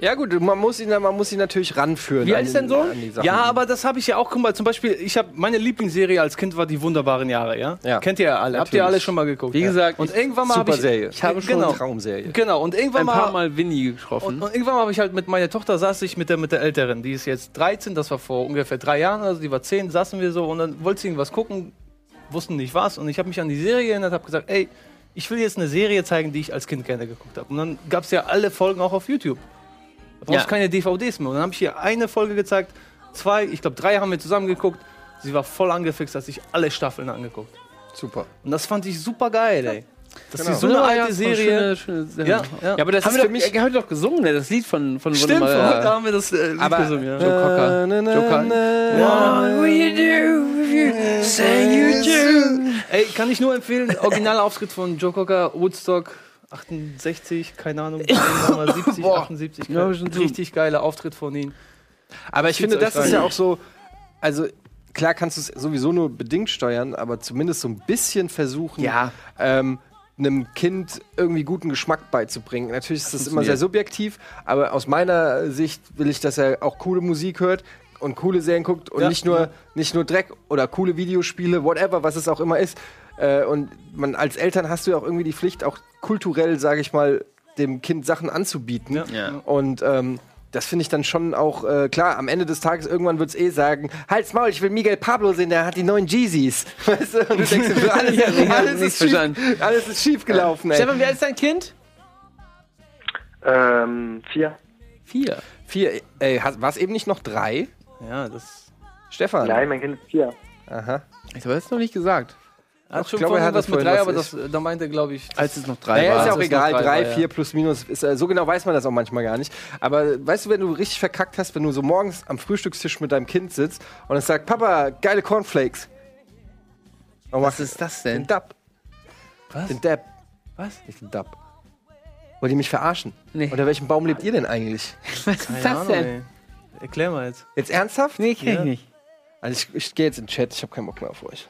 ja gut, man muss ihn, man muss ihn natürlich ranführen.
Wie
an
alt ist
die-
dein Sohn?
an die Sachen.
Ja, aber das habe ich ja auch. Guck mal, zum Beispiel, ich habe meine Lieblingsserie als Kind war die wunderbaren Jahre, ja?
Ja.
Kennt ihr ja alle. Habt
Natürlich.
ihr alle schon mal geguckt?
Wie
ja.
gesagt,
und irgendwann mal habe
super
ich
Serie.
Ich habe schon
genau.
ein
Traumserie.
Genau, und irgendwann
ein paar
mal
Mal Winnie getroffen.
Und, und irgendwann habe ich halt mit meiner Tochter saß ich mit der, mit der Älteren, die ist jetzt 13, das war vor ungefähr drei Jahren, also die war 10, saßen wir so und dann wollte sie irgendwas gucken, wussten nicht was und ich habe mich an die Serie erinnert, habe gesagt, ey, ich will jetzt eine Serie zeigen, die ich als Kind gerne geguckt habe. Und dann gab es ja alle Folgen auch auf YouTube. Da brauchst
Ja.
keine DVDs mehr. Und dann habe ich ihr eine Folge gezeigt, zwei, ich glaube drei haben wir zusammen geguckt. Sie war voll angefixt, hat sich alle Staffeln angeguckt.
Super.
Und das fand ich super geil, ey. Dass
Genau.
sie so eine
Ah, ja,
alte Serie.
Schöne, schöne Sendung.
Ja, ja.
Ja, aber das
haben
ist
wir
für
doch,
mich.
mich heute doch gesungen, ne? das Lied von, von
Stimmt,
Wunderbar-
heute haben wir das äh, Lied
Aber-
gesungen, ja.
Joe Cocker.
Joe Cocker.
What will you do if you say you do?
Ey, kann ich nur empfehlen, originaler Auftritt von Joe Cocker, Woodstock 68, keine Ahnung, 70, 78,
Ja, hab ich schon zu.
richtig geiler Auftritt von ihm.
Aber ich finde,
Zieht's
das
euch
ist ja
rein.
auch so. Also klar kannst du es sowieso nur bedingt steuern, aber zumindest so ein bisschen versuchen,
Ja.
ähm, einem Kind irgendwie guten Geschmack beizubringen. Natürlich ist das immer sehr subjektiv, aber aus meiner Sicht will ich, dass er auch coole Musik hört und coole Serien guckt und
Ja.
nicht nur nicht nur Dreck oder coole Videospiele, whatever, was es auch immer ist. Äh, und man als Eltern hast du ja auch irgendwie die Pflicht, auch kulturell, sage ich mal, dem Kind Sachen anzubieten.
Ja.
Und ähm, das finde ich dann schon auch äh, klar. Am Ende des Tages irgendwann wird es eh sagen: Halt's Maul, ich will Miguel Pablo sehen, der hat die neuen Jeezys. Weißt du? Und du denkst, dir so, alles,
Ja, ich hab
alles,
nichts
ist schief,
verstanden.
alles ist schief gelaufen, ey.
Stefan, wie alt ist dein Kind?
Ähm, vier.
Vier.
Vier, ey, war es eben nicht noch drei?
Ja, das
Stefan?
Nein, mein Kind ist vier.
Aha.
Ich habe das noch nicht gesagt.
hat schon
glaub,
vorhin
er hat
was
das
mit
vorhin
drei,
was
aber
ist.
das, äh, da meinte, glaube ich,
Als es noch drei
Naja, ist ja
war.
auch
es
egal.
noch
Drei,
drei war, ja.
vier plus minus. Ist, äh, so genau weiß man das auch manchmal gar nicht. Aber weißt du, wenn du richtig verkackt hast, wenn du so morgens am Frühstückstisch mit deinem Kind sitzt und es sagt: Papa, geile Cornflakes. Und
Was ist das denn?
Den Dab.
Was?
Den Dab.
Was?
Nicht den Dab. Wollt ihr mich verarschen?
Nee.
Unter welchem Baum lebt ihr denn eigentlich?
Was ist
Keine
das
Ahnung,
denn?
ey. Erklär mal jetzt.
Jetzt ernsthaft?
Nee, kenn ich nicht.
Also ich, ich gehe jetzt in den Chat, ich habe keinen Bock mehr auf euch.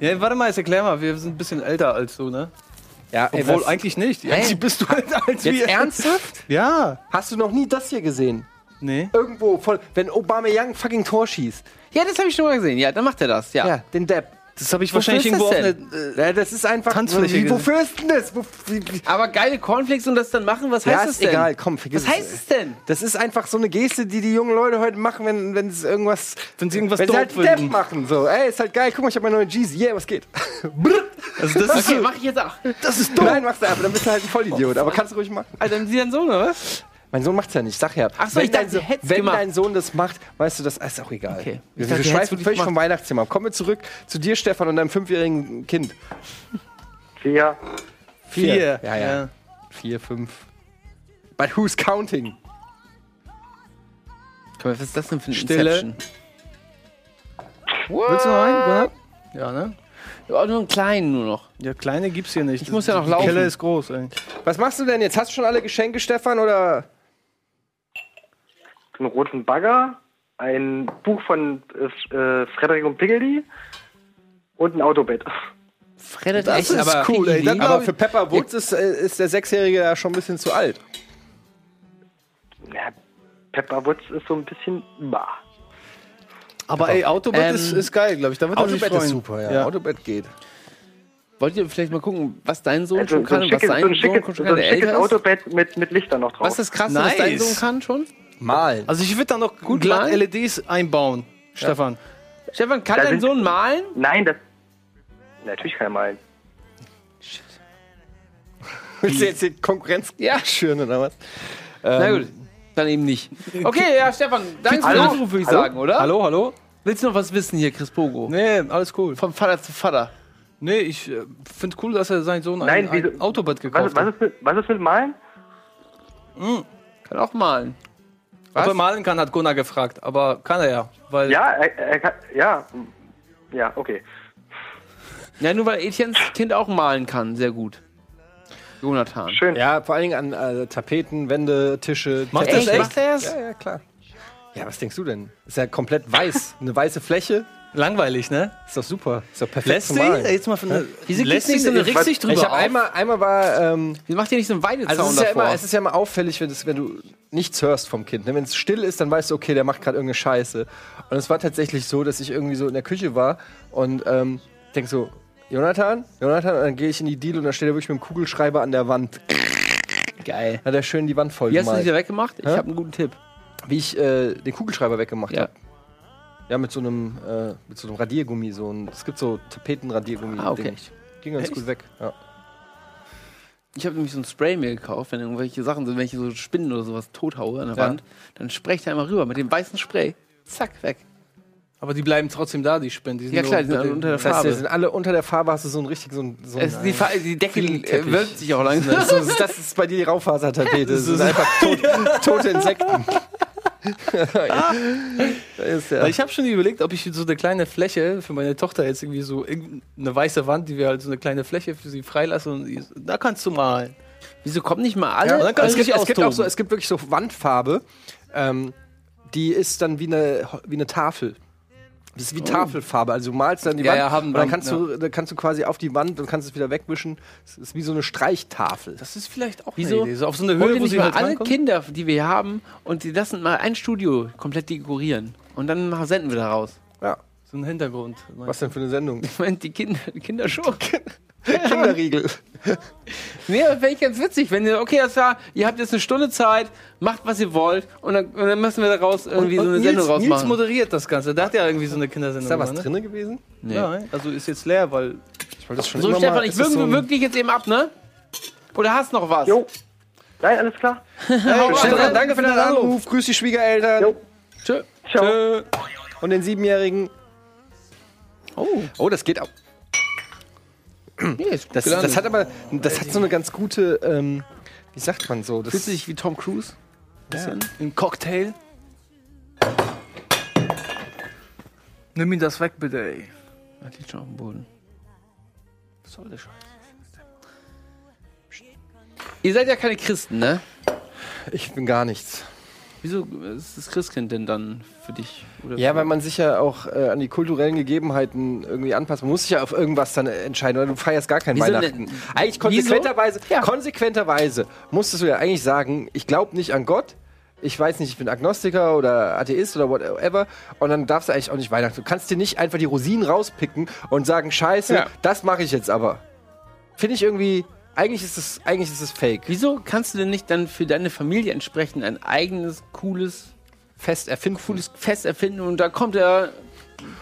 Ja, warte mal, jetzt erklär mal, wir sind ein bisschen älter als du, ne?
Ja,
Obwohl,
was-
eigentlich nicht. Ja,
Hä?
bist du älter als
Jetzt ernsthaft?
Ja.
Hast du noch nie das hier gesehen?
Nee.
Irgendwo, voll, wenn Obama Young fucking Tor schießt.
Ja, das habe ich schon mal gesehen. Ja, dann macht er das. Ja.
Ja, den Depp.
Das habe ich
Wofür
wahrscheinlich
ist
irgendwo auf
das
eine... Äh,
Ja, das ist einfach.
Tanzfläche
Wie,
gesehen.
wofür ist denn das? Wo, wie, wie?
Aber geile Cornflakes und das dann machen, was heißt
ja,
das
ist
denn?
egal, komm, vergiss
Was heißt
ey.
es denn?
Das ist einfach so eine Geste, die die jungen Leute heute machen, wenn, wenn es irgendwas.
Wenn sie irgendwas
wenn sie
doof
halt einen Depp
finden.
machen. So, ey, ist halt geil, guck mal, ich habe meine neue Jeans. Yeah, was geht? Brrr.
also das ist
Okay,
so,
mach ich jetzt auch.
das ist
Nein, machst du ab, dann bist du halt ein Vollidiot. aber kannst du ruhig machen.
Also haben sie dann so, oder was?
Mein Sohn macht's ja nicht, sag ja.
Ach so,
wenn
ich dachte,
dein Sohn-
sie hätten's
Wenn
gemacht.
dein Sohn das macht, weißt du, das ist auch egal.
Okay.
Wir,
Ich dachte,
wir
sie hätten's
schweifen
wirklich
völlig vom
gemacht.
Weihnachtsthema. ab. Kommen wir zurück zu dir, Stefan, und deinem fünfjährigen Kind.
Vier.
vier.
Ja, ja. Vier, fünf. But who's counting?
Komm, was ist das denn für eine
Stille.
Inception?
Willst du noch einen? Bernhard? Ja, ne?
Ja, Oh, nur einen kleinen nur noch.
Ja, kleine gibt's hier nicht. Ich
muss ja noch laufen.
Die Kelle ist groß, ey.
Was machst du denn jetzt? Hast du schon alle Geschenke, Stefan, oder?
einen roten Bagger, ein Buch von äh, äh, Frederik und Piggledy und ein Autobett.
Frederik,
Das ist cool, ey. Dann, aber
aber
für Pepper Woods ist, äh, ist der Sechsjährige ja schon ein bisschen zu alt.
Ja, Pepper Woods ist so ein bisschen. Bah.
Aber ey, Autobett
Ähm,
ist, ist geil, glaube ich. Da wird er sich freuen.
Autobett geht.
wollt ihr vielleicht mal gucken, was dein Sohn
Also
schon
so
kann
ein
und was
schickes, so
sein
ein
Sohn
schickes,
schon
so
kann,
ein
der
schickes
älter ist?
Autobett mit, mit Lichtern noch drauf.
Was ist das Krasse, was
Nice.
dein Sohn kann schon?
Malen.
Also ich würde da noch
Gut
gut glatt
malen?
LEDs einbauen, Stefan.
Stefan, kann
Da
dein
sind-
Sohn malen?
Nein, das, Natürlich kann er malen.
Willst du jetzt die Konkurrenz
Ja.
schüren oder was?
Na
Ähm,
gut, dann eben nicht. Okay, ja, Stefan, danke für den Anruf, würde ich sagen, oder?
Hallo, hallo?
Willst du noch was wissen hier, Chris Bogo?
Ah. Nee, alles cool.
Vom Vater zu Vater.
Nee, ich äh, finde cool, dass er seinen Sohn
Nein,
ein, ein
wieso-
Autobad
Was,
gekauft
was,
hat.
ist mit, was ist mit Malen?
Kann auch malen.
Ob er malen kann, hat Gunnar gefragt. Aber kann er ja. Weil
Ja, er, er kann, ja. hm. Ja, okay.
Ja, nur weil Etiens Kind auch malen kann, sehr gut. Jonathan.
Schön.
Ja, vor allen Dingen an äh, Tapeten, Wände, Tische.
Macht
Teppich.
das echt?
Macht er das?
Ja, ja, klar. Ja, was denkst du denn? Ist ja komplett weiß. Eine weiße Fläche.
langweilig, ne?
Ist doch super. Ist doch perfekt
Lässt
zum
du ihn
Malen.
jetzt mal von der.
Wieso gibt's nicht so eine Rücksicht drüber
Ich habe
auf?
einmal, einmal war, ähm,
Wieso macht ihr nicht so einen Weidezaun
also es ist, ja
davor?
immer, es ist ja immer auffällig, wenn, das, wenn du nichts hörst vom Kind. Ne? Wenn es still ist, dann weißt du, okay, der macht gerade irgendeine Scheiße. Und es war tatsächlich so, dass ich irgendwie so in der Küche war und ähm, denk so, Jonathan, Jonathan, und dann gehe ich in die Deal und dann steht er wirklich mit dem Kugelschreiber an der Wand.
geil.
Hat er schön die Wand voll
Wie hast du das
gemalt.
wieder weggemacht? Ich
Hä?
habe einen guten Tipp.
Wie ich äh, den Kugelschreiber weggemacht
Ja.
habe. Ja, mit so einem äh, mit so einem Radiergummi so ein, es gibt so Tapetenradiergummi
Ah, okay.
Ding. ging ganz gut weg. Ja.
Ich habe nämlich so ein Spray mir gekauft, wenn irgendwelche Sachen sind, wenn ich so Spinnen oder sowas tothaue an der
Ja.
Wand, dann spray ich da einmal rüber mit dem weißen Spray. Zack, weg.
Aber die bleiben trotzdem da, die Spinnen. Die sind
Ja
nur
klar, die sind
unter
alle
dem-
unter der
Das heißt,
Farbe.
wir sind alle unter der Farbe hast du so ein richtig so ein so ein
es, die, Fa- die Decke äh,
Flickenteppich.
wölbt sich auch langsam.
Das ist, das ist bei dir die Raufasertapete. Das sind einfach tot, tote Insekten.
Ah.
da ist
Weil
ja.
Ich habe schon überlegt, ob ich so eine kleine Fläche für meine Tochter jetzt irgendwie so irgend- eine weiße Wand, die wir halt so eine kleine Fläche für sie freilassen und die, so, da kannst du malen.
Wieso kommen nicht mal
Ja,
alle? also
dann kannst
es,
du
gibt,
dich
es gibt auch
austoben.
so, es gibt wirklich so Wandfarbe, ähm, die ist dann wie eine, wie eine Tafel. Das ist wie Tafelfarbe. Also du malst dann die
Ja,
Wand
ja, haben-
und dann
haben-
kannst, du, dann kannst du quasi auf die Wand und kannst es wieder wegwischen. Es ist wie so eine Streichtafel.
Das ist vielleicht auch
Wieso?
eine Idee. So auf so eine
Holen
Höhe,
wir
wo
nicht
sie
mal
halt
alle
rankommt.
Kinder, die wir hier haben, und die lassen mal ein Studio komplett dekorieren. Und dann machen- senden wir da raus.
Ja.
So ein Hintergrund.
Was denn für eine Sendung?
Ich meine, die Kinder, die Kindershow.
Kinderriegel.
Nee, aber fände ich ganz witzig, wenn ihr, okay, das war, ihr habt jetzt eine Stunde Zeit, macht was ihr wollt und dann, und dann müssen wir daraus irgendwie so eine Sendung
Nils, Nils
rausmachen.
moderiert das Ganze. Der hat ja irgendwie so eine Kindersendung.
Ist da was
gemacht,
drin gewesen?
Nee.
Ja, also ist jetzt leer, weil
Ich wollte das schon
so,
immer
Stefan,
mal-
ich
ist das
würge
so ein-
würg dich jetzt eben ab, ne? Oder hast noch was?
Jo. Nein, alles klar.
Hau rein.
Stefan, danke für deinen Anruf. Grüß die Schwiegereltern.
Jo.
Tschö.
Ciao.
Tschö. Und den Siebenjährigen.
Oh,
Oh, das geht auch.
nee, ist gut
Das,
gelandet.
das hat aber, das hat so eine ganz gute, ähm, wie sagt man so? Das
Fühlst du dich wie Tom Cruise?
ja. ein Cocktail. Nimm ihn das weg, bitte, ey.
Ach, liegt schon auf dem Boden.
Was soll der Scheiß?
Ihr seid ja keine Christen, ne?
ich bin gar nichts.
Wieso ist das Christkind denn dann für dich? Oder
Ja,
für-
weil man sich ja auch äh, an die kulturellen Gegebenheiten irgendwie anpasst. Man muss sich ja auf irgendwas dann äh, entscheiden. Oder du feierst gar kein
Wieso
Weihnachten.
denn- Wieso?
Eigentlich konsequenterweise,
Ja.
konsequenterweise musstest du ja eigentlich sagen, ich glaube nicht an Gott. Ich weiß nicht, ich bin Agnostiker oder Atheist oder whatever. Und dann darfst du eigentlich auch nicht Weihnachten. Du kannst dir nicht einfach die Rosinen rauspicken und sagen, scheiße,
Ja.
das mache ich jetzt aber. Finde ich irgendwie, eigentlich ist es, eigentlich ist es fake.
Wieso kannst du denn nicht dann für deine Familie entsprechend ein eigenes, cooles,
Fest erfinden.
cooles Fest erfinden und da kommt der.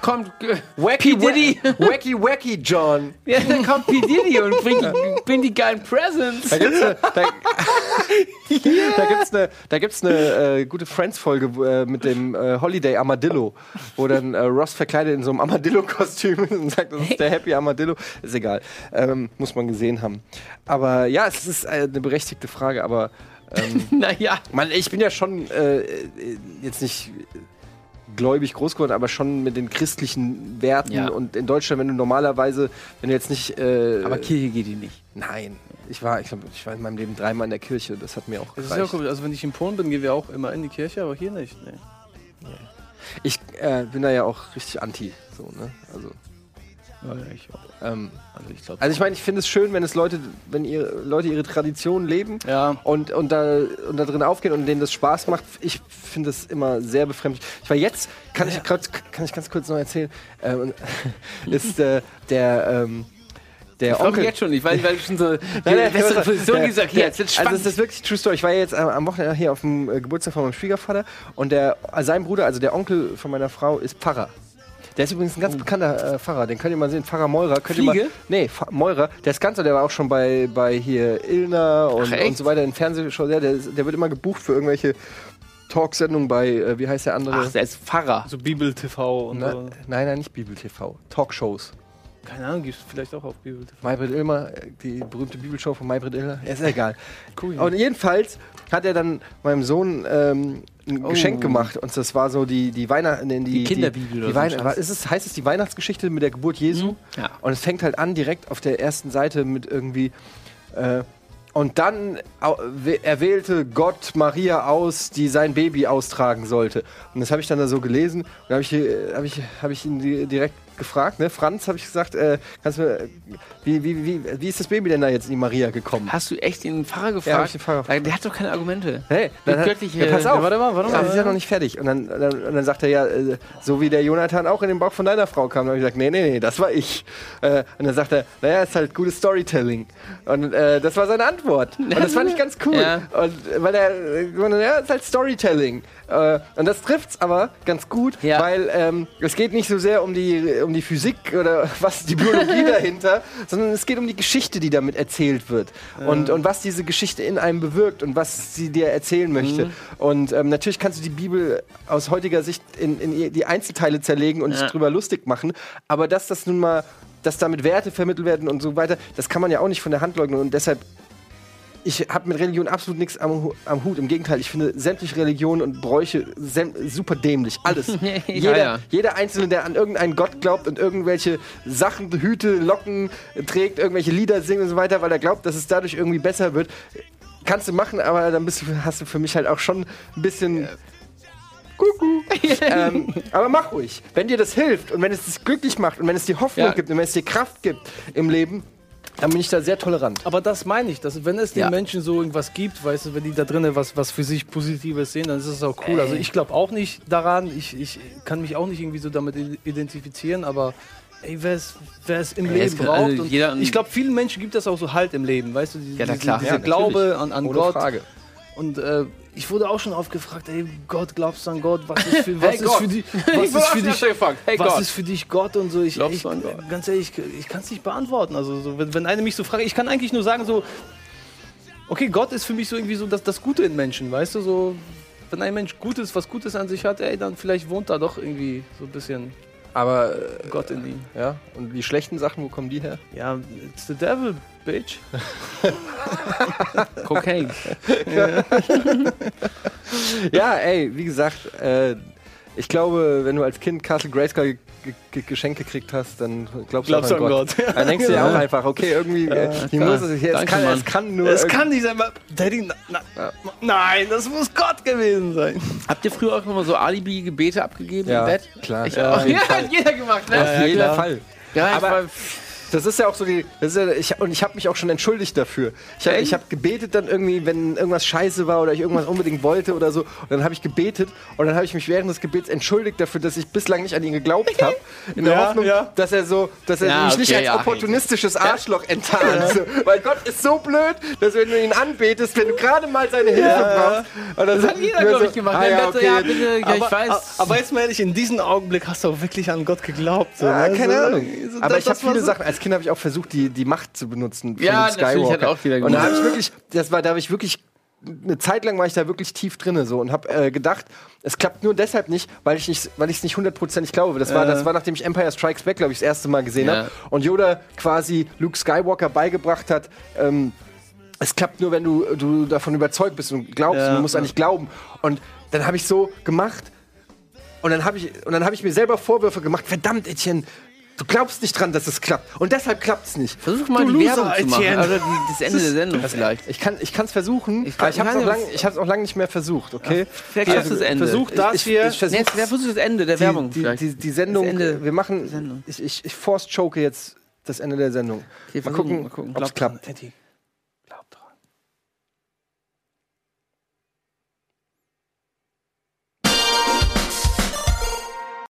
Kommt.
Wacky,
P. Diddy.
wacky, wacky John.
Ja, dann kommt P. Diddy und bringt die, bringt die geilen Presents.
Da gibt's eine, da, da gibt's eine, da gibt's eine äh, gute Friends-Folge wo, äh, mit dem äh, Holiday Armadillo, wo dann äh, Ross verkleidet in so einem Armadillo-Kostüm ist und sagt, das ist der Happy Armadillo. Ist egal, ähm, muss man gesehen haben. Aber ja, es ist äh, eine berechtigte Frage, aber
Naja.
man, ich bin ja schon äh, äh, jetzt nicht gläubig groß geworden, aber schon mit den christlichen Werten
Ja.
und in Deutschland, wenn du normalerweise, wenn du jetzt nicht äh,
Aber Kirche geht die nicht.
Nein, ich war, ich, glaub, ich war in meinem Leben dreimal in der Kirche. Das hat mir auch
Das ist ja
gereicht.
komisch. Also, wenn ich in Polen bin, gehen wir auch immer in die Kirche, aber hier nicht. Nee.
ich äh, bin da ja auch richtig anti. So, ne? Also,
ich
ähm,
Also ich glaube.
also ich meine, ich finde es schön, wenn es Leute, wenn ihr Leute ihre Tradition leben
Ja.
und, und, da, und da drin aufgehen und denen das Spaß macht. Ich finde es immer sehr befremdlich. Ich war jetzt, kann ich grad, kann ich ganz kurz noch erzählen, ähm, ist äh, der ähm, der
Ich
Onkel,
jetzt schon nicht, weil, weil du schon so
Nein,
eine
nein,
bessere
der-
Position
der-
gesagt
der-
Jetzt wird's
Also
spannend.
es ist wirklich True Story. Ich war ja jetzt am am Wochenende hier auf also dem äh, Geburtstag von meinem Schwiegervater und der, äh, sein Bruder, also der Onkel von meiner Frau, ist Pfarrer. Der ist übrigens ein ganz bekannter äh, Pfarrer, den könnt ihr mal sehen. Pfarrer Meurer. Könnt Ihr
Oh. Fliege?
mal, nee, Fa- Meurer. Der ist ganz, der war auch schon bei, bei hier Illner und,
Ach, echt?
und so weiter in Fernsehshow. Der, der, ist- der wird immer gebucht für irgendwelche Talksendungen bei, äh, wie heißt der andere?
Ach, der ist Pfarrer.
So Bibel-TV und
Na,
so.
Nein, nein, nicht Bibel TV. Talkshows.
Keine Ahnung, gibt's vielleicht auch auf Bibel-TV.
Maybrit Illmer, äh, die berühmte Bibelshow von Maybrit Illmer. Ist egal. Cool. Und jedenfalls hat er dann meinem Sohn ähm, ein
Oh.
Geschenk gemacht und das war so die die Weihnachten die, die
Kinderbibel
die,
oder so ein
Weihnachten
Scheiß. Mhm.
ist es heißt es die Weihnachtsgeschichte mit der Geburt Jesu
Ja.
und es fängt halt an direkt auf der ersten Seite mit irgendwie äh, und dann au- we- erwählte Gott Maria aus, die sein Baby austragen sollte. Und das habe ich dann da so gelesen. Und da habe ich, äh, hab ich, hab ich ihn di- direkt gefragt. Ne? Franz, habe ich gesagt, äh, kannst du, mir, äh, wie, wie, wie, wie ist das Baby denn da jetzt in die Maria gekommen?
Hast du echt den Pfarrer gefragt?
hab ich den Pfarrer
Der, der hat doch keine Argumente.
Hey, dann hat,
göttliche-
ja, pass
äh, Ja,
auf.
warte mal, warte mal.
Aber sie ist ja noch nicht fertig. Und dann, dann, und dann sagt er ja, äh, so wie der Jonathan auch in den Bauch von deiner Frau kam. Dann habe ich gesagt, nee, nee, nee, das war ich. Äh, und dann sagt er, naja, ist halt gutes Storytelling. Und äh, das war seine Antwort. Und das fand ich ganz cool.
Ja.
Und äh, weil er, äh, ja, ist halt Storytelling. Äh, und das trifft's aber ganz gut,
Ja.
weil ähm, es geht nicht so sehr um die, um die Physik oder was die Biologie dahinter, sondern es geht um die Geschichte, die damit erzählt wird. Und, und was diese Geschichte in einem bewirkt und was sie dir erzählen möchte.
Mhm.
Und ähm, natürlich kannst du die Bibel aus heutiger Sicht in, in ihr- die Einzelteile zerlegen und
Ja.
dich drüber lustig machen. Aber dass das nun mal, dass damit Werte vermittelt werden und so weiter, das kann man ja auch nicht von der Hand leugnen. Und deshalb ich habe mit Religion absolut nichts am, Hu- am Hut. Im Gegenteil, ich finde sämtliche Religionen und Bräuche sem super dämlich. Alles. jeder,
ja.
jeder Einzelne, der an irgendeinen Gott glaubt und irgendwelche Sachen, Hüte, Locken trägt, irgendwelche Lieder singt und so weiter, weil er glaubt, dass es dadurch irgendwie besser wird, kannst du machen, aber dann bist du, hast du für mich halt auch schon ein bisschen. Kuckuck. ähm, aber mach ruhig. Wenn dir das hilft und wenn es dich glücklich macht und wenn es dir Hoffnung
Ja.
gibt und wenn es dir Kraft gibt im Leben, dann bin ich da sehr tolerant.
Aber das meine ich, dass wenn es den
Ja.
Menschen so irgendwas gibt, weißt du, wenn die da drinnen was, was für sich Positives sehen, dann ist es auch cool. Also ich glaube auch nicht daran, ich, ich kann mich auch nicht irgendwie so damit i- identifizieren, aber ey, wer es, wer es im
es
Leben
kann-
braucht.
also
und
jeder-
ich glaube, vielen Menschen gibt das auch so Halt im Leben, weißt du, die,
Ja, na
diese,
klar.
dieser
Ja,
Glaube an, an
Oh
Ohne
Gott.
Frage.
Und äh, ich wurde auch schon oft gefragt, ey Gott, glaubst du an Gott? Was ist für, was ist
Gott.
für, die, was ist für dich
gefragt. Hey
was
Gott.
ist für dich Gott und so? Ich,
Glaubst
ich,
du an Gott?
Ganz ehrlich, ich, ich kann es nicht beantworten. Also so, wenn, wenn einer mich so fragt, ich kann eigentlich nur sagen so, okay, Gott ist für mich so irgendwie so das, das Gute in Menschen, weißt du? So, wenn ein Mensch Gutes, was Gutes an sich hat, ey, dann vielleicht wohnt da doch irgendwie so ein bisschen
Aber äh,
Gott in ihm.
Ja, und die schlechten Sachen, wo kommen die her?
Ja, it's the devil, bitch.
Cocaine.
Ja, ey, wie gesagt, äh, ich glaube, wenn du als Kind Castle Grayskull ge ge ge geschenkt gekriegt hast, dann glaubst, du auch an Gott. Dann denkst du ja auch einfach, okay, irgendwie, äh, hier
klar.
muss es, hier, es,
Danke,
kann, es
Mann.
kann nur.
Es
irgend-
kann nicht sein, weil- Daddy, na, na, nein, das muss Gott gewesen sein.
Habt ihr früher auch immer so Alibi-Gebete abgegeben
ja,
im Bett?
klar.
Ich,
ja,
ja, ja, hat jeder gemacht, ne?
auf jeden Fall.
Ja,
Aber-
aber
Das ist ja auch so die. Das ist ja, ich, und ich habe mich auch schon entschuldigt dafür. Ich habe ich hab gebetet dann irgendwie, wenn irgendwas scheiße war oder ich irgendwas unbedingt wollte oder so. Und dann habe ich gebetet und dann habe ich mich während des Gebets entschuldigt dafür, dass ich bislang nicht an ihn geglaubt habe. In der
Ja,
Hoffnung,
ja.
dass er so, dass er
Ja,
mich nicht
okay,
als
ja,
opportunistisches Arschloch enttarnt. So, weil Gott ist so blöd, dass wenn du ihn anbetest, wenn du gerade mal seine Hilfe brauchst. Und dann das
hat jeder, glaube ich, gemacht.
Ah,
Mein
ja,
Bett so,
okay.
ja, bitte, ja, ich weiß.
Aber jetzt mal ehrlich, in diesem Augenblick hast du auch wirklich an Gott geglaubt. so,
Ja,
ne?
keine
So,
Ahnung.
so,
Aber
das-
ich habe
das war
viele
so-
Sachen. Als Kind habe ich auch versucht, die, die Macht zu benutzen. von
Ja, natürlich,
Skywalker.
hat auch jeder
Und da
gemacht.
habe ich wirklich, das war, da habe ich wirklich eine Zeit lang war ich da wirklich tief drinne so und habe äh, gedacht, es klappt nur deshalb nicht, weil ich nicht, weil ich es nicht hundertprozentig glaube. Das war, das war nachdem ich Empire Strikes Back, glaube ich, das erste Mal gesehen
Ja.
habe und Yoda quasi Luke Skywalker beigebracht hat. Ähm, es klappt nur, wenn du, du davon überzeugt bist und glaubst, und du musst an dich glauben. Und dann habe ich so gemacht, und dann habe ich, und dann hab ich mir selber Vorwürfe gemacht. Verdammt, Etienne, du glaubst nicht dran, dass es klappt. Und deshalb klappt es nicht.
versuch mal
Du
die
Loser,
Werbung zu machen.
Etienne.
Oder die, das Ende der Sendung vielleicht.
Ich kann es versuchen,
Ich
ich
kann-
aber ich habe es
nein,
auch lang-
das-
ich hab's auch lange nicht mehr versucht, okay?
Vielleicht schaffst du das Ende.
versuch das
ich,
hier-
Ich, ich versuch-
Nee, jetzt- wer versucht das Ende der Werbung
die, die,
vielleicht?
die, die Sendung,
Das Ende.
wir machen, ich, ich, ich force-choke jetzt das Ende der Sendung.
Okay,
mal
versuchen,
gucken,
mal gucken.
ob es klappt.
Eddie,